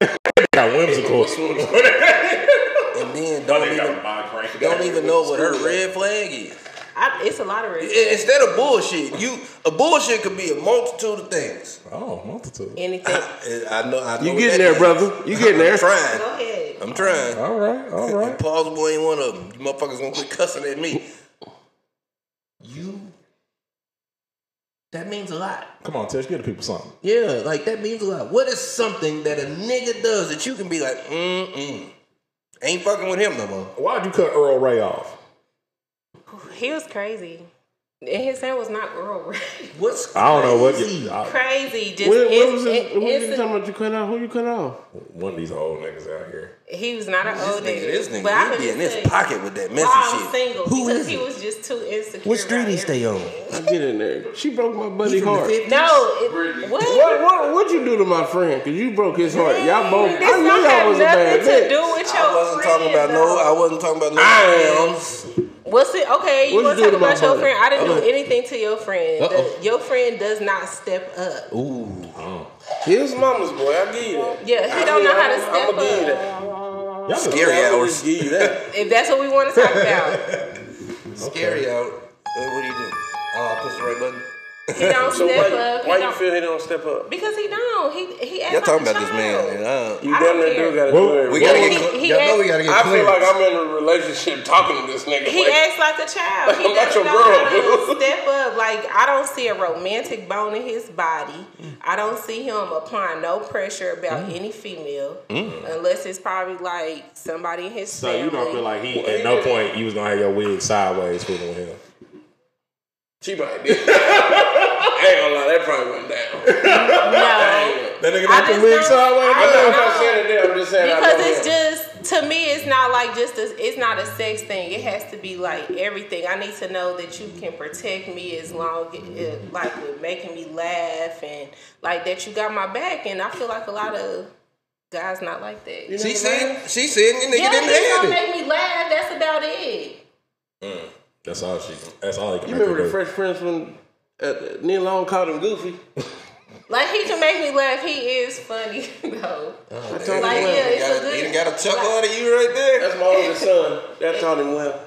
[SPEAKER 2] Got whimsical.
[SPEAKER 4] and then don't even don't even know what her red flag is.
[SPEAKER 6] I, it's a lot of red.
[SPEAKER 4] I- Instead of bullshit, you a bullshit could be a multitude of things.
[SPEAKER 2] oh, multitude.
[SPEAKER 6] Anything.
[SPEAKER 4] (laughs) And (laughs) I know. I know
[SPEAKER 5] You
[SPEAKER 4] what
[SPEAKER 5] getting
[SPEAKER 4] that
[SPEAKER 5] there,
[SPEAKER 4] is.
[SPEAKER 5] brother? You getting there?
[SPEAKER 4] I'm trying.
[SPEAKER 6] Go ahead.
[SPEAKER 4] I'm trying.
[SPEAKER 2] All right, all right.
[SPEAKER 4] Plausible ain't one of them. You motherfuckers gonna quit cussing at me. You. That means a lot.
[SPEAKER 2] Come on, Tish, give the people something.
[SPEAKER 4] Yeah, like that means a lot. What is something that a nigga does that you can be like, mm mm, ain't fucking with him no more?
[SPEAKER 2] Why'd you cut Earl Ray off?
[SPEAKER 6] He was crazy. And his hair was not real (laughs)
[SPEAKER 4] What's crazy?
[SPEAKER 2] I don't know what. You, I,
[SPEAKER 6] crazy. Just
[SPEAKER 5] What, what was
[SPEAKER 6] ins-
[SPEAKER 5] it? What was you
[SPEAKER 6] ins-
[SPEAKER 5] talking about? You cut off? Who you cut off?
[SPEAKER 2] one of these old niggas out here.
[SPEAKER 6] He was not an
[SPEAKER 4] This
[SPEAKER 6] old
[SPEAKER 4] nigga,
[SPEAKER 6] nigga.
[SPEAKER 4] this
[SPEAKER 6] But I
[SPEAKER 4] nigga,
[SPEAKER 6] could
[SPEAKER 4] he be in
[SPEAKER 6] just
[SPEAKER 4] his
[SPEAKER 6] say,
[SPEAKER 4] pocket with that
[SPEAKER 6] why
[SPEAKER 4] messy
[SPEAKER 6] I'm
[SPEAKER 4] shit.
[SPEAKER 6] Oh, single.
[SPEAKER 4] Who
[SPEAKER 6] because
[SPEAKER 4] is
[SPEAKER 6] he
[SPEAKER 4] it?
[SPEAKER 6] was just too insecure.
[SPEAKER 4] What street
[SPEAKER 6] about
[SPEAKER 4] he stay on?
[SPEAKER 5] I get in there. She broke my buddy
[SPEAKER 4] He from the
[SPEAKER 5] heart.
[SPEAKER 4] 50s?
[SPEAKER 6] No. It, what?
[SPEAKER 5] What what what you do to my friend? Cause you broke his heart. Y'all both.
[SPEAKER 6] This
[SPEAKER 5] I knew
[SPEAKER 6] don't have
[SPEAKER 5] y'all was a
[SPEAKER 6] nothing
[SPEAKER 5] bad
[SPEAKER 6] to
[SPEAKER 5] bitch.
[SPEAKER 6] do with your
[SPEAKER 4] I wasn't talking
[SPEAKER 6] friend,
[SPEAKER 4] about no. I
[SPEAKER 6] though.
[SPEAKER 4] wasn't talking about no.
[SPEAKER 6] What's it? Okay, you
[SPEAKER 5] What
[SPEAKER 6] want
[SPEAKER 5] you do
[SPEAKER 6] to talk
[SPEAKER 5] to
[SPEAKER 6] about
[SPEAKER 5] my
[SPEAKER 6] your
[SPEAKER 5] buddy?
[SPEAKER 6] friend? I didn't
[SPEAKER 5] Uh-oh.
[SPEAKER 6] do anything to your friend. The-
[SPEAKER 4] Uh-oh.
[SPEAKER 6] your friend does not step up.
[SPEAKER 5] He was mama's boy. I give you that.
[SPEAKER 6] Yeah, he don't know how to step
[SPEAKER 5] I'ma give you
[SPEAKER 6] up.
[SPEAKER 5] that.
[SPEAKER 2] Y'all just-
[SPEAKER 4] Scary
[SPEAKER 5] I'ma
[SPEAKER 4] hours.
[SPEAKER 5] just give you that.
[SPEAKER 6] If that's what we want to talk about,
[SPEAKER 4] Scary out. Uh, What, what do you do? Oh, I pushed the right button.
[SPEAKER 6] he don't
[SPEAKER 5] So
[SPEAKER 6] step
[SPEAKER 5] why,
[SPEAKER 6] up. He
[SPEAKER 5] why you
[SPEAKER 6] don't-
[SPEAKER 5] feel he don't step up?
[SPEAKER 6] Because he don't. He he.
[SPEAKER 4] Y'all
[SPEAKER 6] acts
[SPEAKER 4] talking
[SPEAKER 6] like a
[SPEAKER 4] about this
[SPEAKER 6] child.
[SPEAKER 4] man? Uh, And I,
[SPEAKER 5] You
[SPEAKER 6] I
[SPEAKER 5] damn
[SPEAKER 6] don't
[SPEAKER 5] near do
[SPEAKER 6] care.
[SPEAKER 5] gotta
[SPEAKER 2] Well,
[SPEAKER 5] do it.
[SPEAKER 4] we gotta
[SPEAKER 6] He-
[SPEAKER 4] get. cl-
[SPEAKER 6] he
[SPEAKER 4] y'all know
[SPEAKER 6] asked-
[SPEAKER 4] we gotta get.
[SPEAKER 5] I feel
[SPEAKER 4] clearance.
[SPEAKER 5] like I'm in a relationship talking to this nigga.
[SPEAKER 6] He
[SPEAKER 5] like,
[SPEAKER 6] acts like a child. He
[SPEAKER 5] I'm not
[SPEAKER 6] doesn't
[SPEAKER 5] your
[SPEAKER 6] know how
[SPEAKER 5] girl.
[SPEAKER 6] to step up. Like I don't see a romantic bone in his body. I don't see him applying no pressure about any female, unless it's probably like somebody in his
[SPEAKER 2] So
[SPEAKER 6] family.
[SPEAKER 2] you don't feel like he at no point you was gonna have your wig sideways fooling with him.
[SPEAKER 5] she might be. (laughs) I ain't gonna lie, that probably went down.
[SPEAKER 6] no.
[SPEAKER 2] That nigga
[SPEAKER 6] (laughs) I just don't-
[SPEAKER 5] I know if
[SPEAKER 6] don't
[SPEAKER 5] I said it there, I'm just saying I
[SPEAKER 6] because
[SPEAKER 5] know
[SPEAKER 6] it's
[SPEAKER 5] him.
[SPEAKER 6] just to me it's not like just a, it's not a sex thing it has to be like everything i need to know that you can protect me as long as like with making me laugh and like that you got my back and i feel like a lot of guys not like that
[SPEAKER 4] She said. She said. Your nigga
[SPEAKER 6] yeah
[SPEAKER 4] didn't
[SPEAKER 6] he's
[SPEAKER 4] have
[SPEAKER 6] gonna
[SPEAKER 4] it.
[SPEAKER 6] make me laugh that's about it
[SPEAKER 2] That's all she. That's all he can.
[SPEAKER 5] You
[SPEAKER 2] make her
[SPEAKER 5] remember the
[SPEAKER 2] do.
[SPEAKER 5] Fresh Prince when uh, Neil Long called him Goofy?
[SPEAKER 6] like he can make me laugh he is funny (laughs) though
[SPEAKER 5] I told
[SPEAKER 6] Like,
[SPEAKER 5] him
[SPEAKER 6] yeah,
[SPEAKER 5] well.
[SPEAKER 4] Oh, You got,
[SPEAKER 6] it's a good
[SPEAKER 4] you got a chuckle out of you right there.
[SPEAKER 5] That's my oldest son. That taught him well.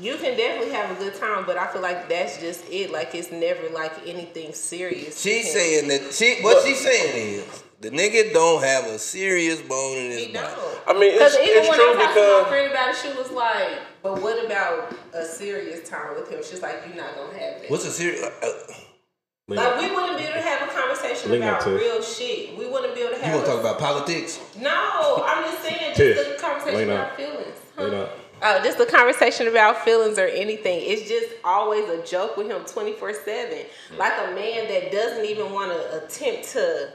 [SPEAKER 6] You can definitely have a good time, but I feel like that's just it. Like it's never like anything serious. You
[SPEAKER 4] She's
[SPEAKER 6] can't-
[SPEAKER 4] saying that she what she's saying is the nigga don't have a serious bone in his
[SPEAKER 6] He
[SPEAKER 4] body.
[SPEAKER 6] don't.
[SPEAKER 5] I mean,
[SPEAKER 6] Because
[SPEAKER 5] it's,
[SPEAKER 6] even
[SPEAKER 5] it's
[SPEAKER 6] when
[SPEAKER 5] true
[SPEAKER 6] I talked to my
[SPEAKER 5] because
[SPEAKER 6] friend about it, she was like, "But what about a serious time with him?" She's like, "You're not gonna have that."
[SPEAKER 4] What's a serious? Uh,
[SPEAKER 6] Like we wouldn't be able to have a conversation
[SPEAKER 2] Lean up
[SPEAKER 6] about
[SPEAKER 2] to it.
[SPEAKER 6] real shit. We wouldn't be able to
[SPEAKER 4] you
[SPEAKER 6] have.
[SPEAKER 4] want to
[SPEAKER 6] a-
[SPEAKER 4] talk about politics?
[SPEAKER 6] No, I'm just saying,
[SPEAKER 2] Tish,
[SPEAKER 6] just a conversation
[SPEAKER 2] lean
[SPEAKER 6] about
[SPEAKER 2] up.
[SPEAKER 6] feelings.
[SPEAKER 2] Lean up.
[SPEAKER 6] Oh, just a conversation about feelings or anything. It's just always a joke with him 24 7. Like a man that doesn't even want to attempt to.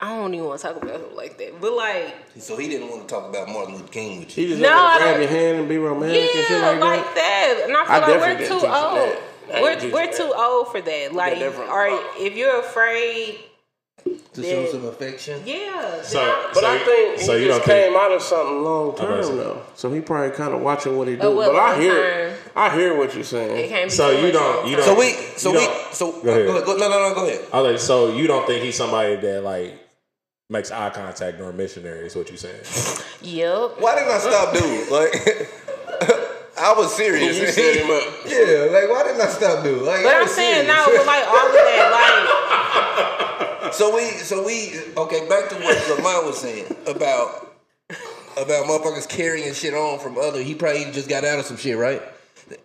[SPEAKER 6] I don't even want to talk about him like that. But, like,
[SPEAKER 4] So he didn't want to talk about Martin Luther King with you.
[SPEAKER 5] he just
[SPEAKER 6] No,
[SPEAKER 5] wanted
[SPEAKER 6] I
[SPEAKER 5] to grab
[SPEAKER 6] don't-
[SPEAKER 5] your hand and be romantic and shit
[SPEAKER 6] yeah,
[SPEAKER 5] like, that.
[SPEAKER 6] like, that. And I feel
[SPEAKER 5] I
[SPEAKER 6] like
[SPEAKER 5] definitely
[SPEAKER 6] we're
[SPEAKER 5] didn't
[SPEAKER 6] too
[SPEAKER 5] teach you
[SPEAKER 6] old.
[SPEAKER 5] that. I didn't teach
[SPEAKER 6] We're,
[SPEAKER 5] you
[SPEAKER 6] we're
[SPEAKER 5] that.
[SPEAKER 6] too old for that. Like,
[SPEAKER 5] different
[SPEAKER 6] or
[SPEAKER 5] model.
[SPEAKER 6] if you're afraid
[SPEAKER 4] to show some affection.
[SPEAKER 6] Yeah.
[SPEAKER 5] but I think he
[SPEAKER 2] so you
[SPEAKER 5] just
[SPEAKER 2] don't think-
[SPEAKER 5] came out of something long
[SPEAKER 2] about
[SPEAKER 5] term
[SPEAKER 2] to say.
[SPEAKER 5] though, so he probably kind of watching what he
[SPEAKER 6] But
[SPEAKER 5] do.
[SPEAKER 6] what
[SPEAKER 5] But I
[SPEAKER 6] Oh, long
[SPEAKER 5] hear,
[SPEAKER 6] term?
[SPEAKER 5] I hear what you're saying.
[SPEAKER 6] It can't be
[SPEAKER 2] So
[SPEAKER 6] too
[SPEAKER 2] you
[SPEAKER 6] much
[SPEAKER 2] don't-
[SPEAKER 6] long
[SPEAKER 2] you
[SPEAKER 6] term.
[SPEAKER 2] don't-
[SPEAKER 4] So we, so
[SPEAKER 2] You
[SPEAKER 4] we,
[SPEAKER 2] don't-
[SPEAKER 4] so
[SPEAKER 2] Go ahead.
[SPEAKER 4] go ahead, go- no, no, no, go ahead.
[SPEAKER 2] Okay, so you don't think he's somebody that like makes eye contact during missionary? Is what you saying?
[SPEAKER 6] Yep.
[SPEAKER 4] Why didn't I stop, dude? Like, (laughs) I was serious.
[SPEAKER 5] You set him
[SPEAKER 6] (laughs)
[SPEAKER 5] up.
[SPEAKER 4] (laughs) Yeah, like why didn't I stop, dude? Like,
[SPEAKER 6] But
[SPEAKER 4] I
[SPEAKER 6] I'm
[SPEAKER 4] was
[SPEAKER 6] saying
[SPEAKER 4] serious.
[SPEAKER 6] now with like all of that,
[SPEAKER 4] So we, so we, okay, back to what Lamont was saying about about motherfuckers carrying shit on from other. He probably just got out of some shit, right?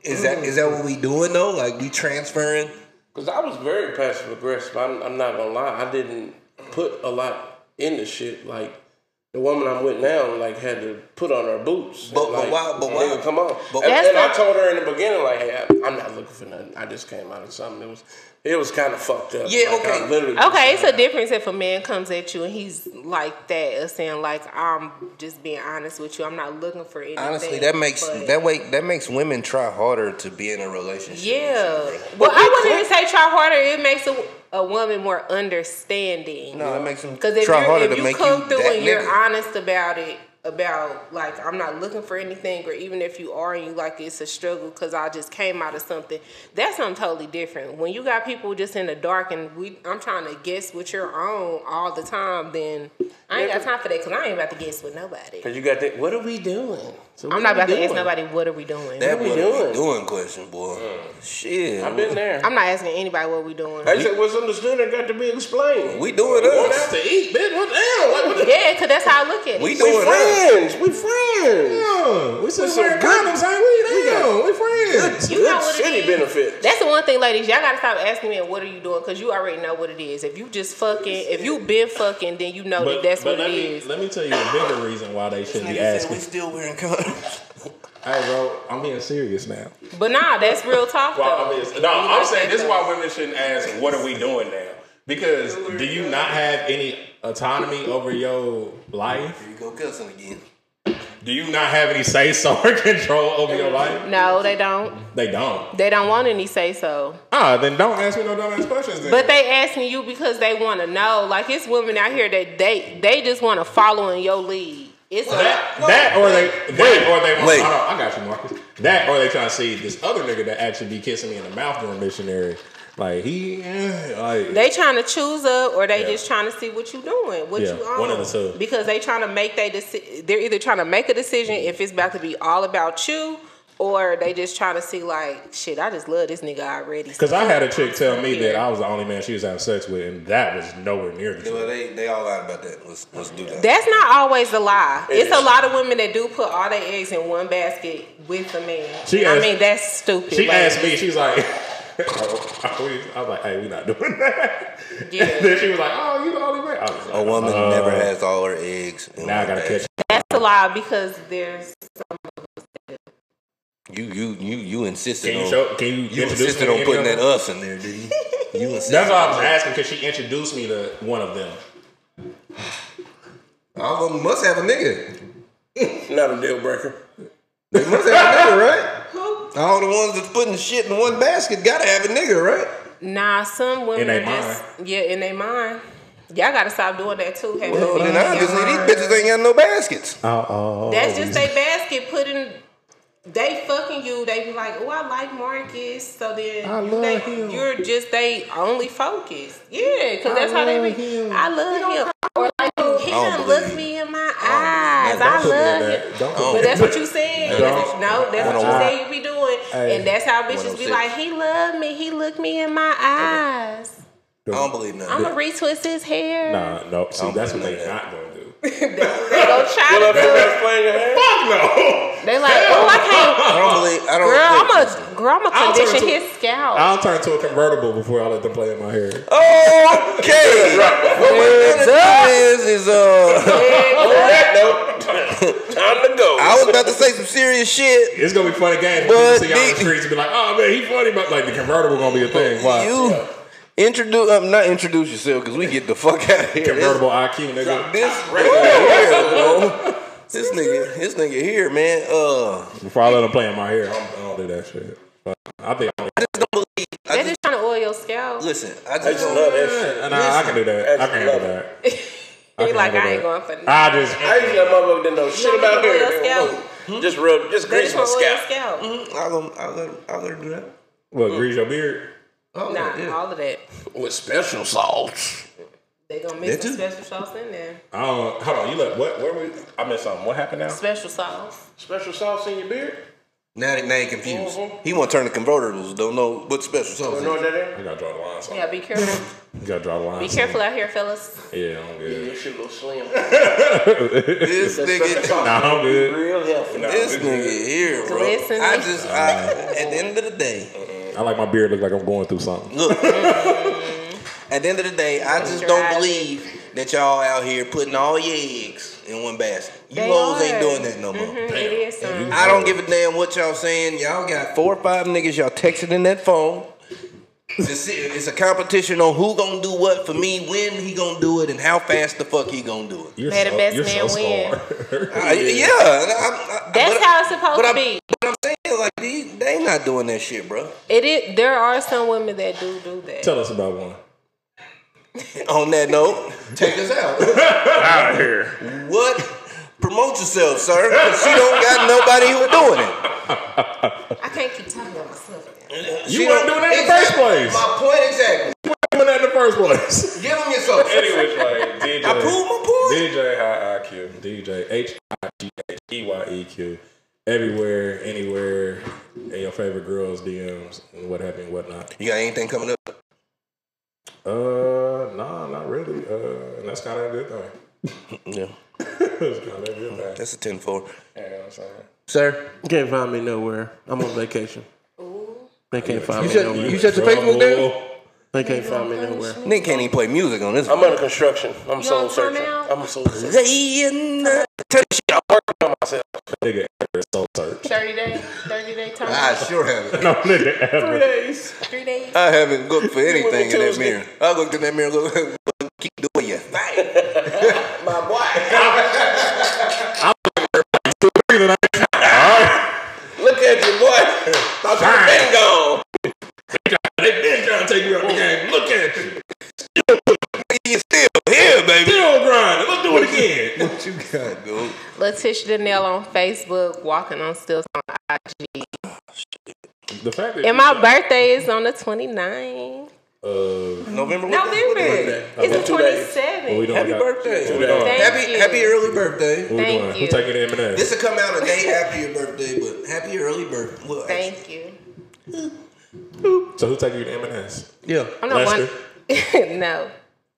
[SPEAKER 4] Is that is that what we doing though? Like we transferring?
[SPEAKER 5] Because I was very passive aggressive. I'm, I'm not gonna lie. I didn't put a lot in the shit. Like the woman I'm with now, like had to put on her boots.
[SPEAKER 4] But-
[SPEAKER 5] And,
[SPEAKER 4] but
[SPEAKER 5] like,
[SPEAKER 4] why- but why-
[SPEAKER 5] nigga, come on.
[SPEAKER 4] but-
[SPEAKER 5] and
[SPEAKER 6] That's
[SPEAKER 5] and
[SPEAKER 6] not-
[SPEAKER 5] I told her in the beginning, like, hey, I, I'm not looking for nothing. I just came out of something. It was it was kind of fucked up.
[SPEAKER 4] Yeah,
[SPEAKER 5] Like, I
[SPEAKER 4] okay.
[SPEAKER 5] literally
[SPEAKER 6] like
[SPEAKER 5] just
[SPEAKER 6] okay, it's
[SPEAKER 5] got
[SPEAKER 6] a
[SPEAKER 5] out.
[SPEAKER 6] difference if a man comes at you and he's like that, of saying like I'm just being honest with you. I'm not looking for anything.
[SPEAKER 4] Honestly, that makes
[SPEAKER 6] but-
[SPEAKER 4] that way that makes women try harder to be in a relationship.
[SPEAKER 6] Yeah. Well, I wouldn't even say try harder. It makes a, a woman more understanding.
[SPEAKER 4] No, it makes them
[SPEAKER 6] Because if,
[SPEAKER 4] try
[SPEAKER 6] you're-
[SPEAKER 4] harder
[SPEAKER 6] if
[SPEAKER 4] to
[SPEAKER 6] you
[SPEAKER 4] make
[SPEAKER 6] come
[SPEAKER 4] you
[SPEAKER 6] through
[SPEAKER 4] that
[SPEAKER 6] and you're
[SPEAKER 4] nigga.
[SPEAKER 6] honest about it, about like I'm not looking for anything, or even if you are and you like it's a struggle because I just came out of something, that's something totally different. When you got people just in the dark and we, I'm trying to guess what you're on all the time, then I ain't got time for that because I ain't about to guess with nobody.
[SPEAKER 5] Cause you got that. What are we doing? So what
[SPEAKER 6] I'm not
[SPEAKER 5] are we
[SPEAKER 6] about to ask
[SPEAKER 5] doing?
[SPEAKER 6] nobody what are we doing.
[SPEAKER 4] That
[SPEAKER 5] we
[SPEAKER 4] what we
[SPEAKER 5] doing?
[SPEAKER 4] doing? question, boy. Shit,
[SPEAKER 5] I've been there.
[SPEAKER 6] I'm not asking anybody what we doing.
[SPEAKER 5] I said what's understood and got to be explained.
[SPEAKER 4] we doing
[SPEAKER 2] Going out
[SPEAKER 4] us.
[SPEAKER 2] to eat, bitch. What the hell? Like what the
[SPEAKER 6] Yeah, because that's how I look at it.
[SPEAKER 5] (laughs)
[SPEAKER 4] We
[SPEAKER 5] We
[SPEAKER 4] doing us.
[SPEAKER 5] friends. We friends.
[SPEAKER 2] hell? We said
[SPEAKER 5] some
[SPEAKER 2] wearing
[SPEAKER 5] good-
[SPEAKER 2] condoms, ain't we?
[SPEAKER 5] we got-
[SPEAKER 2] Damn, we friends.
[SPEAKER 6] You
[SPEAKER 5] Good
[SPEAKER 6] know what it
[SPEAKER 5] shitty
[SPEAKER 6] is.
[SPEAKER 5] benefits.
[SPEAKER 6] That's the one thing, ladies. Y'all gotta stop asking me, "What are you doing?" Because you already know what it is. If you just fucking, if you been fucking, then you know that that's what
[SPEAKER 2] let
[SPEAKER 6] it
[SPEAKER 2] me
[SPEAKER 6] is.
[SPEAKER 2] let me tell you a bigger reason why they should be
[SPEAKER 4] Nigga said
[SPEAKER 2] asking.
[SPEAKER 4] we still wearing condoms.
[SPEAKER 2] (laughs) Hey, bro, I'm being serious now.
[SPEAKER 6] But nah, that's real talk.
[SPEAKER 12] Well,
[SPEAKER 6] though.
[SPEAKER 12] I mean, it's-
[SPEAKER 6] You
[SPEAKER 12] no,
[SPEAKER 6] know,
[SPEAKER 12] I'm
[SPEAKER 6] like
[SPEAKER 12] saying
[SPEAKER 6] that,
[SPEAKER 12] this is
[SPEAKER 6] though.
[SPEAKER 12] why women shouldn't ask, "What are we doing now?" Because do you not have any autonomy over your life?
[SPEAKER 4] Here you go cussing again.
[SPEAKER 2] Do you not have
[SPEAKER 12] (laughs)
[SPEAKER 2] any say so or control over your life?
[SPEAKER 6] No, they don't.
[SPEAKER 2] They don't.
[SPEAKER 6] They don't want any say so.
[SPEAKER 2] Ah, then don't ask me no dumbass questions. Then.
[SPEAKER 6] But they asking you because they want to know. Like it's women out here that they they just want to follow in your lead. It's
[SPEAKER 2] That, that or they that or they want,
[SPEAKER 4] Wait.
[SPEAKER 2] Hold on, I got you, Marcus. That or they trying to see this other nigga that actually be kissing me in the mouth during missionary. Like he, eh, like
[SPEAKER 6] They trying to choose up, or they
[SPEAKER 2] Yeah.
[SPEAKER 6] just trying to see what you doing, what
[SPEAKER 2] Yeah,
[SPEAKER 6] you on.
[SPEAKER 2] one of the two.
[SPEAKER 6] Because they trying to make they deci- They're either trying to make a decision if it's about to be all about you, or they just trying to see like, shit, I just love this nigga already.
[SPEAKER 2] because I had a chick tell me that I was the only man she was having sex with, and that was nowhere near the
[SPEAKER 4] Well,
[SPEAKER 2] truth.
[SPEAKER 4] they they all lied about that. Let's let's do that.
[SPEAKER 6] That's not always a lie.
[SPEAKER 5] It
[SPEAKER 6] it's a
[SPEAKER 5] is.
[SPEAKER 6] lot of women that do put all their eggs in one basket with a man.
[SPEAKER 2] She
[SPEAKER 6] I
[SPEAKER 2] asked-
[SPEAKER 6] mean, that's stupid.
[SPEAKER 2] She
[SPEAKER 6] like-
[SPEAKER 2] asked me, she was like. (laughs) I was like, hey, we not doing that.
[SPEAKER 6] Yeah.
[SPEAKER 2] And (laughs) then she was like, oh, you the only man. I was like,
[SPEAKER 4] A woman
[SPEAKER 2] uh,
[SPEAKER 4] never has all her eggs. in
[SPEAKER 2] Now I
[SPEAKER 4] one
[SPEAKER 2] gotta
[SPEAKER 4] basket.
[SPEAKER 2] catch.
[SPEAKER 6] That's a lie because there's
[SPEAKER 4] You you you you insisted
[SPEAKER 2] Can you
[SPEAKER 4] on
[SPEAKER 2] show? Can you,
[SPEAKER 4] you
[SPEAKER 2] introduce
[SPEAKER 4] insisted
[SPEAKER 2] me
[SPEAKER 4] on
[SPEAKER 2] to
[SPEAKER 4] putting
[SPEAKER 2] any of
[SPEAKER 4] that
[SPEAKER 2] them?
[SPEAKER 4] us in there, did you?
[SPEAKER 2] (laughs)
[SPEAKER 4] You insisted.
[SPEAKER 2] That's why I was asking because she introduced me to one of them.
[SPEAKER 4] All of them must have a nigga.
[SPEAKER 5] Not a deal breaker.
[SPEAKER 4] They must have a nigga, right? All the ones that's putting shit in one basket gotta have a nigga, right?
[SPEAKER 6] nah. Some women
[SPEAKER 2] they
[SPEAKER 6] are just yeah, in their mind. Y'all gotta stop doing that too. having
[SPEAKER 4] Well,
[SPEAKER 6] babies
[SPEAKER 4] then
[SPEAKER 6] in your
[SPEAKER 4] obviously these
[SPEAKER 6] mind.
[SPEAKER 4] bitches ain't got no baskets.
[SPEAKER 2] Oh, oh,
[SPEAKER 6] That's just they basket putting. They fucking you. They be like, "Oh, I like Marcus." So then
[SPEAKER 2] I
[SPEAKER 6] you-
[SPEAKER 2] love
[SPEAKER 6] they,
[SPEAKER 2] him.
[SPEAKER 6] you're just they only focus. Yeah, because that's how they
[SPEAKER 2] love
[SPEAKER 6] be.
[SPEAKER 2] him.
[SPEAKER 6] I love him. Or like, he
[SPEAKER 4] don't
[SPEAKER 6] done
[SPEAKER 4] believe
[SPEAKER 6] looked
[SPEAKER 4] it.
[SPEAKER 6] me in my
[SPEAKER 4] I
[SPEAKER 6] eyes.
[SPEAKER 4] don't
[SPEAKER 6] I
[SPEAKER 4] believe it.
[SPEAKER 6] love
[SPEAKER 2] Don't put me in that. Don't put
[SPEAKER 4] Oh.
[SPEAKER 6] him. But
[SPEAKER 2] me-
[SPEAKER 6] that's what you
[SPEAKER 2] (laughs)
[SPEAKER 6] saying.
[SPEAKER 2] Don't.
[SPEAKER 6] That's what you- no, that's what you
[SPEAKER 4] Don't.
[SPEAKER 6] say you be doing,
[SPEAKER 2] Hey. oh
[SPEAKER 6] and that's how bitches
[SPEAKER 4] 106.
[SPEAKER 6] be like, "He loved me. He looked me in my eyes.
[SPEAKER 4] I don't believe nothing.
[SPEAKER 6] I'ma retwist his hair."
[SPEAKER 2] Nah, no. See,
[SPEAKER 4] I'm
[SPEAKER 2] that's what
[SPEAKER 4] putting
[SPEAKER 2] they
[SPEAKER 4] that.
[SPEAKER 2] not gonna do.
[SPEAKER 6] (laughs) They go try to
[SPEAKER 5] (laughs)
[SPEAKER 6] do. it.
[SPEAKER 2] Fuck no.
[SPEAKER 6] They like, "Oh, I can't."
[SPEAKER 4] I don't believe I don't
[SPEAKER 6] Girl,
[SPEAKER 4] look,
[SPEAKER 6] I'm
[SPEAKER 4] listen.
[SPEAKER 6] a girl. I'm
[SPEAKER 2] I'll
[SPEAKER 6] a
[SPEAKER 2] turn
[SPEAKER 6] condition
[SPEAKER 2] to-
[SPEAKER 6] his scalp.
[SPEAKER 2] I'll turn to a convertible before I let them play in my hair. (laughs)
[SPEAKER 4] Okay. what we're gonna do is is uh
[SPEAKER 5] Time to go.
[SPEAKER 4] I was about to say some serious shit.
[SPEAKER 2] It's gonna be funny games.
[SPEAKER 4] But
[SPEAKER 2] But see y'all in
[SPEAKER 4] the-
[SPEAKER 2] the streets and be like, "Oh man, he funny," but like the convertible gonna be a thing. Why?
[SPEAKER 4] You Uh, introduce um, not introduce yourself because we get the fuck out of here. This-
[SPEAKER 2] convertible IQ, nigga.
[SPEAKER 4] This nigga here, bro. This nigga, this nigga here, man. Uh,
[SPEAKER 2] Before I let them play in my hair, I'm, I don't do that shit. But I think.
[SPEAKER 6] They're just trying to oil your scalp.
[SPEAKER 4] Listen, I
[SPEAKER 2] I just
[SPEAKER 4] just don't
[SPEAKER 2] love that shit. Nah, I can do that. I can handle that. I
[SPEAKER 6] (laughs) He
[SPEAKER 2] can
[SPEAKER 6] like,
[SPEAKER 2] handle
[SPEAKER 6] I ain't
[SPEAKER 2] that.
[SPEAKER 6] going for
[SPEAKER 2] I just.
[SPEAKER 5] I used to that motherfucker didn't know shit about
[SPEAKER 6] Royal
[SPEAKER 5] hair.
[SPEAKER 6] Scout.
[SPEAKER 5] man. Hmm? Just rub, just
[SPEAKER 6] That is
[SPEAKER 5] grease
[SPEAKER 6] for
[SPEAKER 5] my
[SPEAKER 6] Royal
[SPEAKER 5] scalp.
[SPEAKER 6] Scout.
[SPEAKER 4] I'll let, I'll let, I'll let her do that.
[SPEAKER 2] What, grease your beard?
[SPEAKER 4] Oh,
[SPEAKER 6] Nah,
[SPEAKER 4] yeah.
[SPEAKER 6] all of that.
[SPEAKER 5] With special sauce.
[SPEAKER 6] They gonna mix
[SPEAKER 4] That
[SPEAKER 6] some
[SPEAKER 4] too.
[SPEAKER 6] special sauce in there.
[SPEAKER 2] I don't. Hold on. You look. What? Where we? I missed something. What happened now?
[SPEAKER 6] Special sauce.
[SPEAKER 5] Special sauce in your beard?
[SPEAKER 4] Now, now he confused.
[SPEAKER 6] Mm-hmm.
[SPEAKER 4] He want to turn the convertibles. Don't know what special sauce.
[SPEAKER 5] You
[SPEAKER 4] is.
[SPEAKER 5] know what that is?
[SPEAKER 2] You gotta draw the line. Something.
[SPEAKER 6] Yeah, be careful.
[SPEAKER 2] You gotta draw the line.
[SPEAKER 6] be careful out here, fellas.
[SPEAKER 2] Yeah, I'm good.
[SPEAKER 5] That shit look (laughs) slim.
[SPEAKER 4] This
[SPEAKER 5] Special
[SPEAKER 4] nigga,
[SPEAKER 5] sauce.
[SPEAKER 2] Nah, I'm good.
[SPEAKER 5] Real healthy.
[SPEAKER 4] this nigga here, bro.
[SPEAKER 6] Listen.
[SPEAKER 4] I just, I, at the end of the day,
[SPEAKER 2] I like my beard. Look like I'm going through something.
[SPEAKER 6] (laughs)
[SPEAKER 4] Look, at the end of the day, I just don't
[SPEAKER 6] Mm-hmm. Driving.
[SPEAKER 4] believe that y'all out here putting all your eggs in one basket. You
[SPEAKER 6] They
[SPEAKER 4] hoes
[SPEAKER 6] are.
[SPEAKER 4] ain't doing that no more.
[SPEAKER 6] Mhm, It
[SPEAKER 4] (laughs)
[SPEAKER 6] is some.
[SPEAKER 4] I don't give a damn what y'all saying. Y'all got four or five niggas y'all texting in that phone. It's it's a competition on who gonna do what for me, when he gonna do it, and how fast the fuck he gonna do it.
[SPEAKER 2] You're
[SPEAKER 6] May the
[SPEAKER 2] so,
[SPEAKER 6] best
[SPEAKER 2] you're
[SPEAKER 6] man
[SPEAKER 2] so
[SPEAKER 6] win.
[SPEAKER 2] (laughs) scarred.
[SPEAKER 4] I- yeah, and I- I-
[SPEAKER 6] That's
[SPEAKER 4] but-
[SPEAKER 6] how it's supposed
[SPEAKER 4] but
[SPEAKER 6] to
[SPEAKER 4] I'm-
[SPEAKER 6] be.
[SPEAKER 4] But I'm saying like these, they not doing that shit, bro.
[SPEAKER 6] It is. There are some women that do do that.
[SPEAKER 2] Tell us about one.
[SPEAKER 4] On that note, take us out.
[SPEAKER 2] Out of here.
[SPEAKER 4] What? Promote yourself, sir. 'cause She don't got nobody who doing it.
[SPEAKER 6] I can't keep talking about myself.
[SPEAKER 2] You
[SPEAKER 4] She
[SPEAKER 2] weren't
[SPEAKER 4] don't-
[SPEAKER 2] doing that in the first place.
[SPEAKER 4] My point exactly.
[SPEAKER 2] You weren't doing that in the first (laughs) place.
[SPEAKER 4] Get on yourself.
[SPEAKER 2] Anyway, like (laughs) DJ.
[SPEAKER 4] I proved my point.
[SPEAKER 2] DJ High IQ. DJ H I G H E Y E Q. Everywhere, anywhere, in your favorite girls' DMs and what have you and whatnot.
[SPEAKER 4] You got anything coming up?
[SPEAKER 2] Uh, nah, not really. Uh, and that's kind of a good thing. (laughs)
[SPEAKER 4] Yeah,
[SPEAKER 2] That's kind of a good thing.
[SPEAKER 4] that's a 10-4.
[SPEAKER 2] You know what I'm saying?
[SPEAKER 5] Sir? You can't find me nowhere. I'm on vacation. They can't find me nowhere.
[SPEAKER 4] you shut your Facebook down?
[SPEAKER 5] They can't find me nowhere.
[SPEAKER 4] Nigga can't even play music on this.
[SPEAKER 5] I'm under construction. I'm soul
[SPEAKER 6] on
[SPEAKER 5] searching.
[SPEAKER 6] timeout?
[SPEAKER 5] I'm a soul searching.
[SPEAKER 4] Laying the touch.
[SPEAKER 2] Nigga, (laughs) it's so search.
[SPEAKER 6] Thirty day, thirty day
[SPEAKER 4] I
[SPEAKER 6] time,
[SPEAKER 4] sure haven't.
[SPEAKER 2] No, nigga, ever.
[SPEAKER 6] three days.
[SPEAKER 4] I haven't looked for anything in that
[SPEAKER 5] Tuesday.
[SPEAKER 4] mirror. I looked in that mirror. Look, look, keep doing your thing.
[SPEAKER 5] (laughs) Look at you, boy. Thought you were been gone.
[SPEAKER 2] They been trying to take you out the game. Look at you.
[SPEAKER 4] You still here, baby?
[SPEAKER 2] Still grinding. Let's do it again.
[SPEAKER 4] What you got, dude?
[SPEAKER 6] Letitia Danielle on Facebook, walking on stilts on IG.
[SPEAKER 2] the fact that
[SPEAKER 6] And my birthday is on the 29th.
[SPEAKER 2] uh,
[SPEAKER 4] November. what day?
[SPEAKER 6] November. It's the
[SPEAKER 5] Two days.
[SPEAKER 6] 27th.
[SPEAKER 2] what Oh, we doing?
[SPEAKER 4] Happy
[SPEAKER 2] Got-
[SPEAKER 4] birthday.
[SPEAKER 2] What we doing?
[SPEAKER 6] Thank
[SPEAKER 4] Happy,
[SPEAKER 6] you.
[SPEAKER 4] happy early birthday.
[SPEAKER 2] What we
[SPEAKER 6] Thank
[SPEAKER 2] doing?
[SPEAKER 6] you.
[SPEAKER 2] We're taking it M&S.
[SPEAKER 4] This will come out a day after your birthday, but happy early birthday. Well,
[SPEAKER 6] Thank you.
[SPEAKER 2] So who taking you to M&S?
[SPEAKER 4] Yeah.
[SPEAKER 6] I'm not one. (laughs)
[SPEAKER 2] Lester.
[SPEAKER 6] no,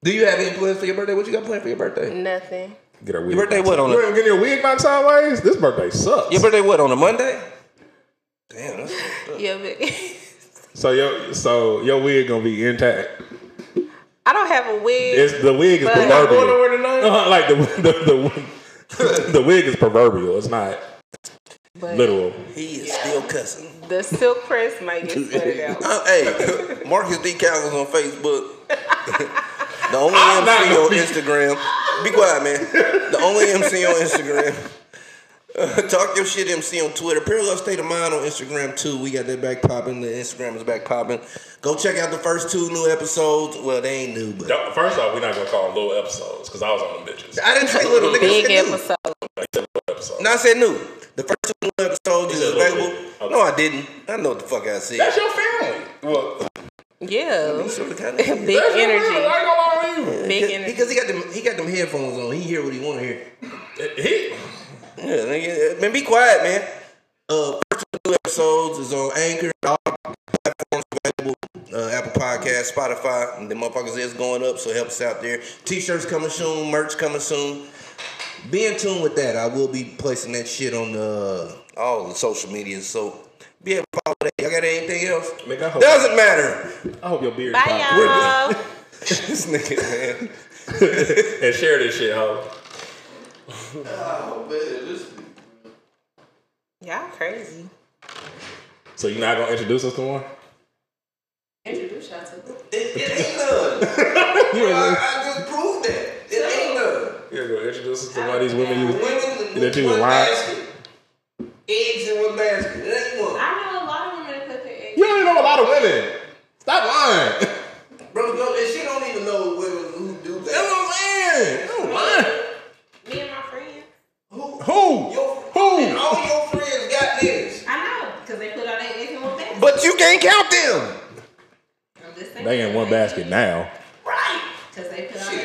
[SPEAKER 4] Do you have any plans for your birthday? What you got planned for your birthday?
[SPEAKER 6] nothing.
[SPEAKER 2] Get her wig.
[SPEAKER 4] Your birthday what on
[SPEAKER 2] You
[SPEAKER 4] a
[SPEAKER 2] ain't getting your wig back sideways? This birthday sucks.
[SPEAKER 4] Your birthday what on a Monday? Damn. That's,
[SPEAKER 6] Yeah, but (laughs)
[SPEAKER 2] so your so your wig gonna be intact.
[SPEAKER 6] I don't have a wig.
[SPEAKER 2] It's the wig is
[SPEAKER 6] But-
[SPEAKER 2] proverbial.
[SPEAKER 5] Going nowhere tonight?
[SPEAKER 2] Uh-huh, like the (laughs) the, the (laughs) the wig is proverbial. It's not
[SPEAKER 6] but
[SPEAKER 2] literal.
[SPEAKER 4] he is still cussing.
[SPEAKER 6] The silk press might
[SPEAKER 2] (laughs)
[SPEAKER 4] (laughs)
[SPEAKER 6] get sweated out.
[SPEAKER 4] Uh, hey, Marcus D. Cowles on Facebook. the only
[SPEAKER 2] I'm not
[SPEAKER 4] MC
[SPEAKER 2] gonna
[SPEAKER 4] on
[SPEAKER 2] be-
[SPEAKER 4] Instagram. Be quiet, man. The only MC on Instagram. (laughs) Uh, talk your shit MC on Twitter. Parallel State of Mind on Instagram too. We got that back popping. The Instagram is back popping. Go check out the first two new episodes. Well, they ain't new, but
[SPEAKER 12] Don't- First off, we're not gonna call them little episodes because I was on them bitches.
[SPEAKER 4] I didn't say little nigga.
[SPEAKER 6] Big
[SPEAKER 4] I said new.
[SPEAKER 6] episode.
[SPEAKER 12] Episodes.
[SPEAKER 4] No, I said new. The first two new episodes is
[SPEAKER 12] said little
[SPEAKER 4] available.
[SPEAKER 12] bit.
[SPEAKER 4] No, I didn't. I know what the fuck I said.
[SPEAKER 6] (laughs)
[SPEAKER 12] That's your family. Well,
[SPEAKER 6] Yeah. (laughs)
[SPEAKER 4] Sort of, kinda.
[SPEAKER 12] that's
[SPEAKER 6] Big
[SPEAKER 12] your family. I
[SPEAKER 6] energy.
[SPEAKER 12] ain't gonna lie to you.
[SPEAKER 6] Big
[SPEAKER 4] Because
[SPEAKER 6] energy.
[SPEAKER 4] because he got them, he got them headphones on. He hear what he want to hear.
[SPEAKER 12] He,
[SPEAKER 4] Yeah, nigga, man, be quiet, man. Uh, first two episodes is on Anchor, all platforms available, uh, Apple Podcast, Spotify, and the motherfuckers is going up. So help us out there. T-shirts coming soon, merch coming soon. Be in tune with that. I will be placing that shit on the uh, all the social media. So be able to follow that. Y'all got anything else?
[SPEAKER 2] Nigga, I hope,
[SPEAKER 4] Doesn't matter. (laughs)
[SPEAKER 2] I hope your beard
[SPEAKER 6] Bye,
[SPEAKER 2] pops.
[SPEAKER 6] y'all.
[SPEAKER 4] this nigga, man.
[SPEAKER 2] and share this shit, ho.
[SPEAKER 6] Y'all crazy.
[SPEAKER 2] So you not gonna introduce us to one?
[SPEAKER 6] Introduce y'all to them.
[SPEAKER 4] It, it ain't none.
[SPEAKER 2] (laughs)
[SPEAKER 4] I, I just proved that. It ain't none.
[SPEAKER 2] You're gonna introduce us to one of these women you
[SPEAKER 4] Women
[SPEAKER 2] That
[SPEAKER 4] in
[SPEAKER 2] you
[SPEAKER 4] one
[SPEAKER 2] lying.
[SPEAKER 4] basket. Eggs in one basket. It ain't one.
[SPEAKER 6] I know a lot of women that cook their eggs.
[SPEAKER 2] You don't even know a lot of women. Stop lying. (laughs)
[SPEAKER 4] on the go, and she don't even know women who do that.
[SPEAKER 2] That's what I'm saying. That's what I'm saying.
[SPEAKER 6] Me and my friend.
[SPEAKER 2] Who? Who?
[SPEAKER 4] All your friends got this.
[SPEAKER 6] I know, because they put all their eggs in one basket.
[SPEAKER 4] But you can't count them.
[SPEAKER 6] I'm just saying.
[SPEAKER 2] They in one basket now.
[SPEAKER 6] Right. Because they put all
[SPEAKER 4] (laughs)
[SPEAKER 6] their